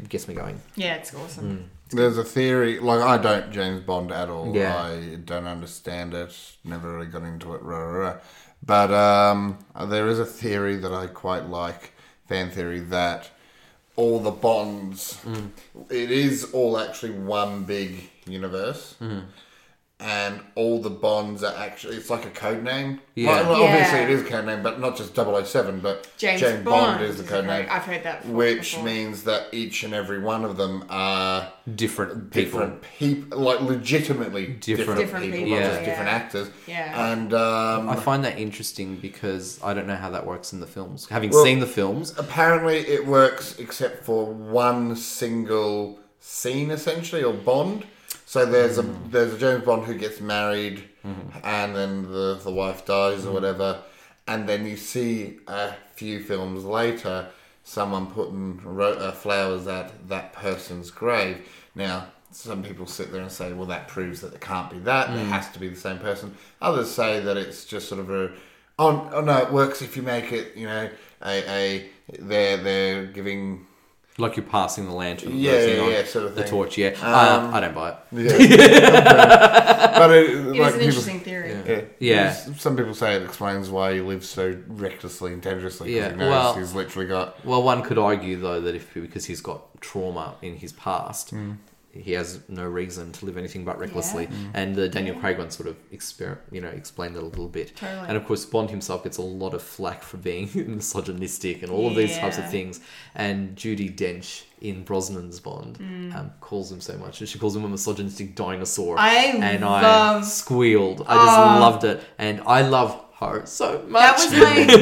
gets me going. Yeah, it's awesome. There's a theory, like I don't James Bond at all. Yeah. I don't understand it. Never really got into it. Rah, rah, rah. But um, there is a theory that I quite like, fan theory that all the Bonds, Mm. it is all actually one big universe, Mm-hmm. and all the Bonds are actually it's like a code name. Yeah. Well, well, obviously Yeah. it is a code name, but not just 007, but James James, Bond Bond, is the is a code code- name. I've heard that which before. means that each and every one of them are Different people. different people, like legitimately different, Different people, people, not just yeah. different yeah. actors. Yeah. And um, I find that interesting because I don't know how that works in the films. Having Well- seen the films, apparently, it works except for one single scene, essentially, or bond. So there's a there's a James Bond who gets married, and then the the wife dies or whatever, and then you see a few films later someone putting ro- uh, flowers at that person's grave. Now, some people sit there and say, well, that proves that it can't be that. It has to be the same person. Others say that it's just sort of a, oh, oh no, it works if you make it, you know, a, a they're, they're giving, like you're passing the lantern, Yeah, those, you yeah, know, yeah, sort of the thing. Um, torch. Yeah, Uh, I don't buy it. but It it, is like an people- interesting theory. yeah. Yeah. Some people say it explains why he lives so recklessly and dangerously. 'cause Yeah, He knows well- he's literally got. Well, one could argue though that if because he's got trauma in his past, Hmm. he has no reason to live anything but recklessly. And the Daniel Craig one sort of exper- you know explained that a little bit. Totally. And of course, Bond himself gets a lot of flack for being misogynistic and all of these types of Yeah. things. And Judy Dench in Brosnan's Bond um, calls him so much, and she calls him a misogynistic dinosaur. Hmm. I and I love- Oh. squealed. I just loved it, and I love her so much. That was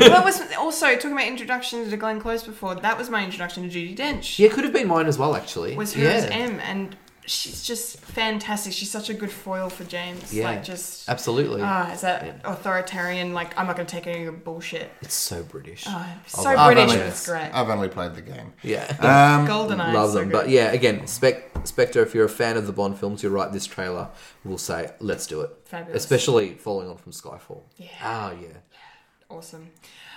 my. that was also talking about introductions to Glenn Close before. That was my introduction to Judy Dench. Yeah, it could have been mine as well, actually. Was her yeah. as M, and she's just fantastic. She's such a good foil for James. Yeah, Like just absolutely. Ah, it's that authoritarian, like, I'm not going to take any of your bullshit. Ah, it's so British. So Oh, I've British, only- and it's great. I've only played the game. yeah. Um, Golden Eyes. Love so them, good. but yeah, again, Spec- Spectre. If you're a fan of the Bond films, you're right. This trailer will say, "Let's do it," Fabulous. especially following on from Skyfall. Yeah. Oh yeah. Awesome.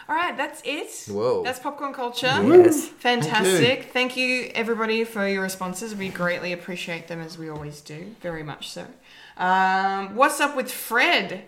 All right, that's it. Whoa. That's popcorn culture. Yes. Fantastic. Thank you. everybody, for your responses. We greatly appreciate them, as we always do. Very much so. Um, what's up with Fred?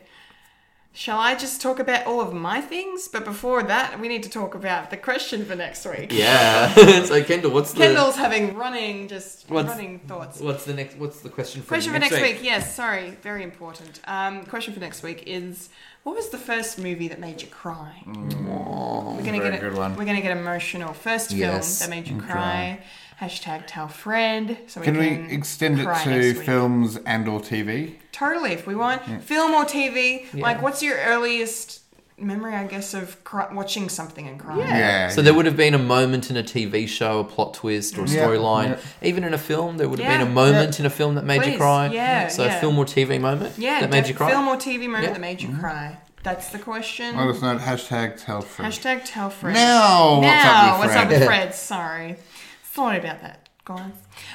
Shall I just talk about all of my things? But before that, we need to talk about the question for next week. Yeah. so Kendall, what's Kendall's having running, just What's- running thoughts. the what's the next what's the question for Question for next week. yes, sorry, very important. Um, question for next week is: What was the first movie that made you cry? we're gonna Mm. very get good one. we're gonna get emotional. First Yes. film that made you cry. Hashtag tell Fred. So we Can can, we extend it cry to next week. films and or TV? Totally, if we want film or TV. Like, what's your earliest memory? I guess of cry- watching something and crying. Yeah. So there would have been a moment in a TV show, a plot twist, or a Yeah, storyline. yeah. Even in a film, there would have been Yeah, a moment in a film that made you Please, cry. yeah, So yeah. film or TV moment yeah. that made def- you cry. Film or TV moment Yeah. that made you Mm-hmm. cry. That's the question. Let us know at hashtag tell Fred. Hashtag tell Fred. Now, what's Now, up with what's up Fred? with Fred? Sorry. Thought about that, guys.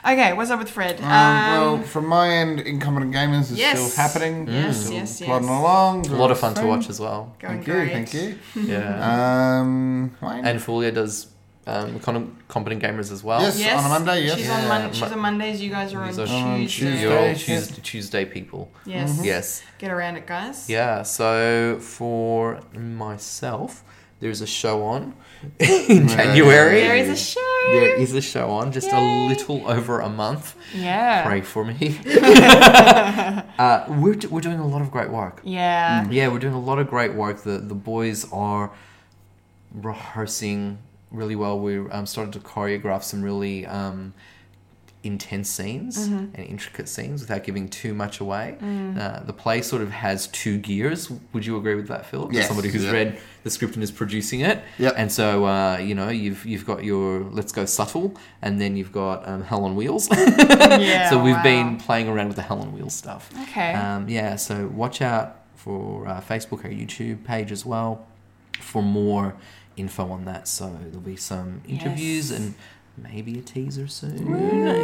Okay, what's up with Fred? Um, Um, well, from my end, Incompetent Gamers is yes. still happening. Yes, still yes, yes. plodding along. a lot of fun to watch as well. going Thank you, great. thank you. Uh, Yeah. Um, Wayne? and Fulia does um, con- competent gamers as well. Yes. Yes. On a Monday, yes. She's, Yeah. on Mon- she's Mon- on Mondays. You guys are on These are Tuesday. Mm-hmm. You're all Tuesdays, Tues- Tuesday people. Yes. Mm-hmm. Yes. Get around it, guys. Yeah, so for myself, there's a show on in January. There is a show. There is a show on, just a little over a month. Yeah. Pray for me. uh, we're, do- we're doing a lot of great work. Yeah. Yeah, we're doing a lot of great work. The the boys are rehearsing really well. We um, started to choreograph some really um, intense scenes and intricate scenes without giving too much away. Uh, the play sort of has two gears. Would you agree with that, Phil? As Yes, Somebody who's yeah. read the script and is producing it. Yep. And so uh, you know you've you've got your let's go subtle, and then you've got um, Hell on Wheels. Mm-hmm. Yeah, so we've wow. been playing around with the Hell on Wheels stuff. Okay. Um, yeah, so watch out for uh, Facebook or YouTube page as well for more info on that. So there'll be some interviews and maybe a teaser soon.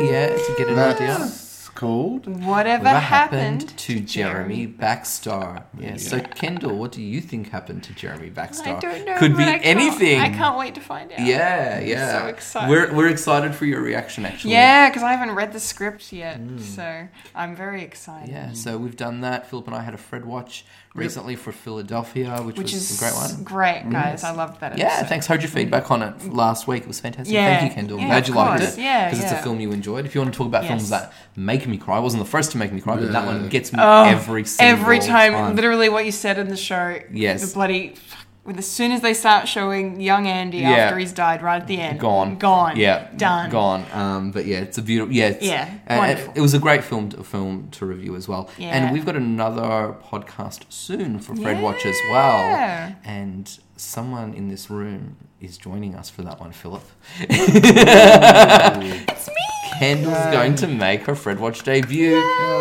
Yeah, to get an idea. That's called. Whatever What happened, happened to Jeremy Baxter? Yeah. So Kendall, what do you think happened to Jeremy Baxter? I don't know. Could but be I can't- anything. I can't wait to find out. Yeah, yeah. so excited. We're we're excited for your reaction actually. Yeah, because I haven't read the script yet, Mm. so I'm very excited. Yeah, so we've done that. Philip and I had a Fred watch recently for Philadelphia, which, Which was is a great one. Mm. Great, guys. I loved that. Yeah, episode. thanks. Heard your feedback on it last week. It was fantastic. Yeah, Thank you, Kendall. yeah, Glad you of liked course. it. Yeah, because it's yeah. a film you enjoyed. If you want to talk about films Yes. that make me cry, I wasn't the first to make me cry, but that one gets me every single Oh, every time, literally what you said in the show. Yes. The bloody. With as soon as they start showing young Andy Yeah. after he's died, right at the end. Gone, Gone. yeah, Done. gone. Um, but yeah, it's a beautiful, yeah, it's, Yeah, uh, uh, wonderful. it was a great film to, film to review as well. Yeah. And we've got another podcast soon for Fred Watch as Yeah. well. And someone in this room is joining us for that one, Philip. It's me. Kendall's going to make her Fred Watch debut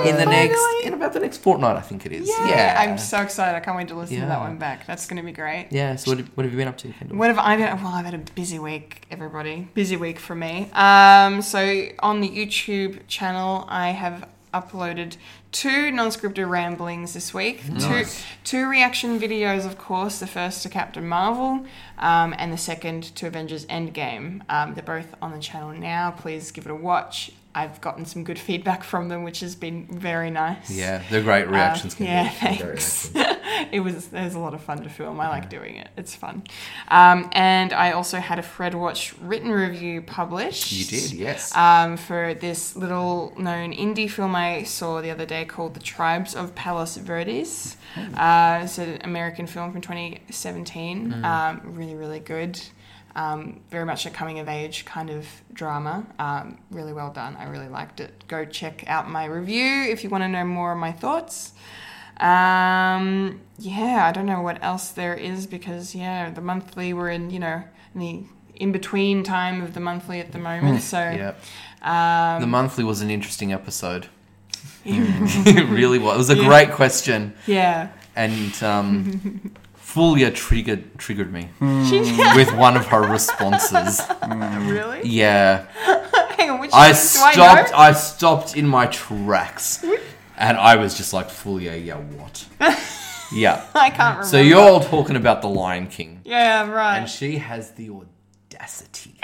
in the next in about the next fortnight, I think it is. Yeah. yeah. I'm so excited. I can't wait to listen to that Yeah. one back. That's going to be great. yeah. So what, have- what have you been up to, Kendall? What have I been? Well, I've had a busy week, everybody. Busy week for me. Um, so on the YouTube channel, I have uploaded two non-scripted ramblings this week. Two, two reaction videos, of course. The first to Captain Marvel, um, and the second to Avengers Endgame. Um, they're both on the channel now. Please give it a watch. I've gotten some good feedback from them, which has been very nice. Yeah, they're great reactions. Uh, Kendall. yeah, They're great thanks. reactions. it was it was a lot of fun to film. I like doing it. It's fun. Um, and I also had a Fred Watch written review published. You did, yes. Um, for this little known indie film I saw the other day called The Tribes of Palos Verdes. Hmm. Uh, it's an American film from 2017. Hmm. Um, really, really good. Um, very much a coming of age kind of drama. Um, really well done. I really liked it. Go check out my review if you want to know more of my thoughts. Um, yeah, I don't know what else there is because yeah, the monthly we're in, you know, in the in between time of the monthly at the moment. So Hmm. Yeah. um, The monthly was an interesting episode. it really was. It was a great question, yeah, and um, Fulia triggered triggered me she with one of her responses. really. Yeah, Hang on, which I one? stopped. Do I know? I, stopped in my tracks, and I was just like, Fulia, yeah, what? yeah. I can't remember. So you're all talking about the Lion King. yeah, right. And she has the audacity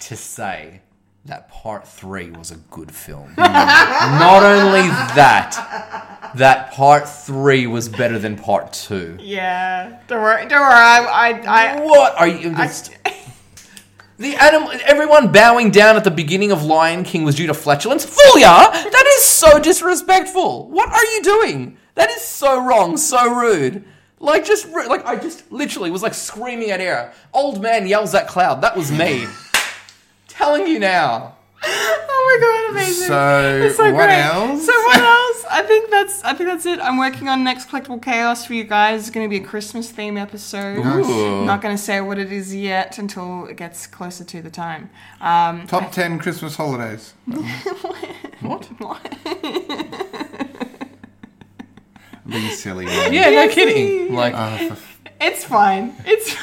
to say that part three was a good film. Not only that, that part three was better than part two. yeah, don't worry, don't worry. I, I, I, What are you? I Just, the animal, everyone bowing down at the beginning of Lion King was due to flatulence. Fulia, that is so disrespectful. What are you doing? That is so wrong, so rude. Like just ru- like I just literally was like screaming at air. Old man yells at cloud. That was me. Telling you now. oh my god, amazing. So, It's so what great. else? So what else? I think that's I think that's it. I'm working on next collectible chaos for you guys. It's going to be a Christmas theme episode. Ooh. Not going to say what it is yet until it gets closer to the time. Top 10 Christmas holidays. What? I'm being silly. Yeah, no kidding. Like It's fine.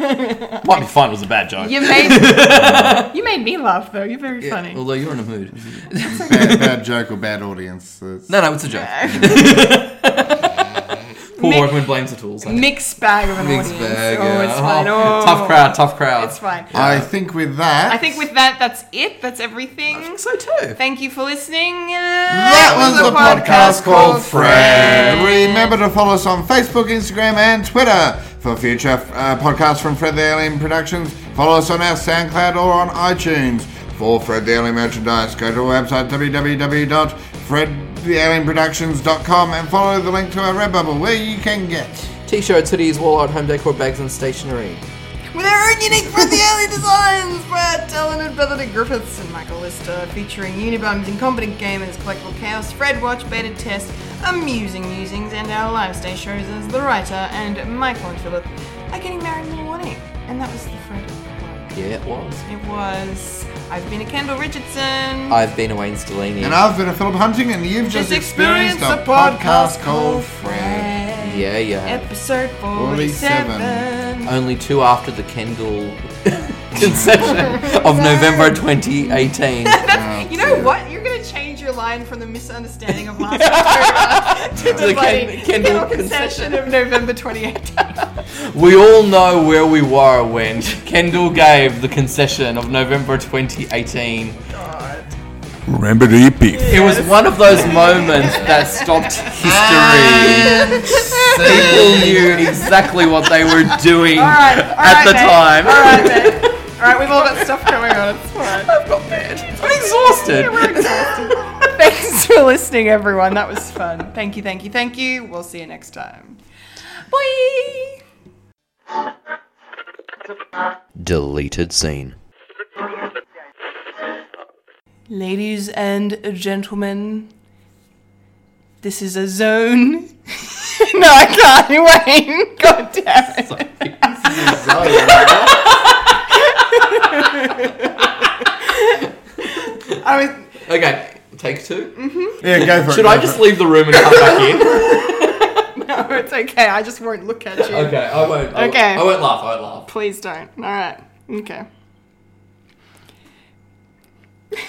It's might be fun was a bad joke. you made you made me laugh though. You're very funny. Although you're in a mood. bad, bad joke or bad audience. It's- No, no, it's a joke. Paul Nick- Workman blames the tools. I Mixed bag of an Mixed audience. bag, oh, yeah. it's fine. Oh, Oh, Tough crowd, tough crowd. It's fine. I think with that. I think with that, that's it. That's everything. So too. Thank you for listening. Uh, That was the podcast called Fred. Remember to follow us on Facebook, Instagram, and Twitter for future uh, podcasts from Fred the Alien Productions. Follow us on our SoundCloud or on iTunes. For Fred the Alien merchandise, go to our website www.fredthealienproductions.com and follow the link to our Redbubble where you can get. T-shirts, hoodies, wall art, home decor, bags, and stationery. With our own unique Fred the Alien designs, Brad Dillon and Beverly Griffiths and Michael Lister, featuring Unibums, Incompetent Gamers, Collectible Chaos, Fred Watch, Beta Test, Amusing Musings, and our live stage shows as The Writer and Michael and Philip are getting married in the morning. And that was the Fred. one. Yeah, it was. It was. I've been a Kendall Richardson. I've been Wayne Stellini. And I've been a Philip Hunting, and you've just, just experienced a podcast called Fred. yeah, yeah. Episode 47. Only two after the Kendall concession of November 2018. You know what? You're gonna change your line from the misunderstanding of last episode to the, The bloody Ken- Kendall Kendall concession of November 2018. we all know where we were when Kendall gave the concession of November 2018. Remember E to eat beef. It was one of those moments that stopped Ah, history. People knew exactly what they were doing All right, all right, at the mate. time. All right, mate. All right, we've all got stuff going on. It's fine. I've got bad. I'm exhausted. We're exhausted. Thanks for listening, everyone. That was fun. Thank you, thank you, thank you. We'll see you next time. Bye. Deleted scene. Ladies and gentlemen, this is a zone. no, I can't, Wayne. God damn it. I was. Okay, take 2 Yeah, go for it. Should go I for just it. leave the room and come back in? No, it's okay. I just won't look at you. Okay, I won't. I won't- Okay. I won't laugh. I won't laugh. Please don't. All right. Okay.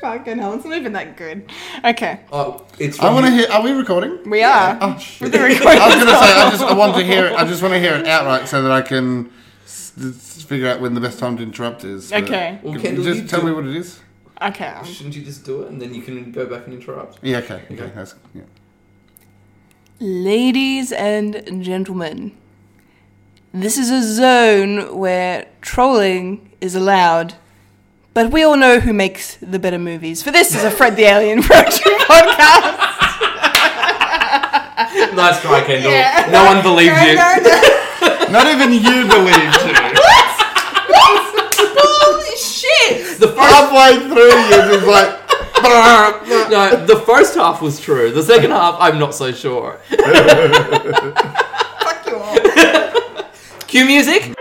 Fucking hell, it's not even that good. Okay, Oh, it's. I want to hear. Are we recording? we are. Oh, shit. The recording- I was gonna say I just I want to hear it. I just want to hear it outright so that I can s- s- figure out when the best time to interrupt is. but- Okay. Well, Can Kendall, you you just tell do- me what it is. Okay. I'm- Shouldn't you just do it and then you can go back and interrupt? Yeah. Okay. Okay. That's yeah. Ladies and gentlemen, this is a zone where trolling is allowed, but we all know who makes the better movies. For this is a Fred the Alien production podcast. nice try, Kendall. No one believed you. Not even you believed it. Bullshit! The first Halfway through, you're just like. "Brr." no, the first half was true. The second half, I'm not so sure. Fuck you all. Cue music.